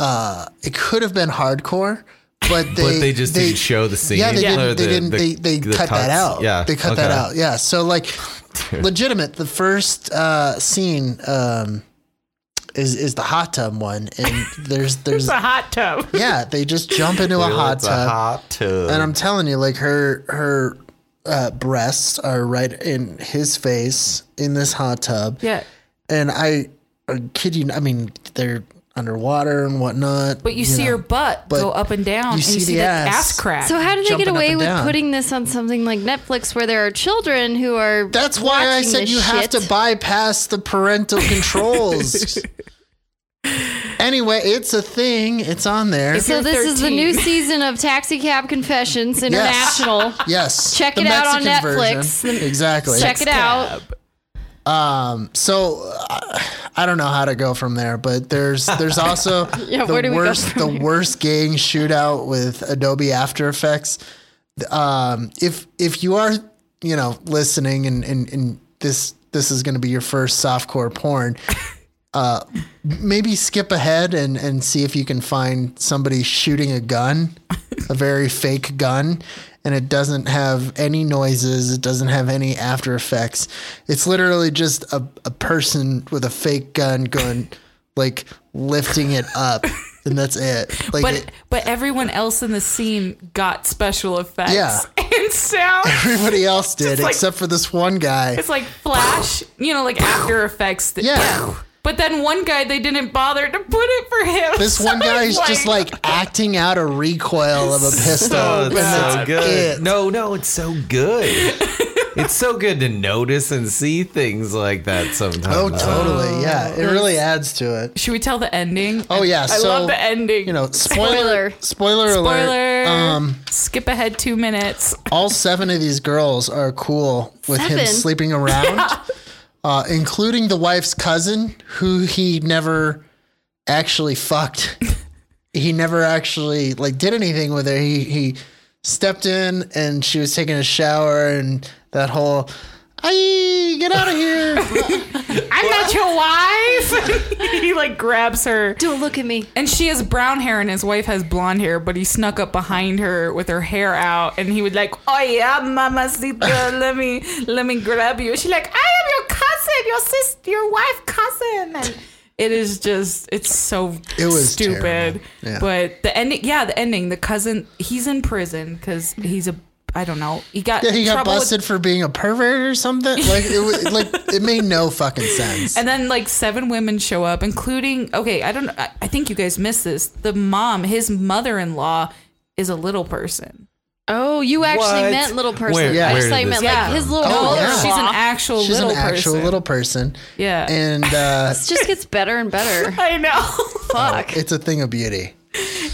Speaker 2: Uh, it could have been hardcore, but they
Speaker 1: but they just didn't show the scene.
Speaker 2: Yeah, they
Speaker 1: or
Speaker 2: didn't. They
Speaker 1: the-
Speaker 2: didn't.
Speaker 1: the-
Speaker 2: they they
Speaker 1: the
Speaker 2: cut that
Speaker 1: cuts.
Speaker 2: out.
Speaker 1: Yeah,
Speaker 2: they cut that
Speaker 1: okay.
Speaker 2: out. Yeah. So like, legitimate. The first uh, scene um, is is the hot tub one, and there's there's
Speaker 3: It's a hot tub.
Speaker 2: yeah. They just jump into a
Speaker 1: Well,
Speaker 2: hot
Speaker 1: it's
Speaker 2: tub,
Speaker 1: A hot tub.
Speaker 2: and I'm telling you, like her her uh, breasts are right in his face in this hot tub,
Speaker 3: Yeah.
Speaker 2: and I, I kid you. not- I mean, they're underwater and whatnot.
Speaker 3: But you, see
Speaker 2: know.
Speaker 3: her butt
Speaker 2: but
Speaker 3: go up and down, and you see the ass, crack.
Speaker 4: So how do they get
Speaker 2: Jumping up
Speaker 4: away
Speaker 2: and
Speaker 4: with
Speaker 2: down.
Speaker 4: putting this on something like Netflix, where there are children who are?
Speaker 2: That's why I
Speaker 4: watching
Speaker 2: said
Speaker 4: this
Speaker 2: you have
Speaker 4: shit?
Speaker 2: to bypass the parental controls. anyway, it's a thing. It's on there.
Speaker 3: It's-
Speaker 4: So
Speaker 3: You're
Speaker 4: this is the new
Speaker 3: 13.
Speaker 4: season of Taxi Cab Confessions International.
Speaker 2: yes.
Speaker 4: Check
Speaker 2: the
Speaker 4: it out on
Speaker 2: Mexican
Speaker 4: Netflix.
Speaker 2: version. Exactly.
Speaker 4: Check it out.
Speaker 2: Um, so uh, I don't know how to go from there, but there's there's also
Speaker 4: Yeah,
Speaker 2: the
Speaker 4: where do we go
Speaker 2: worst
Speaker 4: from
Speaker 2: the worst gang shootout with Adobe After Effects. Um, if if you are you know listening and and, and this this is going to be your first softcore porn. Uh, maybe skip ahead and, and see if you can find somebody shooting a gun, a very fake gun, and it doesn't have any noises. It doesn't have any after effects. It's literally just a, a person with a fake gun going, like, lifting it up, and that's it. Like,
Speaker 3: but
Speaker 2: it-
Speaker 3: but everyone else in the scene got special effects
Speaker 2: Yeah.
Speaker 3: and sound.
Speaker 2: everybody else did,
Speaker 3: like-
Speaker 2: except for this one guy.
Speaker 3: It's like flash, you know, like After Effects. that-
Speaker 2: Yeah.
Speaker 3: But then one guy they didn't bother to put it for him.
Speaker 2: This
Speaker 3: So
Speaker 2: one
Speaker 3: it's
Speaker 2: guy is just like acting out a recoil of a pistol.
Speaker 1: oh,
Speaker 2: and
Speaker 1: it's so
Speaker 2: that's
Speaker 1: good.
Speaker 2: it.
Speaker 1: No, no, it's so good. it's so good to notice and see things like that sometimes.
Speaker 2: Oh, totally. Yeah, it really adds to it.
Speaker 3: Should we tell the ending?
Speaker 2: Oh yeah,
Speaker 3: I
Speaker 2: so
Speaker 3: love the ending.
Speaker 2: you know, spoiler, spoiler,
Speaker 3: spoiler.
Speaker 2: alert. Um,
Speaker 3: skip ahead two minutes.
Speaker 2: all seven of these girls are cool with him
Speaker 4: Seven?
Speaker 2: sleeping around, uh, including the wife's cousin, who he never actually fucked. he never actually like did anything with her. He he stepped in and she was taking a shower and that whole. I get out of here.
Speaker 3: I'm not your wife. he like grabs her.
Speaker 4: Don't look at me.
Speaker 3: And she has brown hair and his wife has blonde hair, but he snuck up behind her with her hair out and he would like, Oh yeah, mamacita, let me let me grab you. She's like, I am your cousin, your sister your wife cousin and it is just it's so
Speaker 2: It was
Speaker 3: stupid.
Speaker 2: terrible. Yeah.
Speaker 3: But the ending yeah, the ending, the cousin he's in prison because he's a I don't know. He got
Speaker 2: Yeah, he
Speaker 3: in
Speaker 2: got
Speaker 3: trouble with-
Speaker 2: busted for being a pervert or something. Like it was like it made no fucking sense.
Speaker 3: And then like seven women show up, including okay, I don't, I, I think you guys missed this. The mom, his mother-in-law, is a little person.
Speaker 4: Oh, you actually
Speaker 1: What?
Speaker 4: meant little person.
Speaker 1: Where-
Speaker 4: I
Speaker 1: where
Speaker 4: just
Speaker 1: did
Speaker 4: thought you
Speaker 1: this come
Speaker 4: meant like
Speaker 1: from?
Speaker 4: his little.
Speaker 2: Oh, yeah.
Speaker 3: she's an actual
Speaker 2: She's
Speaker 3: little
Speaker 2: an actual
Speaker 3: person.
Speaker 2: little person.
Speaker 3: Yeah.
Speaker 2: And uh,
Speaker 4: It just gets better and better.
Speaker 3: I know,
Speaker 4: Fuck.
Speaker 2: it's a thing of beauty.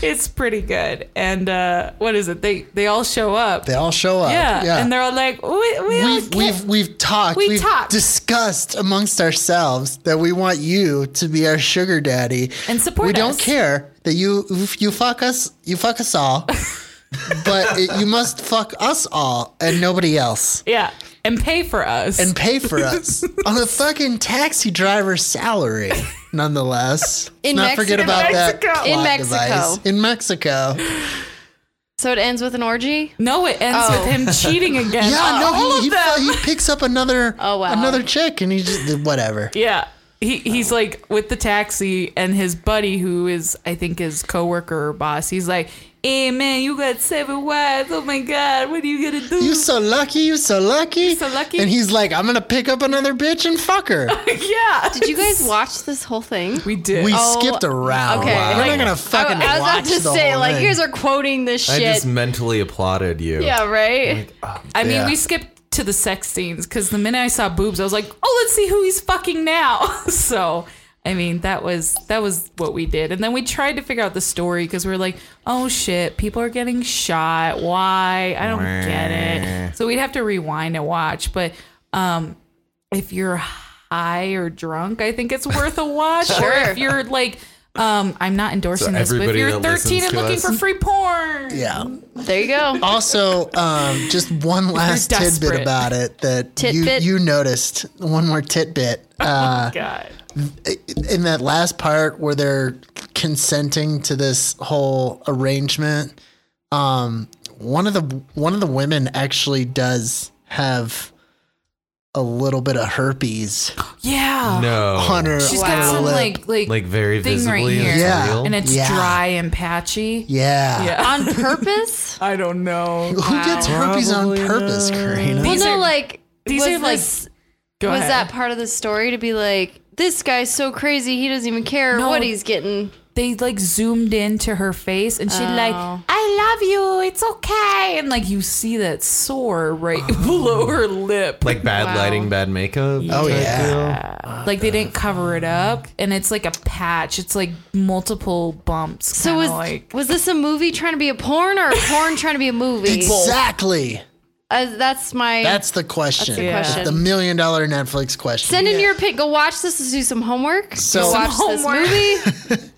Speaker 3: it's pretty good. And uh, what is it? They they all show up.
Speaker 2: They all show up.
Speaker 3: yeah. and they're all like, we, we all
Speaker 2: we've,
Speaker 3: get-
Speaker 2: we've we've talked.
Speaker 3: We
Speaker 2: have
Speaker 3: talked.
Speaker 2: discussed amongst ourselves that we want you to be our sugar daddy
Speaker 3: And support
Speaker 2: We don't
Speaker 3: us.
Speaker 2: care that you if you fuck us. You fuck us all. but it, you must fuck us all and nobody else.
Speaker 3: yeah, and pay for us.
Speaker 2: and pay for us on a fucking taxi driver's salary, nonetheless.
Speaker 4: In
Speaker 2: Not forget
Speaker 4: Mexico.
Speaker 2: about that.
Speaker 3: Mexico.
Speaker 2: plot
Speaker 4: In Mexico.
Speaker 2: device. In Mexico.
Speaker 4: So it ends with an orgy.
Speaker 3: no, it ends
Speaker 4: Oh.
Speaker 3: with him cheating again.
Speaker 2: Yeah, no,
Speaker 3: all
Speaker 2: he,
Speaker 3: of
Speaker 2: he,
Speaker 3: them.
Speaker 2: he picks up another
Speaker 4: Oh, wow.
Speaker 2: another chick and he just whatever.
Speaker 3: Yeah. He, he's like with the taxi and his buddy who is I think his coworker or boss. He's like, hey man, you got seven wives. Oh my god, what are you gonna do?
Speaker 2: You so lucky, you so lucky.
Speaker 3: so lucky.
Speaker 2: And he's like, I'm gonna pick up another bitch and fuck her.
Speaker 3: yeah.
Speaker 4: Did you guys watch this whole thing?
Speaker 1: We did.
Speaker 2: We
Speaker 4: Oh,
Speaker 2: skipped around.
Speaker 4: okay.
Speaker 2: We're
Speaker 4: Like,
Speaker 2: not gonna fucking
Speaker 4: I, I was
Speaker 2: watch
Speaker 4: about to
Speaker 2: the
Speaker 4: say,
Speaker 2: whole
Speaker 4: like,
Speaker 2: thing.
Speaker 4: you guys are quoting this
Speaker 1: I
Speaker 4: shit.
Speaker 1: just mentally applauded you.
Speaker 4: yeah, right?
Speaker 3: I mean,
Speaker 2: Yeah.
Speaker 3: we skipped to the sex scenes because the minute I saw boobs, I was like, "Oh, let's see who he's fucking now." so, I mean, that was that was what we did, and then we tried to figure out the story because we were like, "Oh shit, people are getting shot. Why? I don't get it." So we'd have to rewind and watch. But um, if you're high or drunk, I think it's worth a watch. Or if you're like. Um, I'm not endorsing this, but if
Speaker 1: everybody
Speaker 3: you're
Speaker 1: that
Speaker 3: 13
Speaker 1: listens
Speaker 3: and
Speaker 1: to
Speaker 3: looking
Speaker 1: us-
Speaker 3: for free porn,
Speaker 2: yeah.
Speaker 4: There you go.
Speaker 2: Also, um, just one last tidbit
Speaker 3: desperate.
Speaker 2: about it that you,
Speaker 4: Titbit.
Speaker 2: you noticed. One more tidbit. Uh,
Speaker 3: God.
Speaker 2: in that last part where they're consenting to this whole arrangement, um, one of the one of the women actually does have a little bit of herpes
Speaker 3: yeah,
Speaker 1: No.
Speaker 2: on her.
Speaker 3: she's got some
Speaker 2: lip.
Speaker 3: like like
Speaker 1: Like very
Speaker 3: Thing right
Speaker 1: visibly.
Speaker 3: here.
Speaker 1: it's
Speaker 2: Yeah.
Speaker 1: real.
Speaker 3: and it's
Speaker 2: Yeah.
Speaker 3: dry and patchy.
Speaker 2: yeah.
Speaker 4: On purpose?
Speaker 3: I don't know.
Speaker 2: Who gets herpes on purpose, Karina?
Speaker 4: well,
Speaker 3: These
Speaker 4: no,
Speaker 3: are-
Speaker 4: like,
Speaker 3: these
Speaker 4: was
Speaker 3: are, like,
Speaker 4: this,
Speaker 3: Go
Speaker 4: was
Speaker 3: ahead.
Speaker 4: that part of the story to be like, this guy's so crazy, he doesn't even care
Speaker 3: No.
Speaker 4: what he's getting.
Speaker 3: They like zoomed into her face, and she like, "I love you. It's okay." And like you see that sore right below her lip.
Speaker 1: Like bad
Speaker 4: Wow.
Speaker 1: lighting, bad makeup.
Speaker 2: Oh
Speaker 1: type
Speaker 2: yeah.
Speaker 1: deal.
Speaker 3: like they didn't cover it up, and it's like a patch. It's like multiple bumps.
Speaker 4: So was
Speaker 3: like
Speaker 4: was this a movie trying to be a porn or a porn trying to be a movie?
Speaker 2: Exactly.
Speaker 4: Uh, that's my.
Speaker 2: That's the question.
Speaker 4: the Yeah. question.
Speaker 2: The million dollar Netflix question.
Speaker 4: Send in your opinion. Go watch this. Let's do some homework.
Speaker 2: So-
Speaker 4: go watch
Speaker 3: Some homework.
Speaker 4: this movie.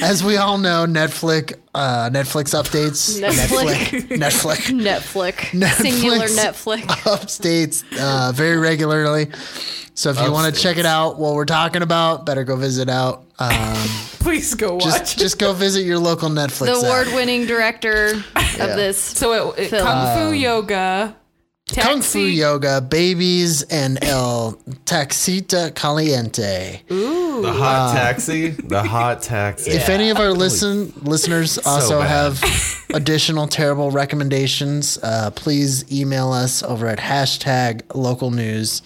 Speaker 2: As we all know, Netflix uh, Netflix updates
Speaker 4: Netflix.
Speaker 2: Netflix Netflix
Speaker 4: Netflix. Singular Netflix.
Speaker 2: updates uh, very regularly. So if you want to check it out while we're talking about, better go visit out. Um,
Speaker 3: please go watch.
Speaker 2: just just go visit your local Netflix.
Speaker 4: The
Speaker 2: app.
Speaker 4: award winning director of this.
Speaker 3: so it, it-
Speaker 4: Film.
Speaker 3: kung fu yoga, taxi,
Speaker 2: Kung Fu Yoga, Babies, and El Taxita Caliente.
Speaker 1: The hot taxi. The hot taxi.
Speaker 2: If any of our listen listeners also
Speaker 1: bad.
Speaker 2: have additional terrible recommendations, uh, please email us over at hashtag local news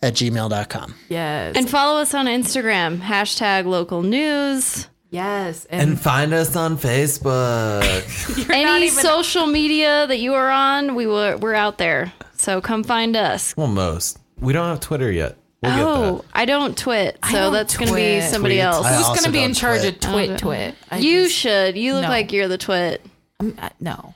Speaker 2: at gmail.com.
Speaker 3: yes,
Speaker 4: And follow us on Instagram, hashtag local news.
Speaker 3: yes, and,
Speaker 1: And find us on Facebook.
Speaker 4: Any
Speaker 3: even-
Speaker 4: social media that you are on, we were, we're out there. So come find us.
Speaker 1: well, most. We don't have Twitter yet. We'll get
Speaker 4: oh,
Speaker 1: that.
Speaker 4: I don't twit. So
Speaker 3: don't
Speaker 4: that's going to be
Speaker 3: twit.
Speaker 4: somebody
Speaker 1: Tweet.
Speaker 4: else.
Speaker 2: I
Speaker 3: who's
Speaker 2: also
Speaker 3: gonna be
Speaker 2: don't
Speaker 3: in charge
Speaker 2: quit.
Speaker 3: of twit twit? I
Speaker 4: you
Speaker 3: just-
Speaker 4: should. You look
Speaker 3: No.
Speaker 4: like you're the twit.
Speaker 3: I'm- I- no.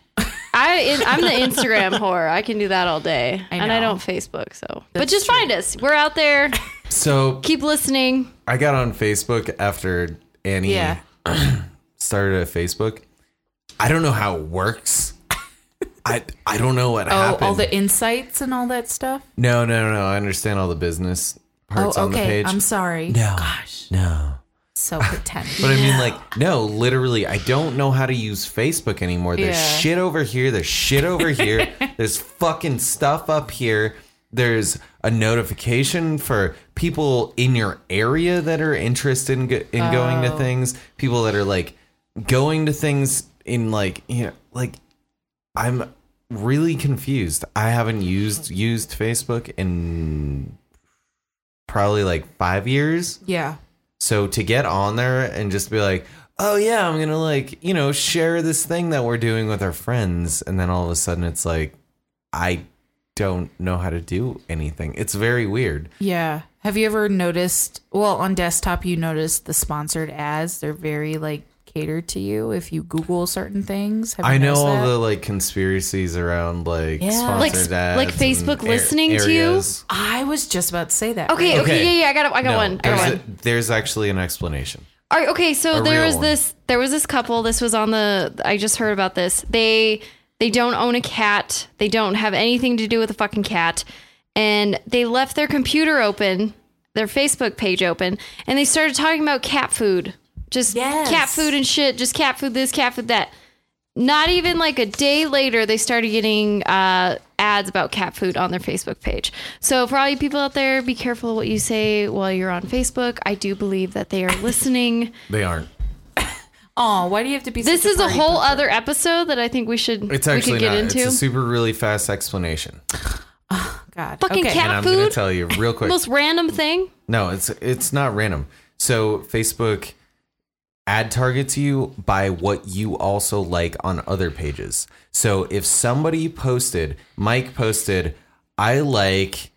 Speaker 4: I in, I'm the Instagram whore. I can do that all day, and I
Speaker 3: know.
Speaker 4: don't Facebook. So, but just find us. We're out there.
Speaker 1: So
Speaker 4: Keep listening.
Speaker 1: I got on Facebook after Annie
Speaker 3: Yeah.
Speaker 1: started a Facebook. I don't know how it works. I I don't know what
Speaker 3: Oh,
Speaker 1: happened.
Speaker 3: all the insights and all that stuff.
Speaker 1: no, no, no. I understand all the business parts
Speaker 3: oh,
Speaker 1: on the
Speaker 3: okay.
Speaker 1: page.
Speaker 3: I'm sorry.
Speaker 1: no,
Speaker 3: Gosh,
Speaker 1: no.
Speaker 3: so pretentious.
Speaker 1: But I mean, like, no, literally, I don't know how to use Facebook anymore. There's
Speaker 3: Yeah.
Speaker 1: shit over here. There's shit over here. There's fucking stuff up here. There's a notification for people in your area that are interested in, go- in going to things. People that are like going to things in like you know like I'm really confused. I haven't used used Facebook in probably like five years.
Speaker 3: yeah.
Speaker 1: So to get on there and just be like, oh yeah, I'm gonna like, you know, share this thing that we're doing with our friends, and then all of a sudden it's like, I don't know how to do anything. It's very weird.
Speaker 3: Yeah. Have you ever noticed? Well, on desktop, you notice the sponsored ads. They're very like catered to you if you Google certain things. Have you
Speaker 1: I know
Speaker 3: noticed
Speaker 1: all
Speaker 3: that?
Speaker 1: the like conspiracies around like
Speaker 3: Yeah.
Speaker 4: Like
Speaker 1: sponsored ads,
Speaker 4: like Facebook
Speaker 1: and
Speaker 4: listening to you?
Speaker 1: areas.
Speaker 3: I was just about to say that.
Speaker 4: Okay, okay,
Speaker 1: Okay.
Speaker 4: yeah, yeah. I got, I got
Speaker 1: No,
Speaker 4: one. I got
Speaker 1: there's,
Speaker 4: one.
Speaker 1: a- there's actually an explanation.
Speaker 4: All right, okay, so
Speaker 1: A
Speaker 4: there
Speaker 1: real
Speaker 4: was
Speaker 1: one.
Speaker 4: this there was this couple. This was on the I just heard about this. They they don't own a cat. They don't have anything to do with a fucking cat. And they left their computer open, their Facebook page open, and they started talking about cat food. Just
Speaker 3: Yes.
Speaker 4: cat food and shit, just cat food this, cat food that. Not even like a day later, they started getting uh, ads about cat food on their Facebook page. So, for all you people out there, be careful what you say while you're on Facebook. I do believe that they are listening.
Speaker 1: They aren't.
Speaker 3: Oh, why do you have to be?
Speaker 4: This
Speaker 3: such
Speaker 4: is a
Speaker 3: party
Speaker 4: whole
Speaker 3: pooper?
Speaker 4: other episode that I think we should
Speaker 1: It's
Speaker 4: we
Speaker 1: actually
Speaker 4: could get
Speaker 1: not.
Speaker 4: into.
Speaker 1: It's a super really fast explanation,
Speaker 3: God.
Speaker 4: Fucking
Speaker 3: okay.
Speaker 4: cat
Speaker 1: and I'm gonna
Speaker 4: food,
Speaker 1: tell you real quick.
Speaker 4: most random thing.
Speaker 1: No, it's it's not random. So Facebook ad targets you by what you also like on other pages. So if somebody posted, Mike posted, I like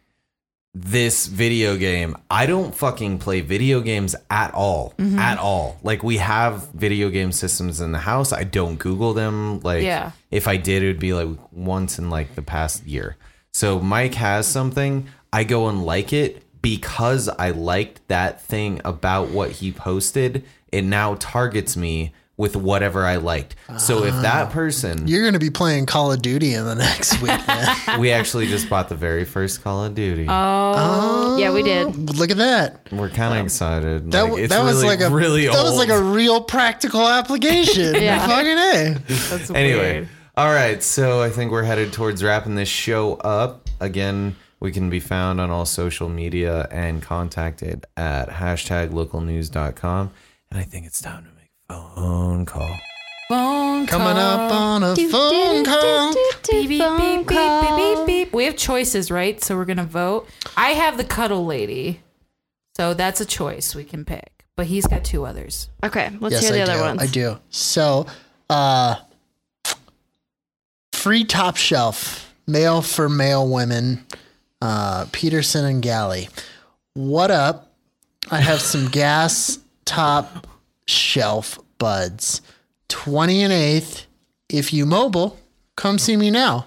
Speaker 1: this video game. I don't fucking play video games at all. At all. Like we have video game systems in the house. I don't Google them. Like
Speaker 3: Yeah.
Speaker 1: if I did, it would be like once in like the past year. So Mike has something. I go and like it because I liked that thing about what he posted. It now targets me with whatever I liked. So if
Speaker 2: Ah.
Speaker 1: that person
Speaker 2: You're going to be playing Call of Duty in the next week. man.
Speaker 1: we actually just bought the very first Call of Duty.
Speaker 2: oh,
Speaker 4: Yeah, we did.
Speaker 2: Look at that.
Speaker 1: We're kind of excited.
Speaker 2: That,
Speaker 1: like,
Speaker 2: w
Speaker 1: it's
Speaker 2: that was
Speaker 1: really,
Speaker 2: like a
Speaker 1: really
Speaker 2: that
Speaker 1: old.
Speaker 2: was like a real practical application.
Speaker 4: Yeah.
Speaker 2: Fucking a.
Speaker 3: That's
Speaker 1: anyway.
Speaker 3: weird.
Speaker 1: All right, so I think we're headed towards wrapping this show up. Again, we can be found on all social media and contacted at hashtag localnews.com. And I think it's time to make a phone call.
Speaker 3: Phone
Speaker 2: Coming up on a phone call.
Speaker 3: Beep, beep, beep, beep, beep, beep. We have choices, right? So we're gonna vote. I have the cuddle lady, so that's a choice we can pick. But he's got two others.
Speaker 4: Okay, let's
Speaker 2: yes,
Speaker 4: hear the
Speaker 2: I
Speaker 4: other
Speaker 2: do.
Speaker 4: ones.
Speaker 2: I do. So, uh, free top shelf male for male women, uh, Peterson and Galley. What up? I have some gas top shelf buds, twenty and eighth. If you mobile, come see me now.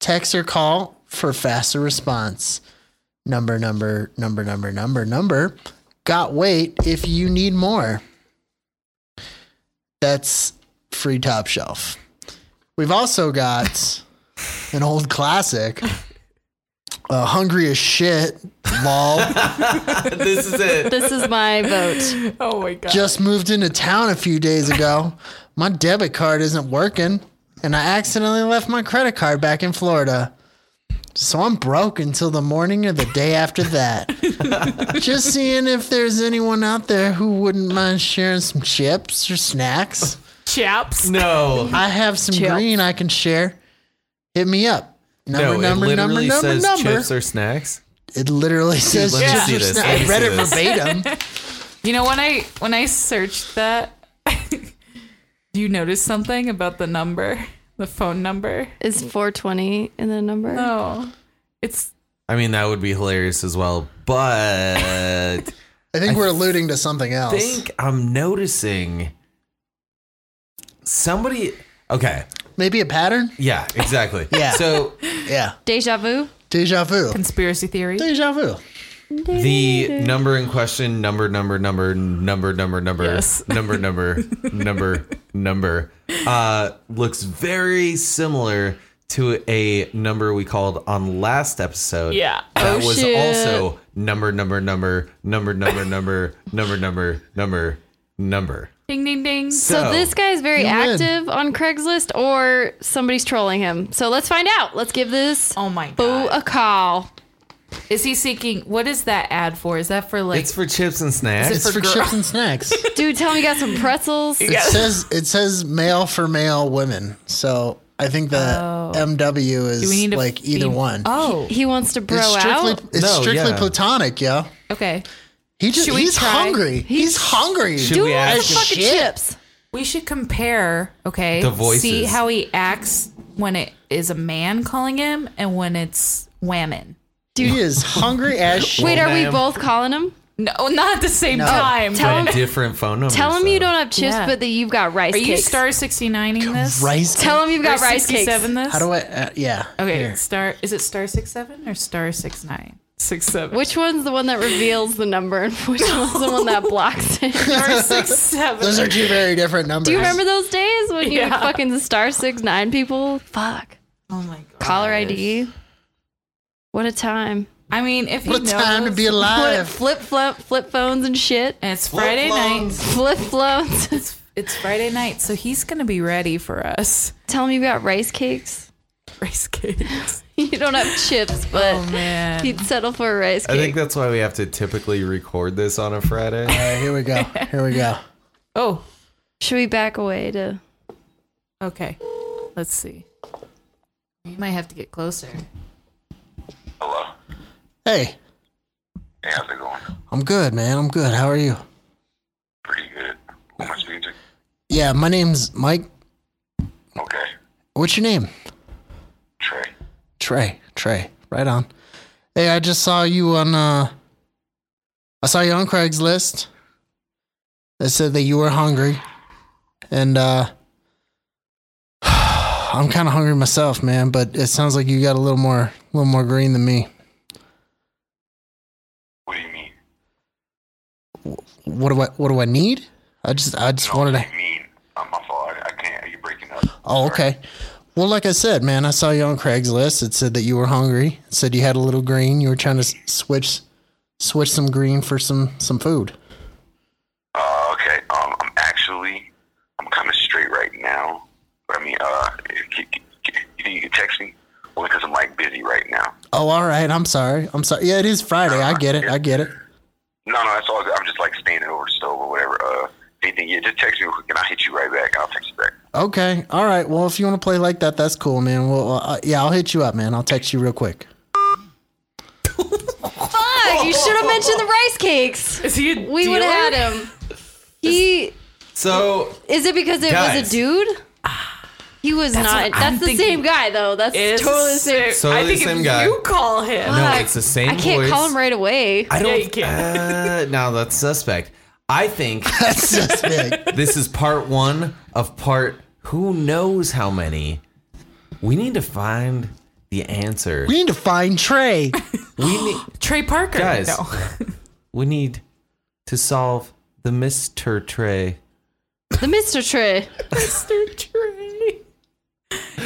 Speaker 2: Text or call for faster response. Number, number, number, number, number, number. Got wait if you need more that's free top shelf. We've also got an old classic, uh, Hungry as Shit, lol.
Speaker 1: this is it.
Speaker 4: This is my vote.
Speaker 3: Oh my god.
Speaker 2: Just moved into town a few days ago. My debit card isn't working, and I accidentally left my credit card back in Florida. So I'm broke until the morning or the day after that. Just seeing if there's anyone out there who wouldn't mind sharing some chips or snacks.
Speaker 3: Chaps.
Speaker 1: No.
Speaker 2: I have some
Speaker 4: Chips.
Speaker 2: green I can share. Hit me up. Number,
Speaker 1: no,
Speaker 2: number,
Speaker 1: it literally
Speaker 2: number,
Speaker 1: says
Speaker 2: number,
Speaker 1: chips
Speaker 2: number.
Speaker 1: or snacks.
Speaker 2: it literally says
Speaker 1: let me
Speaker 2: chips
Speaker 1: see
Speaker 2: or
Speaker 1: this. Let
Speaker 2: sna-
Speaker 1: me
Speaker 2: I read
Speaker 1: see
Speaker 2: it
Speaker 1: this.
Speaker 2: verbatim.
Speaker 3: You know when I when I searched that, do you notice something about the number, the phone number?
Speaker 4: Is 420 in the number?
Speaker 3: No, it's
Speaker 1: I mean, that would be hilarious as well, but.
Speaker 2: I think we're alluding to something else.
Speaker 1: think I'm noticing somebody. Okay.
Speaker 2: Maybe a pattern?
Speaker 1: Yeah, exactly.
Speaker 2: Yeah.
Speaker 1: So
Speaker 2: Yeah.
Speaker 4: Deja vu.
Speaker 2: Deja vu.
Speaker 3: conspiracy theory.
Speaker 2: Deja vu.
Speaker 1: the number in question number, number, number, number, number, number,
Speaker 3: Yes.
Speaker 1: number, number, number, number, uh, looks very similar to a number we called on last episode.
Speaker 3: Yeah.
Speaker 1: That
Speaker 4: Oh,
Speaker 1: was
Speaker 4: shit.
Speaker 1: also number, number, number, number, number, number, number, number, number, number.
Speaker 3: Ding ding ding.
Speaker 4: So this guy is very
Speaker 2: You win.
Speaker 4: active on Craigslist, or somebody's trolling him. So let's find out. Let's give this
Speaker 3: Oh my god.
Speaker 4: boo a call.
Speaker 3: Is he seeking? What is that ad for? Is that for like?
Speaker 1: it's for chips and snacks.
Speaker 2: It's for chips and snacks. It
Speaker 4: Dude, tell me you got some pretzels.
Speaker 2: says it says male for male women. So I think that MW is
Speaker 3: Oh. do we need to
Speaker 2: like either
Speaker 3: feed-
Speaker 2: one.
Speaker 3: Oh,
Speaker 4: He wants to bro
Speaker 2: it's strictly
Speaker 4: out.
Speaker 2: it's
Speaker 1: No,
Speaker 2: strictly
Speaker 1: yeah.
Speaker 2: platonic, yo.
Speaker 3: okay.
Speaker 2: He just
Speaker 3: Should we
Speaker 2: he's
Speaker 3: try?
Speaker 2: hungry. He's hungry.
Speaker 1: Should
Speaker 4: Dude
Speaker 1: we
Speaker 4: wants
Speaker 1: ask
Speaker 4: some
Speaker 1: him?
Speaker 4: fucking
Speaker 2: Shit.
Speaker 4: chips.
Speaker 3: We should compare. Okay,
Speaker 1: The voices.
Speaker 3: See how he acts when it is a man calling him, and when it's women.
Speaker 2: He is hungry as
Speaker 3: Oh,
Speaker 2: shit.
Speaker 4: Wait, are we
Speaker 1: ma'am.
Speaker 4: both calling him?
Speaker 3: No, not at the same time.
Speaker 4: Tell him,
Speaker 1: different phone numbers.
Speaker 4: tell him
Speaker 1: though.
Speaker 4: you don't have chips,
Speaker 3: Yeah.
Speaker 4: but that you've got rice
Speaker 3: Are you
Speaker 4: cakes.
Speaker 3: star sixty nine ing this?
Speaker 2: Rice.
Speaker 4: tell him you've
Speaker 3: Or
Speaker 4: got rice cakes.
Speaker 3: 67 this?
Speaker 2: How do I? Uh, yeah.
Speaker 3: Okay,
Speaker 2: Here.
Speaker 3: star. Is it star six seven or star six nine? Six seven.
Speaker 4: Which one's the one that reveals the number, and which one's the one that blocks it?
Speaker 3: star six seven?
Speaker 2: Those are two very different numbers.
Speaker 4: Do you remember those days when you
Speaker 3: Yeah.
Speaker 4: would fucking star six nine people? Fuck.
Speaker 3: Oh my god.
Speaker 4: Caller ID. What a time.
Speaker 3: I mean, if
Speaker 2: What a
Speaker 3: he knows,
Speaker 2: time to be
Speaker 4: Flip,
Speaker 2: alive.
Speaker 4: flip, flip, flip phones and shit.
Speaker 3: and it's Friday night.
Speaker 4: Flip phones.
Speaker 3: It's it's Friday night, so he's gonna be ready for us.
Speaker 4: Tell him you've got rice cakes.
Speaker 3: Rice cakes. Oh,
Speaker 4: You don't have chips,
Speaker 3: Uh,
Speaker 4: but
Speaker 3: man.
Speaker 4: he'd settle for a rice
Speaker 1: Oh, I
Speaker 4: cake.
Speaker 1: think that's why we have to typically record this on a Friday.
Speaker 2: All right, here we go. Here we go.
Speaker 3: Oh,
Speaker 4: Should we back away to?
Speaker 3: Okay. Let's see. You might have to get closer.
Speaker 6: Hello.
Speaker 2: Hey,
Speaker 6: Hey, how's it going?
Speaker 2: I'm good, man. I'm good. How are you?
Speaker 6: Pretty good. How much music?
Speaker 2: Yeah, my name's Mike.
Speaker 6: Okay.
Speaker 2: What's your name?
Speaker 6: Trey.
Speaker 2: Trey. Trey. Right on. Hey, I just saw you on uh I saw you on Craigslist. They said that you were hungry. And uh I'm kinda hungry myself, man, but it sounds like you got a little more a little more green than me.
Speaker 6: What do you mean?
Speaker 2: What do I what do I need? I just I just wanted to
Speaker 6: What do you mean? I'm my fault. I, I can't. You're breaking up.
Speaker 2: Oh, okay. Well, like I said, man, I saw you on Craigslist. It said that you were hungry. It said you had a little green. You were trying to s- switch switch some green for some some food.
Speaker 6: Uh, okay. Um, I'm actually, I'm kind of straight right now. But I mean, uh, c- c- c- you think you can text me? Only because I'm like busy right now.
Speaker 2: Oh, all right. I'm sorry. I'm sorry. Yeah, it is Friday. I get it. I get it.
Speaker 6: No, no, that's all. good. I'm just like standing over the stove or whatever. Uh, anything. Yeah, just text me real quick and I'll hit you right back. I'll text you back.
Speaker 2: Okay. All right. Well, if you want to play like that, that's cool, man. Well, uh, yeah, I'll hit you up, man. I'll text you real quick.
Speaker 4: Fuck! You should have mentioned the rice cakes.
Speaker 3: Is he a
Speaker 4: We would
Speaker 3: dealer?
Speaker 4: have had him. He
Speaker 1: So
Speaker 4: is it because it was
Speaker 1: Guys. Ah.
Speaker 4: a dude? He was not.
Speaker 3: what I'm
Speaker 4: That's the
Speaker 3: thinking.
Speaker 4: same guy though. That's
Speaker 3: It is
Speaker 4: totally the same.
Speaker 3: sick.
Speaker 1: Totally
Speaker 3: I think
Speaker 1: same
Speaker 3: if
Speaker 1: guy.
Speaker 3: you call him.
Speaker 1: no,
Speaker 4: Fuck.
Speaker 1: it's the same.
Speaker 4: I can't
Speaker 1: voice.
Speaker 4: call him right away.
Speaker 1: I don't.
Speaker 3: you
Speaker 1: Uh, now that's suspect. I think
Speaker 2: That's just big.
Speaker 1: this is part one of part who knows how many. We need to find the answer.
Speaker 2: We need to find Trey.
Speaker 1: We need,
Speaker 3: Trey Parker.
Speaker 1: guys.
Speaker 3: No.
Speaker 1: we need to solve the Mister Trey.
Speaker 4: The Mr. Trey.
Speaker 3: Mr. Trey.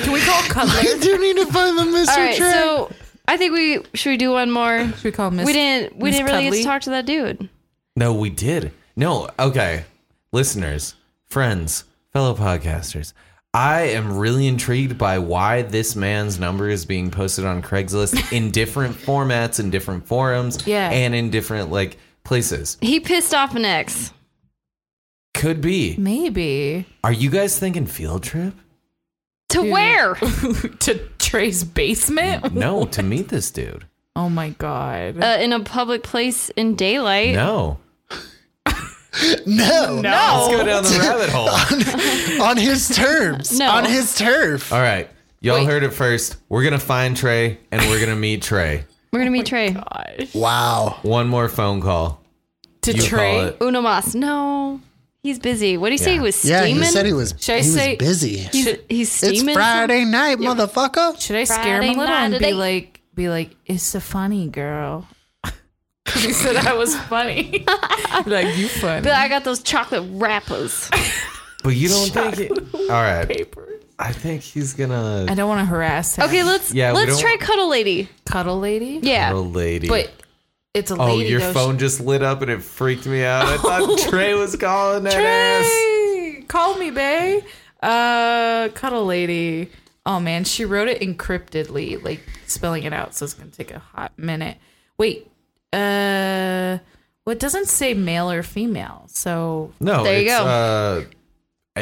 Speaker 3: Can we call Cutler?
Speaker 2: I do need to find the Mr.
Speaker 4: All right,
Speaker 2: Trey.
Speaker 4: so I think we should we do one more.
Speaker 3: we call Miss,
Speaker 4: We didn't we
Speaker 3: Miss
Speaker 4: didn't really get
Speaker 3: Cuddly?
Speaker 4: to talk to that dude.
Speaker 1: No, we did. No, okay. Listeners, friends, fellow podcasters, I am really intrigued by why this man's number is being posted on Craigslist in different formats in different forums
Speaker 3: Yeah.
Speaker 1: and in different like places.
Speaker 4: He pissed off an ex.
Speaker 1: Could be.
Speaker 3: Maybe
Speaker 1: Are you guys thinking field trip?
Speaker 4: To where?
Speaker 3: to Trey's basement.
Speaker 1: No, to meet this dude.
Speaker 3: Oh my god.
Speaker 4: Uh, in a public place in daylight.
Speaker 1: No.
Speaker 2: no.
Speaker 1: Let's go down
Speaker 3: Oh.
Speaker 1: the rabbit hole.
Speaker 2: On his terms.
Speaker 4: No.
Speaker 2: On his turf.
Speaker 1: All right. Y'all heard it first. We're going to find Trey and we're going to meet Trey.
Speaker 4: We're gonna meet Trey.
Speaker 3: Uh,
Speaker 2: Wow.
Speaker 1: One more phone call.
Speaker 3: to
Speaker 1: You call
Speaker 3: Trey.
Speaker 1: it.
Speaker 4: Uno mas. No, he's busy. What do you say? He was
Speaker 2: Yeah,
Speaker 4: steaming.
Speaker 2: he said he was,
Speaker 3: Should I
Speaker 2: he was
Speaker 3: say-
Speaker 2: busy.
Speaker 4: he's, he's steaming.
Speaker 2: It's Friday night, motherfucker.
Speaker 3: Should I scare him a
Speaker 4: Friday
Speaker 3: little and
Speaker 4: night.
Speaker 3: be like, be like, it's a funny girl. 'Cause he said I was funny. like you funny.
Speaker 4: But I got those chocolate wrappers.
Speaker 1: But you don't think it, All right. I think he's gonna
Speaker 3: I don't want to harass him.
Speaker 4: Okay, let's
Speaker 1: Yeah, we
Speaker 4: let's
Speaker 1: don't-
Speaker 4: try cuddle lady.
Speaker 3: cuddle lady.
Speaker 4: Yeah.
Speaker 1: little lady.
Speaker 3: But it's a
Speaker 1: oh,
Speaker 3: lady.
Speaker 1: your
Speaker 3: though.
Speaker 1: phone just lit up and it freaked me out. I thought Trey was calling that ass.
Speaker 3: Trey, call me, bae. Uh, cuddle lady. Oh man, she wrote it encryptedly, like spelling it out, so it's gonna take a hot minute. Wait, uh, well, it doesn't say male or female, so
Speaker 1: No,
Speaker 4: There you
Speaker 1: it's,
Speaker 4: go.
Speaker 1: Uh,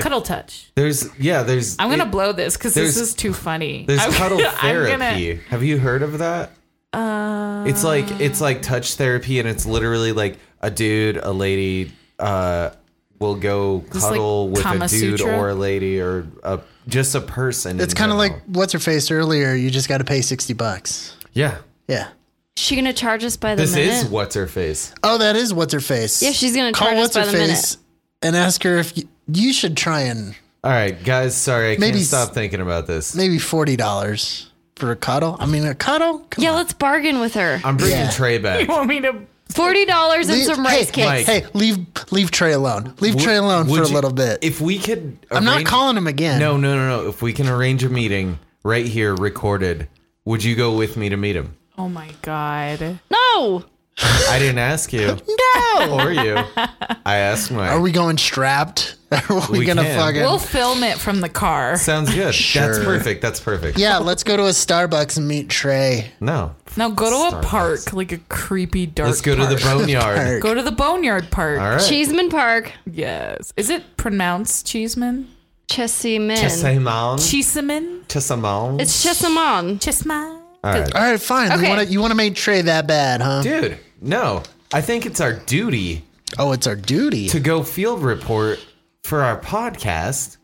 Speaker 3: cuddle touch.
Speaker 1: there's yeah, there's.
Speaker 3: I'm gonna
Speaker 1: it-
Speaker 3: blow this because this
Speaker 1: there's-
Speaker 3: is too funny.
Speaker 1: there's
Speaker 3: I'm,
Speaker 1: cuddle
Speaker 3: I'm gonna-
Speaker 1: therapy. Have you heard of that?
Speaker 3: uh,
Speaker 1: It's like it's like touch therapy, and it's literally like a dude, a lady, uh, will go
Speaker 3: like
Speaker 1: cuddle with
Speaker 3: Kama
Speaker 1: a dude
Speaker 3: Sutra?
Speaker 1: or a lady or a just a person.
Speaker 2: It's
Speaker 1: in
Speaker 2: kind of
Speaker 1: general.
Speaker 2: like what's her face earlier. You just got to pay sixty bucks.
Speaker 1: yeah.
Speaker 2: Yeah.
Speaker 4: She gonna charge us by the
Speaker 1: This is
Speaker 4: minute.
Speaker 1: what's her face.
Speaker 2: Oh, that is what's her face.
Speaker 4: Yeah, she's gonna charge us by the minute.
Speaker 2: and ask her if you, you should try and
Speaker 1: All right, guys. Sorry, I
Speaker 2: Maybe
Speaker 1: can't
Speaker 2: s-
Speaker 1: stop thinking about this.
Speaker 2: maybe forty dollars for a cuddle. I mean, a cuddle. Come
Speaker 4: Yeah,
Speaker 2: on.
Speaker 4: let's bargain with her.
Speaker 1: I'm bringing
Speaker 2: Yeah.
Speaker 1: Trey back.
Speaker 3: you want me to?
Speaker 4: Forty dollars and
Speaker 2: Leave-
Speaker 4: some rice
Speaker 2: hey,
Speaker 4: cakes.
Speaker 2: Hey, leave leave Trey alone. Leave Trey alone
Speaker 1: Would
Speaker 2: for a
Speaker 1: you-
Speaker 2: little bit.
Speaker 1: If we could,
Speaker 2: I'm not
Speaker 1: arrange-
Speaker 2: calling him again.
Speaker 1: No, no, no, no. If we can arrange a meeting right here, recorded, would you go with me to meet him?
Speaker 3: Oh my god!
Speaker 4: No,
Speaker 1: I didn't ask you. no. Or you. I asked Mike.
Speaker 2: Are we going strapped? Are we,
Speaker 1: We
Speaker 2: gonna
Speaker 1: can.
Speaker 2: fucking?
Speaker 3: We'll film it from the car.
Speaker 1: Sounds good. That's
Speaker 2: Sure.
Speaker 1: perfect. That's perfect.
Speaker 2: yeah, let's go to a Starbucks and meet Trey.
Speaker 1: No.
Speaker 3: Now go to a
Speaker 1: Starbucks.
Speaker 3: park, like a creepy dark.
Speaker 1: Let's go to the
Speaker 3: park.
Speaker 1: boneyard.
Speaker 2: Park.
Speaker 3: Go to the Boneyard Park.
Speaker 1: All right.
Speaker 4: Cheeseman Park,
Speaker 3: Yes. Is it pronounced Cheeseman?
Speaker 4: Chesimon.
Speaker 1: Chesamon.
Speaker 3: Cheeseman?
Speaker 1: Chesamon.
Speaker 4: it's Chesimon.
Speaker 3: Cheeseman?
Speaker 1: All right.
Speaker 2: All right, fine. You
Speaker 4: Okay.
Speaker 2: want to you want to make Trey that bad, huh?
Speaker 1: Dude, no. I think it's our duty
Speaker 2: Oh, it's our duty.
Speaker 1: to go field report for our podcast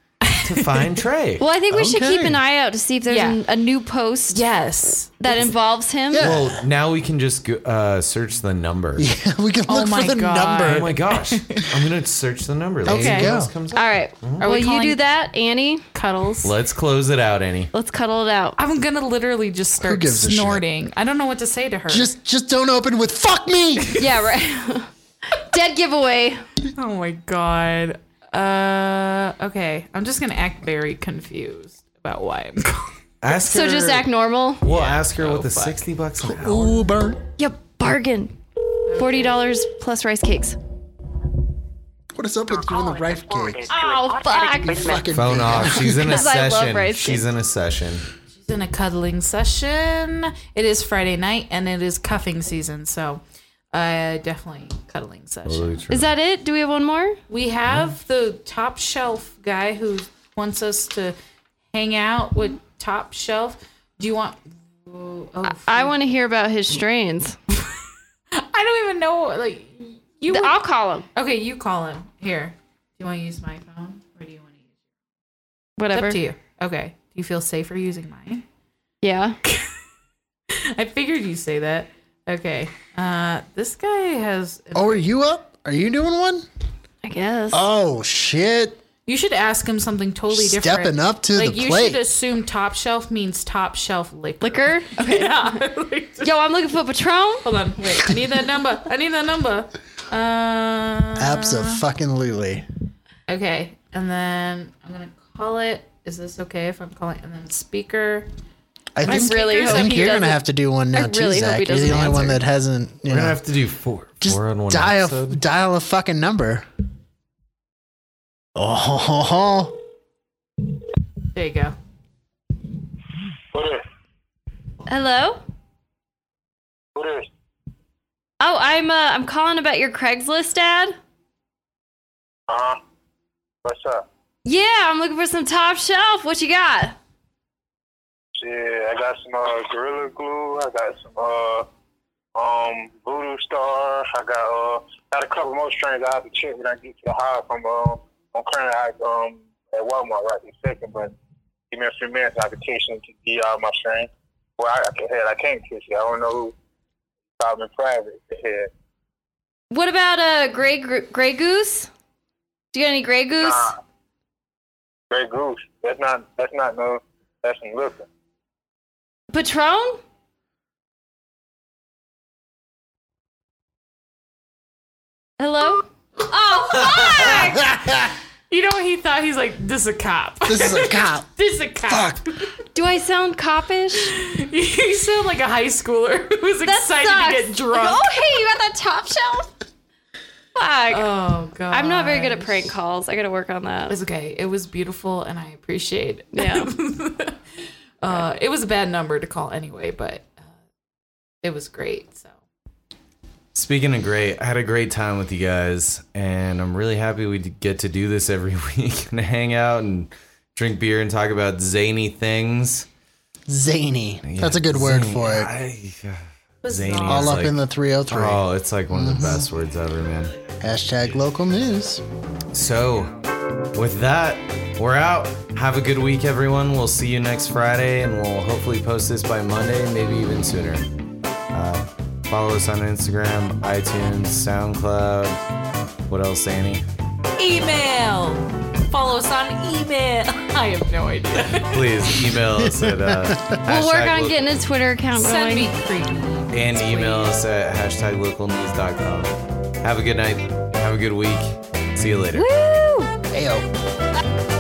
Speaker 1: to find Trey.
Speaker 4: Well, I think we should keep
Speaker 2: Okay.
Speaker 4: an eye out to see if there's
Speaker 3: Yeah.
Speaker 4: an- a new post
Speaker 3: Yes.
Speaker 4: that involves him.
Speaker 2: Yeah.
Speaker 1: Well, now we can just go, uh, search the number.
Speaker 2: we can look
Speaker 3: Oh my
Speaker 2: for the
Speaker 3: God.
Speaker 1: Oh
Speaker 2: number.
Speaker 1: my gosh. I'm going to search the number. Let's
Speaker 3: Okay.
Speaker 1: see what
Speaker 2: Go.
Speaker 1: else comes up.
Speaker 4: All right. Will you
Speaker 3: calling-
Speaker 4: do that, Annie?
Speaker 3: Cuddles.
Speaker 1: Let's close it out, Annie.
Speaker 4: Let's cuddle it out.
Speaker 3: I'm gonna literally just start
Speaker 2: gives a shit?
Speaker 3: snorting. I don't know what to say to her.
Speaker 2: Just just don't open with fuck me.
Speaker 4: yeah, right. Dead giveaway.
Speaker 3: oh my god. Uh okay. I'm just gonna act very confused about why I'm calling.
Speaker 1: Ask
Speaker 4: So
Speaker 1: her-
Speaker 4: just act normal.
Speaker 1: We'll ask her
Speaker 2: Oh,
Speaker 1: what the
Speaker 3: fuck.
Speaker 1: 60 bucks an hour.
Speaker 2: Ooh, burn.
Speaker 4: Yep, bargain. Forty dollars plus rice cakes.
Speaker 2: What is up with you and the rife cake?
Speaker 4: Oh fuck!
Speaker 2: Fucking
Speaker 1: Phone
Speaker 2: man.
Speaker 1: off. She's in a
Speaker 4: Because I love
Speaker 1: session.
Speaker 4: rice
Speaker 1: She's in a session.
Speaker 3: She's in a cuddling session. It is Friday night and it is cuffing season, so uh definitely cuddling session.
Speaker 4: Is that it? Do we have one more?
Speaker 3: We have the top shelf guy who wants us to hang out with top shelf. Do you want oh,
Speaker 4: I want to hear about his strains.
Speaker 3: I don't even know like you would-
Speaker 4: I'll call him.
Speaker 3: Okay, you call him. Here. Do you want to use my phone or do you want to use It's
Speaker 4: Whatever.
Speaker 3: up to you. Okay. Do you feel safer using mine?
Speaker 4: Yeah.
Speaker 3: I figured you'd say that. Okay. Uh this guy has
Speaker 2: Oh, are you up? Are you doing one?
Speaker 4: I guess.
Speaker 2: Oh shit.
Speaker 3: You should ask him something totally different.
Speaker 2: Stepping up to
Speaker 3: like
Speaker 2: the
Speaker 3: you
Speaker 2: plate.
Speaker 3: should assume top shelf means top shelf liquor.
Speaker 4: Liquor. Okay.
Speaker 3: Yeah. Like,
Speaker 4: Yo, I'm looking for Patron.
Speaker 3: Hold on. Wait. I need that number. I need that number. Uh
Speaker 2: Absolutely.
Speaker 3: Okay. And then I'm gonna call it. Is this okay if I'm calling and then speaker?
Speaker 2: I
Speaker 3: My
Speaker 2: think,
Speaker 4: really
Speaker 2: I
Speaker 4: hope
Speaker 2: think
Speaker 4: he
Speaker 2: you're gonna
Speaker 4: doesn't-
Speaker 2: have to do one now
Speaker 4: I
Speaker 2: too,
Speaker 4: really hope
Speaker 2: Zach.
Speaker 4: he
Speaker 2: You're the
Speaker 4: doesn't
Speaker 2: only one
Speaker 4: answer.
Speaker 2: that hasn't. You
Speaker 1: We're
Speaker 2: know,
Speaker 1: gonna have to do four.
Speaker 2: just
Speaker 1: four on one
Speaker 2: dial
Speaker 1: episode.
Speaker 2: dial a fucking number. Oh, ho, ho, ho.
Speaker 3: There you go.
Speaker 6: What is?
Speaker 4: Hello.
Speaker 6: What is?
Speaker 4: Oh, I'm uh, I'm calling about your Craigslist ad.
Speaker 6: Uh, what's up?
Speaker 4: Yeah, I'm looking for some top shelf. What you got?
Speaker 6: Yeah, I got some uh, Gorilla Glue. I got some uh, um, Voodoo Star. I got uh, got a couple more strings I have to check when I get to the house. I'm um, I'm currently at, um, at Walmart right this second, but give me a few minutes and I can teach them to be out my string. Well, I, I can hell, I can't teach you. I don't know who. I'm in private. Hell.
Speaker 4: What about uh gray gr- gray goose? Do you got any gray goose?
Speaker 6: Nah.
Speaker 3: Uh.
Speaker 6: Grey Goose. That's not. That's not no. That's some liquor.
Speaker 4: Patron? Hello? Oh, fuck!
Speaker 3: You know what he thought? He's like, this is a cop.
Speaker 2: This is a cop.
Speaker 3: this is a cop.
Speaker 4: Do I sound copish?
Speaker 3: you sound like a high schooler who's
Speaker 4: That
Speaker 3: excited
Speaker 4: sucks.
Speaker 3: to get drunk.
Speaker 4: Like, oh, hey, you got that top shelf? Fuck.
Speaker 3: Oh god.
Speaker 4: I'm not very good at prank calls. I gotta work on that.
Speaker 3: It's okay. It was beautiful, and I appreciate. It.
Speaker 4: Yeah.
Speaker 3: Uh, it was a bad number to call anyway, but uh, it was great. So
Speaker 1: Speaking of great, I had a great time with you guys, and I'm really happy we get to do this every week and hang out and drink beer and talk about zany things.
Speaker 2: Zany.
Speaker 1: Yeah,
Speaker 2: That's a good word
Speaker 1: zany.
Speaker 2: for it.
Speaker 1: I- yeah. Zany. is
Speaker 2: All up
Speaker 1: like-
Speaker 2: in the 303.
Speaker 1: Oh, it's like one of the best words ever, man.
Speaker 2: Hashtag local news.
Speaker 1: So, with that, we're out. Have a good week, everyone. We'll see you next Friday, and we'll hopefully post this by Monday, maybe even sooner. Uh, follow us on Instagram, iTunes, SoundCloud. What else, Annie?
Speaker 3: email. Follow us on email. I have no idea.
Speaker 1: Please email us at uh,
Speaker 4: We'll work
Speaker 1: hashtag
Speaker 4: on
Speaker 1: lo-
Speaker 4: getting a Twitter account
Speaker 3: Send
Speaker 4: going.
Speaker 3: me creepy.
Speaker 1: and email us at hashtag localnews.com. Have a good night. Have a good week. See you later.
Speaker 4: Woo!
Speaker 2: Ayo.